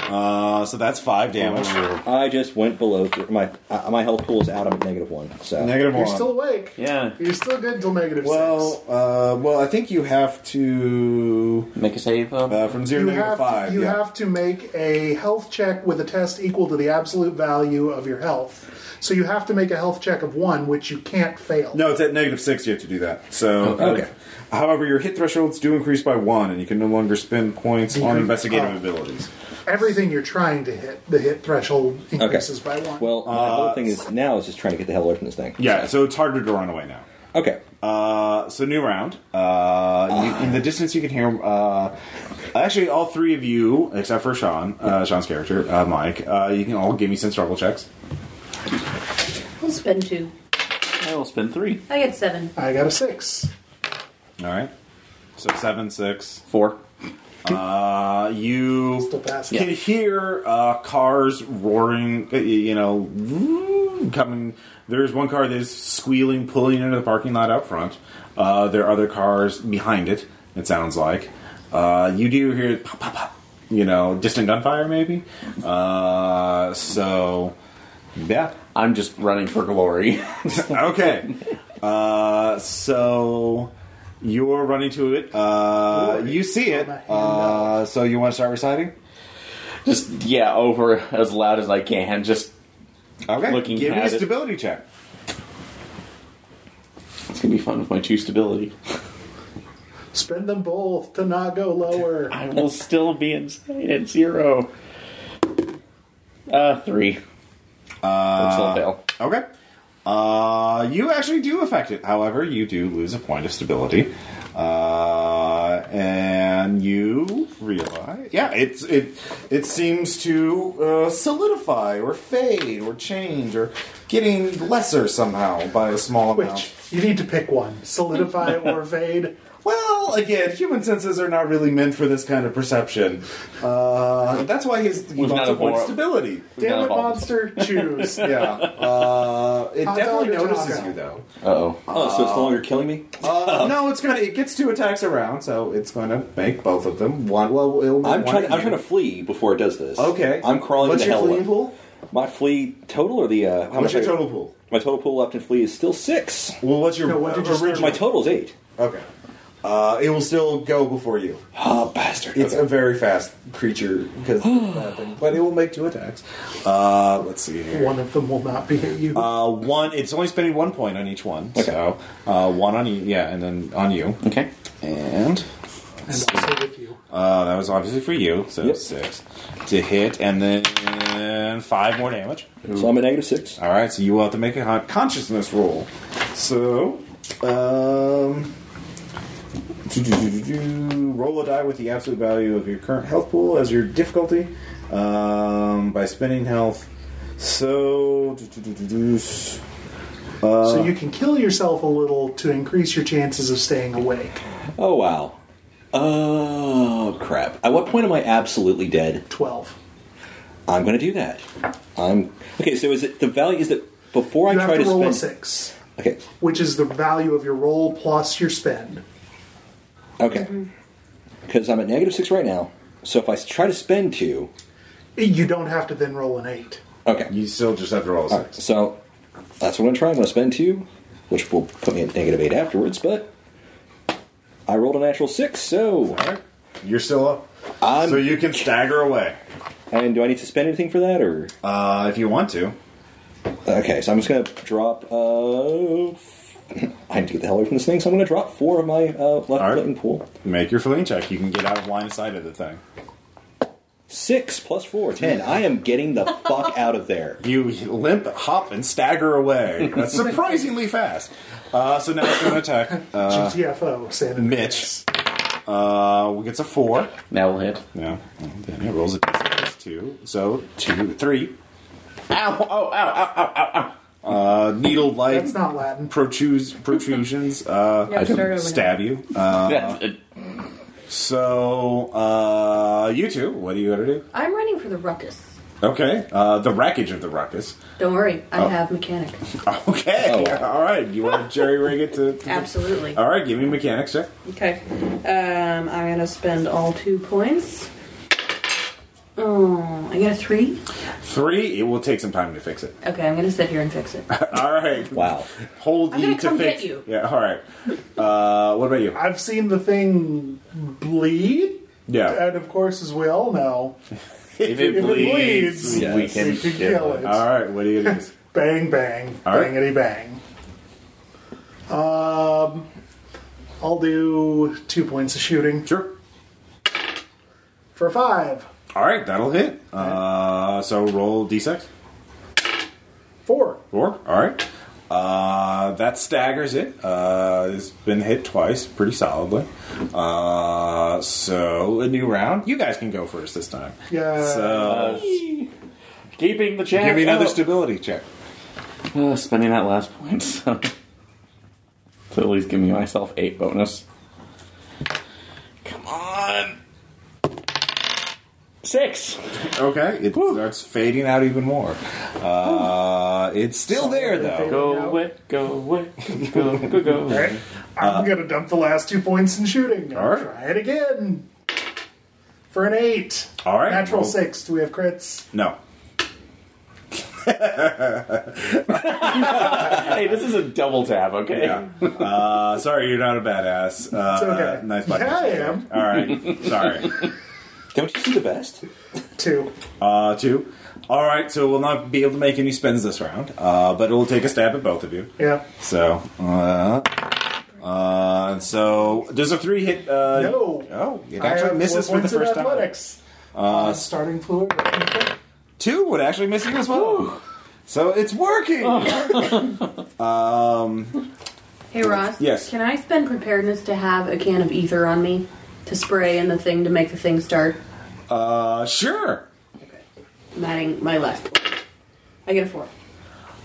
[SPEAKER 1] Uh, so that's five damage.
[SPEAKER 4] Oh,
[SPEAKER 2] I just went below th- my uh, my health pool is out. I'm at negative one. So
[SPEAKER 1] Negative
[SPEAKER 4] You're
[SPEAKER 1] one.
[SPEAKER 4] still awake.
[SPEAKER 3] Yeah.
[SPEAKER 4] You're still good till negative six.
[SPEAKER 1] well, uh, well, I think you have to
[SPEAKER 3] Make a save. Uh,
[SPEAKER 1] uh, from zero
[SPEAKER 4] You
[SPEAKER 1] to negative
[SPEAKER 4] have,
[SPEAKER 1] five.
[SPEAKER 4] you
[SPEAKER 1] yeah.
[SPEAKER 4] have to make a health check with a test equal to the absolute value of your health. So you have to make a health check of one, which you can't fail.
[SPEAKER 1] No, it's at negative six. You have to do that. So,
[SPEAKER 2] Okay.
[SPEAKER 1] uh, however, your hit thresholds do increase by one, and you can no longer spend points on
[SPEAKER 4] Increase-
[SPEAKER 1] investigative
[SPEAKER 4] oh.
[SPEAKER 1] abilities.
[SPEAKER 4] Everything you're trying to hit, the hit threshold increases by one.
[SPEAKER 2] well, my
[SPEAKER 1] uh,
[SPEAKER 2] whole thing is now is just trying to get the hell away from this thing.
[SPEAKER 1] Yeah, so it's harder to run away now.
[SPEAKER 2] Okay.
[SPEAKER 1] Uh, so new round. Uh, you, in the distance, you can hear. Uh, actually, all three of you, except for Sean, uh, Sean's character, uh, Mike. Uh, you can all give me some struggle checks.
[SPEAKER 5] I'll spend two.
[SPEAKER 3] I will spend three.
[SPEAKER 5] I get seven.
[SPEAKER 4] I got a six.
[SPEAKER 1] All right. So seven, six.
[SPEAKER 3] Four.
[SPEAKER 1] Uh, you
[SPEAKER 4] Still passing.
[SPEAKER 1] can hear uh, cars roaring. uh, You know, coming. There's one car that is squealing, pulling into the parking lot out front. Uh, there are other cars behind it. It sounds like uh, you do hear pop, pop, pop. You know, distant gunfire, maybe. Uh, so, yeah.
[SPEAKER 3] I'm just running for glory.
[SPEAKER 1] Okay. Uh, so you're running to it. Uh, you see it. Uh, so you want to start reciting?
[SPEAKER 3] just yeah, over as loud as I can. Just
[SPEAKER 1] Okay.
[SPEAKER 3] Looking
[SPEAKER 1] Give me
[SPEAKER 3] at
[SPEAKER 1] a
[SPEAKER 3] it.
[SPEAKER 1] stability check.
[SPEAKER 3] it's gonna be fun with my two stability.
[SPEAKER 4] Spend them both to not go lower.
[SPEAKER 3] I will still be insane at zero. Uh, three. Uh, still fail.
[SPEAKER 1] Okay. Uh, you actually do affect it. However, you do lose a point of stability. Uh, and you realize, yeah, it's it it seems to uh, solidify or fade or change or getting lesser somehow by a small amount.
[SPEAKER 4] Which you need to pick one: solidify or evade.
[SPEAKER 1] Well, again, human senses are not really meant for this kind of perception. Uh, that's why his he
[SPEAKER 3] Was
[SPEAKER 1] wants
[SPEAKER 3] not
[SPEAKER 1] to
[SPEAKER 3] a
[SPEAKER 1] point
[SPEAKER 3] moral-
[SPEAKER 1] stability.
[SPEAKER 4] Damn
[SPEAKER 3] Not
[SPEAKER 4] it,
[SPEAKER 3] a ball.
[SPEAKER 4] monster! Choose.
[SPEAKER 1] Yeah, uh, it
[SPEAKER 4] Hot
[SPEAKER 1] definitely
[SPEAKER 4] dog or
[SPEAKER 1] notices
[SPEAKER 4] taco?
[SPEAKER 1] you though.
[SPEAKER 3] Uh-oh.
[SPEAKER 2] Oh, so it's no longer killing me.
[SPEAKER 1] Uh, no, it's gonna. It gets two attacks a round, so it's gonna make both of them one. Well, it'll make
[SPEAKER 2] I'm
[SPEAKER 1] one
[SPEAKER 2] trying.
[SPEAKER 1] at
[SPEAKER 2] I'm
[SPEAKER 1] you.
[SPEAKER 2] trying to flee before it does this.
[SPEAKER 1] Okay,
[SPEAKER 2] I'm crawling
[SPEAKER 1] What's
[SPEAKER 2] the
[SPEAKER 1] your
[SPEAKER 2] hell
[SPEAKER 1] fleeing
[SPEAKER 2] up.
[SPEAKER 1] pool?
[SPEAKER 2] My flee total or the uh, how
[SPEAKER 1] What's
[SPEAKER 2] much
[SPEAKER 1] your
[SPEAKER 2] I-
[SPEAKER 1] total pool?
[SPEAKER 2] My total pool left in flee is still six.
[SPEAKER 1] Well, what's your
[SPEAKER 4] No, what did you start
[SPEAKER 1] original?
[SPEAKER 2] My total is eight.
[SPEAKER 1] okay, uh, it will still go before you.
[SPEAKER 2] Oh, bastard.
[SPEAKER 1] It's
[SPEAKER 2] Okay.
[SPEAKER 1] a very fast creature because, but it will make two attacks. Uh, let's see here.
[SPEAKER 4] One of them will not be at you.
[SPEAKER 2] Um,
[SPEAKER 1] Uh, one. It's only spending one point on each one. So uh, one on you. Yeah, and then on you.
[SPEAKER 3] Okay.
[SPEAKER 1] And
[SPEAKER 4] and also with you.
[SPEAKER 1] uh, that was obviously for you. So
[SPEAKER 2] Yep.
[SPEAKER 1] six to hit, and then five more damage.
[SPEAKER 2] so I'm at negative six.
[SPEAKER 1] All right. So you will have to make a con- consciousness roll. So. Um, do-do-do-do-do. roll a die with the absolute value of your current health pool as your difficulty um, by spending health. So, do-do-do-do-do.
[SPEAKER 2] uh,
[SPEAKER 4] so you can kill yourself a little to increase your chances of staying awake.
[SPEAKER 2] Oh wow. Oh crap. At what point am I absolutely dead?
[SPEAKER 4] Twelve.
[SPEAKER 2] I'm gonna do that. I'm okay. So is it the value? Is that before
[SPEAKER 4] You
[SPEAKER 2] I
[SPEAKER 4] have
[SPEAKER 2] try
[SPEAKER 4] to,
[SPEAKER 2] to,
[SPEAKER 4] roll a
[SPEAKER 2] spend?
[SPEAKER 4] six,
[SPEAKER 2] Okay.
[SPEAKER 4] which is the value of your roll plus your spend.
[SPEAKER 2] Okay. Because I'm at negative six right now. So if I s- try to spend two,
[SPEAKER 4] You don't have to then roll an eight.
[SPEAKER 2] okay.
[SPEAKER 1] you still just have to roll a six.
[SPEAKER 2] All right. So that's what I'm gonna try. I'm gonna spend two, which will put me at negative eight afterwards. But I rolled a natural six. So
[SPEAKER 1] All right. You're still up.
[SPEAKER 2] I'm-
[SPEAKER 1] so you can stagger away
[SPEAKER 2] and do I need to spend anything for that or?
[SPEAKER 1] uh, if you want to.
[SPEAKER 2] Okay, so I'm just gonna drop. Uh, I need to get the hell away from this thing, so I'm gonna drop four of my uh, left
[SPEAKER 1] right.
[SPEAKER 2] floating pool.
[SPEAKER 1] Make your fleeing check. You can get out of line of sight of the thing.
[SPEAKER 2] Six plus four, ten. I am getting the fuck out of there.
[SPEAKER 1] You limp, hop, and stagger away. That's surprisingly fast. Uh, so now it's going to attack uh,
[SPEAKER 4] GTFO, San Andreas.
[SPEAKER 1] Mitch. Uh, we gets a four.
[SPEAKER 3] Now we'll hit.
[SPEAKER 1] Yeah. And Then it rolls a d6, two. So two, three.
[SPEAKER 3] Ow! Oh! Ow! Ow! Ow! Ow! ow.
[SPEAKER 1] Uh, needle-like
[SPEAKER 4] That's not Latin.
[SPEAKER 1] protrudes, protrusions uh,
[SPEAKER 5] Yeah, start over
[SPEAKER 1] stab you. Uh,
[SPEAKER 3] That's it.
[SPEAKER 1] so uh, you two, what are you going to do?
[SPEAKER 5] I'm running for the ruckus.
[SPEAKER 1] Okay. Uh, the wreckage of the ruckus.
[SPEAKER 5] Don't worry, I have mechanic.
[SPEAKER 1] Okay.
[SPEAKER 2] Oh, wow.
[SPEAKER 1] All right. You want to jerry rig it to, to-
[SPEAKER 5] Absolutely.
[SPEAKER 1] All right. Give me mechanics check.
[SPEAKER 5] Okay. Um, I'm gonna spend all two points. Oh, I got a three.
[SPEAKER 1] Three, it will take some time to fix it.
[SPEAKER 5] Okay, I'm gonna sit here and fix it.
[SPEAKER 1] All right.
[SPEAKER 2] Wow.
[SPEAKER 1] Hold
[SPEAKER 5] I'm
[SPEAKER 1] you
[SPEAKER 5] gonna
[SPEAKER 1] to
[SPEAKER 5] come
[SPEAKER 1] fix.
[SPEAKER 5] get you.
[SPEAKER 1] Yeah. All right. Uh, what about you?
[SPEAKER 4] I've seen the thing bleed.
[SPEAKER 1] Yeah.
[SPEAKER 4] And of course, as we all know,
[SPEAKER 3] If it
[SPEAKER 4] if
[SPEAKER 3] bleeds,
[SPEAKER 4] it bleeds,
[SPEAKER 3] we
[SPEAKER 4] we
[SPEAKER 3] can
[SPEAKER 4] can
[SPEAKER 3] kill
[SPEAKER 4] kill
[SPEAKER 3] it.
[SPEAKER 4] it.
[SPEAKER 1] All right. What do you use?
[SPEAKER 4] Bang, bang,
[SPEAKER 1] All right.
[SPEAKER 4] bangity bang. Um, I'll do two points of shooting
[SPEAKER 1] Sure.
[SPEAKER 4] for five,
[SPEAKER 1] All right. That'll hit. Uh, so roll d6.
[SPEAKER 4] four.
[SPEAKER 1] Four. All right. Uh, that staggers it. Uh, it's been hit twice, pretty solidly. Uh, so a new round. You guys can go first this time.
[SPEAKER 4] Yeah.
[SPEAKER 1] So
[SPEAKER 3] keeping the chance.
[SPEAKER 1] give me another
[SPEAKER 3] up.
[SPEAKER 1] stability check.
[SPEAKER 3] Uh, spending that last point, so. to at least give me myself eight bonus. Come on! Six!
[SPEAKER 1] Okay, it starts fading out even more. Uh, it's still there though.
[SPEAKER 3] Go away, go away, go, go, go.
[SPEAKER 4] All right.
[SPEAKER 1] Uh,
[SPEAKER 4] I'm gonna dump the last two points in shooting.
[SPEAKER 1] all right.
[SPEAKER 4] Try it again for an eight.
[SPEAKER 1] All right.
[SPEAKER 4] Natural
[SPEAKER 1] Well-
[SPEAKER 4] six. Do we have crits?
[SPEAKER 1] No.
[SPEAKER 3] Hey, this is a double tap, okay?
[SPEAKER 1] Yeah. Uh, sorry, you're not a badass. Uh,
[SPEAKER 4] It's okay.
[SPEAKER 1] Nice button.
[SPEAKER 4] yeah, I am.
[SPEAKER 1] All right. Sorry.
[SPEAKER 2] Don't you see the vest?
[SPEAKER 4] Two.
[SPEAKER 1] Uh, two. All right. So we'll not be able to make any spins this round, uh, but it will take a stab at both of you.
[SPEAKER 4] Yeah.
[SPEAKER 1] So. Uh, uh, so does a three hit? Uh,
[SPEAKER 4] No.
[SPEAKER 1] Oh, it
[SPEAKER 4] I have
[SPEAKER 1] actually misses
[SPEAKER 4] four
[SPEAKER 1] for the
[SPEAKER 4] points in
[SPEAKER 1] first time.
[SPEAKER 4] athletics. Uh, starting fluid.
[SPEAKER 1] Two would actually miss you as well. So it's working.
[SPEAKER 5] Hey Ross.
[SPEAKER 1] Yes.
[SPEAKER 5] Can I spend preparedness to have a can of ether on me to spray in the thing to make the thing start?
[SPEAKER 1] Uh, sure.
[SPEAKER 5] I'm adding my last. point. I get a four.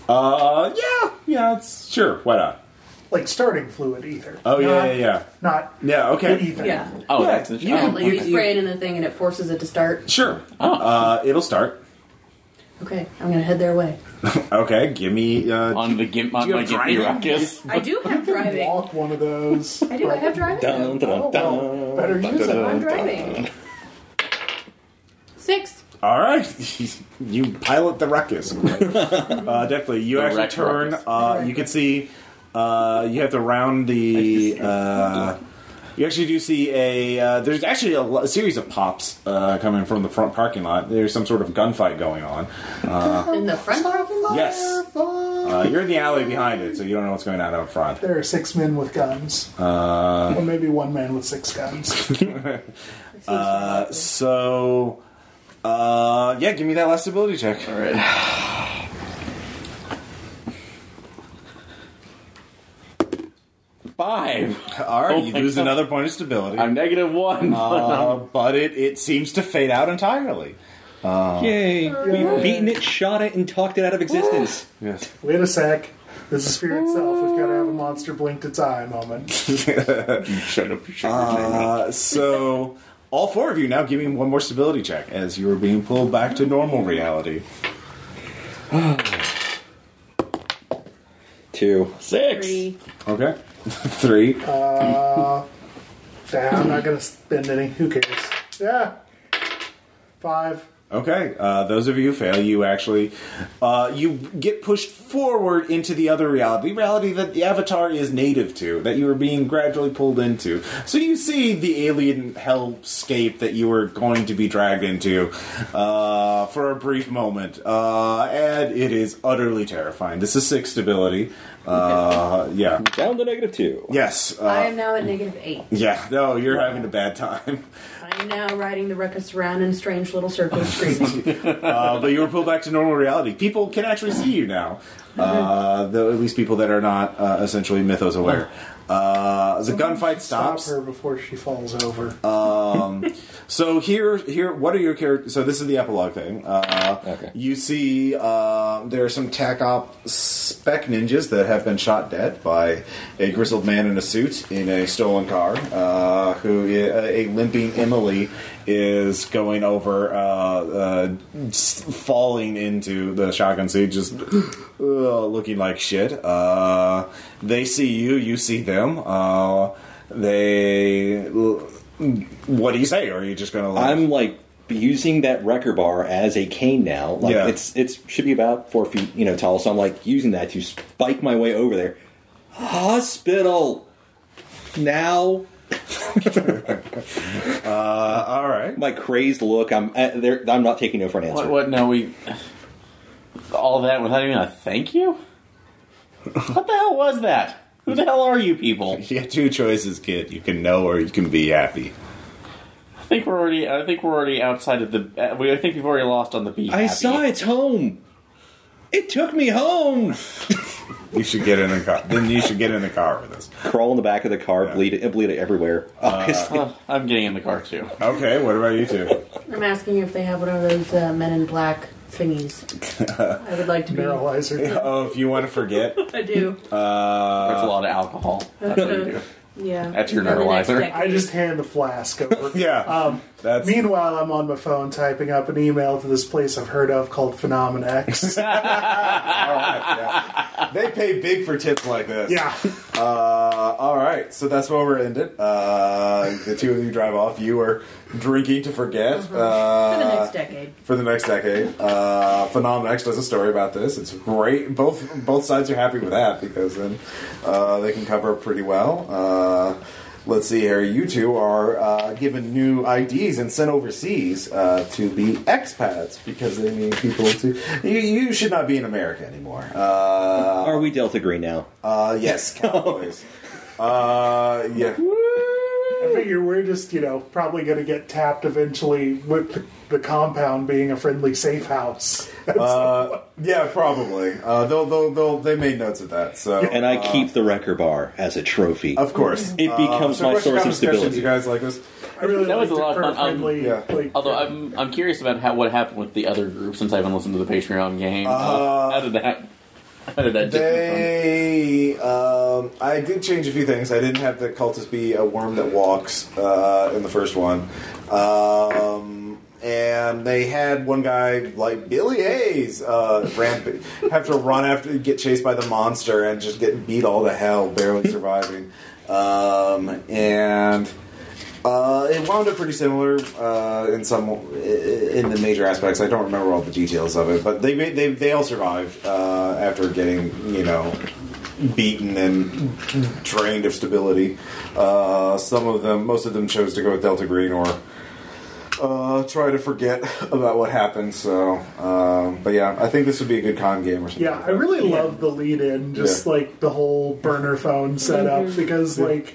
[SPEAKER 1] Uh, yeah, yeah, it's sure. Why not?
[SPEAKER 4] Like starting fluid either.
[SPEAKER 1] Oh yeah,
[SPEAKER 4] Not-
[SPEAKER 1] yeah, yeah.
[SPEAKER 4] Not
[SPEAKER 1] Yeah, okay.
[SPEAKER 4] either.
[SPEAKER 5] Yeah.
[SPEAKER 3] Oh,
[SPEAKER 1] Yeah,
[SPEAKER 3] that's the
[SPEAKER 1] you
[SPEAKER 5] Yeah,
[SPEAKER 1] can-
[SPEAKER 5] like you spray it in the thing and it forces it to start.
[SPEAKER 1] Sure.
[SPEAKER 3] Oh.
[SPEAKER 1] Uh, it'll start.
[SPEAKER 5] Okay, I'm gonna head their way.
[SPEAKER 1] Okay, give me. Uh,
[SPEAKER 3] On the gimp, on
[SPEAKER 1] you
[SPEAKER 3] my
[SPEAKER 1] have
[SPEAKER 3] gimpy
[SPEAKER 1] driving?
[SPEAKER 3] ruckus.
[SPEAKER 5] I do have driving.
[SPEAKER 4] Walk one of those.
[SPEAKER 5] I do. I have driving.
[SPEAKER 2] Dun, dun, dun, dun.
[SPEAKER 4] Well, better use it.
[SPEAKER 5] I'm driving. Six.
[SPEAKER 1] all right, you pilot the ruckus. uh, definitely, you
[SPEAKER 3] The
[SPEAKER 1] actually
[SPEAKER 3] wreck
[SPEAKER 1] turn.
[SPEAKER 3] ruckus.
[SPEAKER 1] Uh, you can see. Uh, you have to round the. Uh, you actually do see a. Uh, there's actually a, lo- a series of pops uh, coming from the front parking lot. There's some sort of gunfight going on.
[SPEAKER 5] In the front.
[SPEAKER 1] Yes. Uh, you're in the alley behind it, so you don't know what's going on out front.
[SPEAKER 4] There are six men with guns. Uh, or maybe one man with six guns.
[SPEAKER 1] Uh, so, uh, yeah, give me that last ability check.
[SPEAKER 3] Alright. Five!
[SPEAKER 1] All right, you
[SPEAKER 3] my
[SPEAKER 1] lose
[SPEAKER 3] God.
[SPEAKER 1] another point of stability,
[SPEAKER 3] I'm negative one.
[SPEAKER 1] uh, but it, it seems to fade out entirely.
[SPEAKER 2] Yay. We've beaten it, shot it, and talked it out of existence.
[SPEAKER 1] Yes.
[SPEAKER 4] Wait a sec. This is fear itself. We've got to have a monster blinked its eye moment.
[SPEAKER 3] shut up, shut
[SPEAKER 1] Uh, so, all four of you now give me one more stability check as you are being pulled back to normal reality.
[SPEAKER 2] Two.
[SPEAKER 3] Six!
[SPEAKER 5] Three.
[SPEAKER 1] Okay, three.
[SPEAKER 4] Nah, I'm not going to spend any. Who cares? Yeah. Five.
[SPEAKER 1] Okay, uh, those of you who fail, you actually uh, you get pushed forward into the other reality, reality that the avatar is native to, that you are being gradually pulled into. So you see the alien hellscape that you were going to be dragged into uh, for a brief moment, uh, and it is utterly terrifying. This is six stability. Uh, yeah.
[SPEAKER 2] Down to negative two.
[SPEAKER 1] Yes.
[SPEAKER 5] I
[SPEAKER 1] Uh,
[SPEAKER 5] am now at negative eight.
[SPEAKER 1] yeah. No, you're having a bad time.
[SPEAKER 5] I'm now riding the ruckus around in strange little circles, screaming.
[SPEAKER 1] uh, but you were pulled back to normal reality. People can actually see you now, uh, though at least people that are not uh, essentially mythos aware. Uh, the gunfight
[SPEAKER 4] Stop
[SPEAKER 1] stops. Um,
[SPEAKER 4] her before she falls over.
[SPEAKER 1] So here, here, what are your characters? So this is the epilogue thing. Uh,
[SPEAKER 2] Okay.
[SPEAKER 1] You see, uh, there are some tac op spec ninjas that have been shot dead by a grizzled man in a suit in a stolen car. Uh, who uh, a limping Emily is going over, uh, uh, s- falling into the shotgun seat, just uh, looking like shit. Uh, they see you, you see them. Uh, they. What do you say? Or are you just going to?
[SPEAKER 2] I'm like using that wrecker bar as a cane now. Like
[SPEAKER 1] Yeah.
[SPEAKER 2] it's it's should be about four feet, you know, tall. So I'm like using that to spike my way over there. Hospital now.
[SPEAKER 1] Uh, all right.
[SPEAKER 2] My crazed look. I'm uh, there. I'm not taking no for an answer.
[SPEAKER 3] What? What? No, we all that without even a thank you. What the hell was that? Who the hell are you people?
[SPEAKER 1] You got two choices, kid. You can know or you can be happy.
[SPEAKER 3] I think we're already. I think we're already outside of the. Uh, we, I think we've already lost on the beat.
[SPEAKER 2] I
[SPEAKER 3] happy.
[SPEAKER 2] saw its home. It took me home.
[SPEAKER 1] You should get in the car. then you should get in the car with us.
[SPEAKER 2] Crawl in the back of the car,
[SPEAKER 1] Yeah. Uh,
[SPEAKER 2] bleed it, bleed it everywhere. Obviously.
[SPEAKER 3] Oh, I'm getting in the car too.
[SPEAKER 1] Okay. What about you two?
[SPEAKER 5] I'm asking if they have one of those uh, Men in Black thingies. I would like to be.
[SPEAKER 4] Neuralizer.
[SPEAKER 1] Oh, if you want to forget,
[SPEAKER 5] I do.
[SPEAKER 3] That's a
[SPEAKER 1] uh,
[SPEAKER 3] lot of alcohol. That's what you do.
[SPEAKER 5] Yeah.
[SPEAKER 3] That's your
[SPEAKER 5] For the next
[SPEAKER 3] neuralizer.
[SPEAKER 5] decade.
[SPEAKER 4] I just hand the flask over.
[SPEAKER 1] yeah.
[SPEAKER 4] Um,
[SPEAKER 1] that's
[SPEAKER 4] Meanwhile, I'm on my phone typing up an email to this place I've heard of called Phenomena X.
[SPEAKER 1] all right. Yeah. They pay big for tips like this.
[SPEAKER 4] yeah.
[SPEAKER 1] Uh, all right, so that's where we're ended. Uh, the two of you drive off. You are drinking to forget uh,
[SPEAKER 5] Uh-huh. For the next decade.
[SPEAKER 1] for the next decade. Uh, Phenomenon X does a story about this. It's great. Both both sides are happy with that because then uh, they can cover it pretty well. Uh, let's see here. You two are uh, given new IDs and sent overseas uh, to be expats because they need people to. You, you should not be in America anymore. Uh,
[SPEAKER 2] Are we Delta Green now?
[SPEAKER 1] uh, yes, Cowboys. uh, yeah.
[SPEAKER 4] I figure we're just, you know, probably going to get tapped eventually with the, the compound being a friendly safe house.
[SPEAKER 1] Uh, yeah, probably. Uh, they'll, they'll, they'll, they made notes of that. So,
[SPEAKER 2] And I keep the wrecker bar as a trophy.
[SPEAKER 1] uh, of course,
[SPEAKER 2] It becomes
[SPEAKER 1] question,
[SPEAKER 2] my source of
[SPEAKER 1] comments, questions,
[SPEAKER 2] stability.
[SPEAKER 1] You guys like this?
[SPEAKER 4] I really
[SPEAKER 3] That was
[SPEAKER 4] liked
[SPEAKER 3] a lot
[SPEAKER 4] it for
[SPEAKER 3] of
[SPEAKER 4] a
[SPEAKER 3] fun. Um,
[SPEAKER 4] friendly,
[SPEAKER 1] yeah.
[SPEAKER 4] like,
[SPEAKER 3] Although I'm, I'm curious about how what happened with the other group since I haven't listened to the Patreon game. Uh,
[SPEAKER 1] Uh,
[SPEAKER 3] how did that? How did that? differ from-
[SPEAKER 1] They, um, I did change a few things. I didn't have the cultist be a worm that walks uh, in the first one, um, and they had one guy like Billy Hayes uh, ramp have to run after get chased by the monster and just get beat all to hell, barely surviving, um, and. Uh, it wound up pretty similar uh, in some in the major aspects. I don't remember all the details of it, but they they they all survived uh, after getting you know beaten and drained of stability. Uh, some of them, most of them, chose to go with Delta Green or uh, try to forget about what happened. So, um, but yeah, I think this would be a good con game or something.
[SPEAKER 4] Yeah,
[SPEAKER 1] like
[SPEAKER 4] I
[SPEAKER 1] that.
[SPEAKER 4] really love the lead in, just
[SPEAKER 1] Yeah.
[SPEAKER 4] like the whole burner phone setup,
[SPEAKER 5] Mm-hmm.
[SPEAKER 4] because like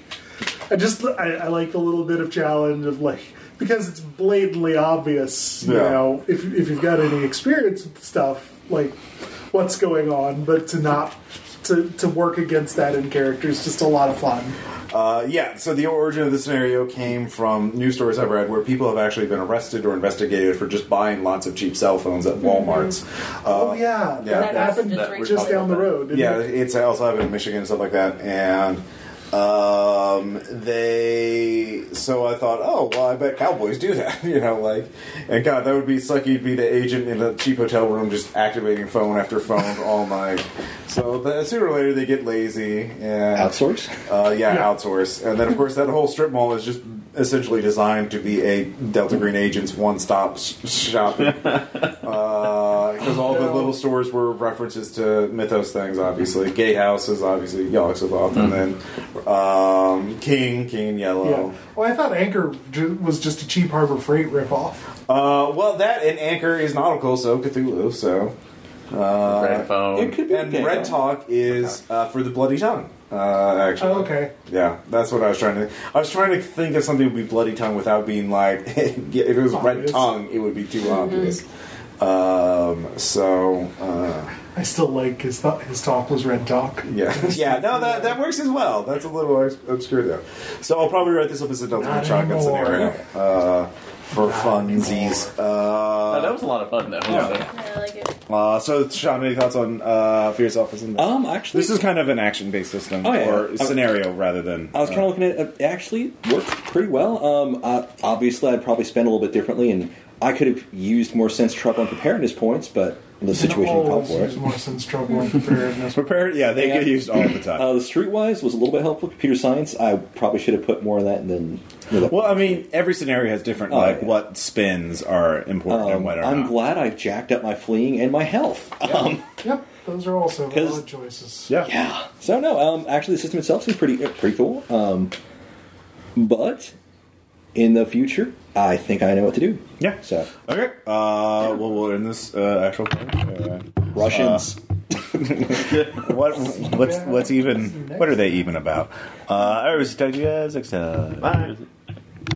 [SPEAKER 4] I just I, I like the little bit of challenge of like because it's blatantly obvious, you
[SPEAKER 1] Yeah.
[SPEAKER 4] know, if if you've got any experience with stuff, like what's going on, but to not to to work against that in character is just a lot of fun.
[SPEAKER 1] Uh, yeah, so the origin of the scenario came from news stories I've read where people have actually been arrested or investigated for just buying lots of cheap cell phones at Walmart's.
[SPEAKER 4] oh
[SPEAKER 1] Uh,
[SPEAKER 4] yeah,
[SPEAKER 1] yeah,
[SPEAKER 4] that
[SPEAKER 1] that's-
[SPEAKER 4] happened
[SPEAKER 5] that we're
[SPEAKER 4] just
[SPEAKER 5] talking
[SPEAKER 4] down the
[SPEAKER 5] about.
[SPEAKER 4] road. didn't
[SPEAKER 1] yeah,
[SPEAKER 4] it?
[SPEAKER 1] it's I also happened in Michigan and stuff like that. And um, they, so I thought, oh well, I bet cowboys do that, you know, like, and God, that would be sucky to be the agent in a cheap hotel room just activating phone after phone all night. So that, sooner or later they get lazy and
[SPEAKER 2] Outsource?
[SPEAKER 1] uh, yeah, outsource. And then, of course, that whole strip mall is just essentially designed to be a Delta Green agent's one stop sh- shopping. Because Uh, all the little stores were references to Mythos things, obviously. Gay House is obviously Yogg-Sothoth, and then um, King, King in Yellow.
[SPEAKER 4] Yeah. Well, I thought Anchor ju- was just a cheap Harbor Freight ripoff.
[SPEAKER 1] Uh, well, that and Anchor is nautical, so Cthulhu, so. Uh,
[SPEAKER 3] Red phone.
[SPEAKER 2] It could be
[SPEAKER 1] and
[SPEAKER 2] Gay
[SPEAKER 1] Red
[SPEAKER 2] House.
[SPEAKER 1] Talk is uh, for the Bloody Tongue. Uh, actually.
[SPEAKER 4] Oh, okay.
[SPEAKER 1] Yeah, that's what I was trying to. I was trying to think of something that would be bloody tongue without being like, yeah, if it was red
[SPEAKER 4] Obvious.
[SPEAKER 1] tongue, it would be
[SPEAKER 2] Mm-hmm.
[SPEAKER 1] too obvious. Um, so uh,
[SPEAKER 4] I still like his th- his talk was red talk.
[SPEAKER 1] yeah, yeah. No, that that works as well. That's a little obs- obscure though. So I'll probably write this up as a double
[SPEAKER 4] Not
[SPEAKER 1] shotgun
[SPEAKER 4] anymore.
[SPEAKER 1] scenario uh, for funsies.
[SPEAKER 3] Oh, that
[SPEAKER 1] Uh,
[SPEAKER 3] was a lot of fun though.
[SPEAKER 1] Yeah.
[SPEAKER 5] I like it.
[SPEAKER 1] uh, so Sean, any thoughts on uh, for yourself? Isn't
[SPEAKER 2] Um, actually,
[SPEAKER 1] this is kind of an action-based system
[SPEAKER 2] Oh, yeah.
[SPEAKER 1] or scenario rather than.
[SPEAKER 2] I was kind
[SPEAKER 1] uh,
[SPEAKER 2] of looking at it actually worked pretty well. Um, uh, obviously, I'd probably spend a little bit differently, and I could have used more sense trouble and preparedness points, but the situation you called
[SPEAKER 4] always
[SPEAKER 2] for.
[SPEAKER 4] use Morrison's trouble and preparedness.
[SPEAKER 1] Prepared, yeah, they get
[SPEAKER 2] Yeah.
[SPEAKER 1] used all the time.
[SPEAKER 2] Uh, the streetwise was a little bit helpful. Computer science, I probably should have put more of that. And then,
[SPEAKER 1] well, I mean, every scenario has different,
[SPEAKER 2] Oh,
[SPEAKER 1] like,
[SPEAKER 2] yeah.
[SPEAKER 1] what spins are important and
[SPEAKER 2] um,
[SPEAKER 1] what are
[SPEAKER 2] I'm
[SPEAKER 1] not.
[SPEAKER 2] glad I jacked up my fleeing and my health. Um,
[SPEAKER 4] Yep, those are also
[SPEAKER 2] 'Cause-
[SPEAKER 4] valid choices.
[SPEAKER 1] Yeah.
[SPEAKER 2] yeah. So no, um, actually, the system itself is pretty uh, pretty cool. Um, but in the future, I think I know what to do.
[SPEAKER 1] Yeah.
[SPEAKER 2] So
[SPEAKER 1] Okay. Uh, well, we're in this uh, actual. Uh,
[SPEAKER 2] Russians.
[SPEAKER 1] what what's what's even? What are they even about? Uh, I always tell you guys next time.
[SPEAKER 3] Bye.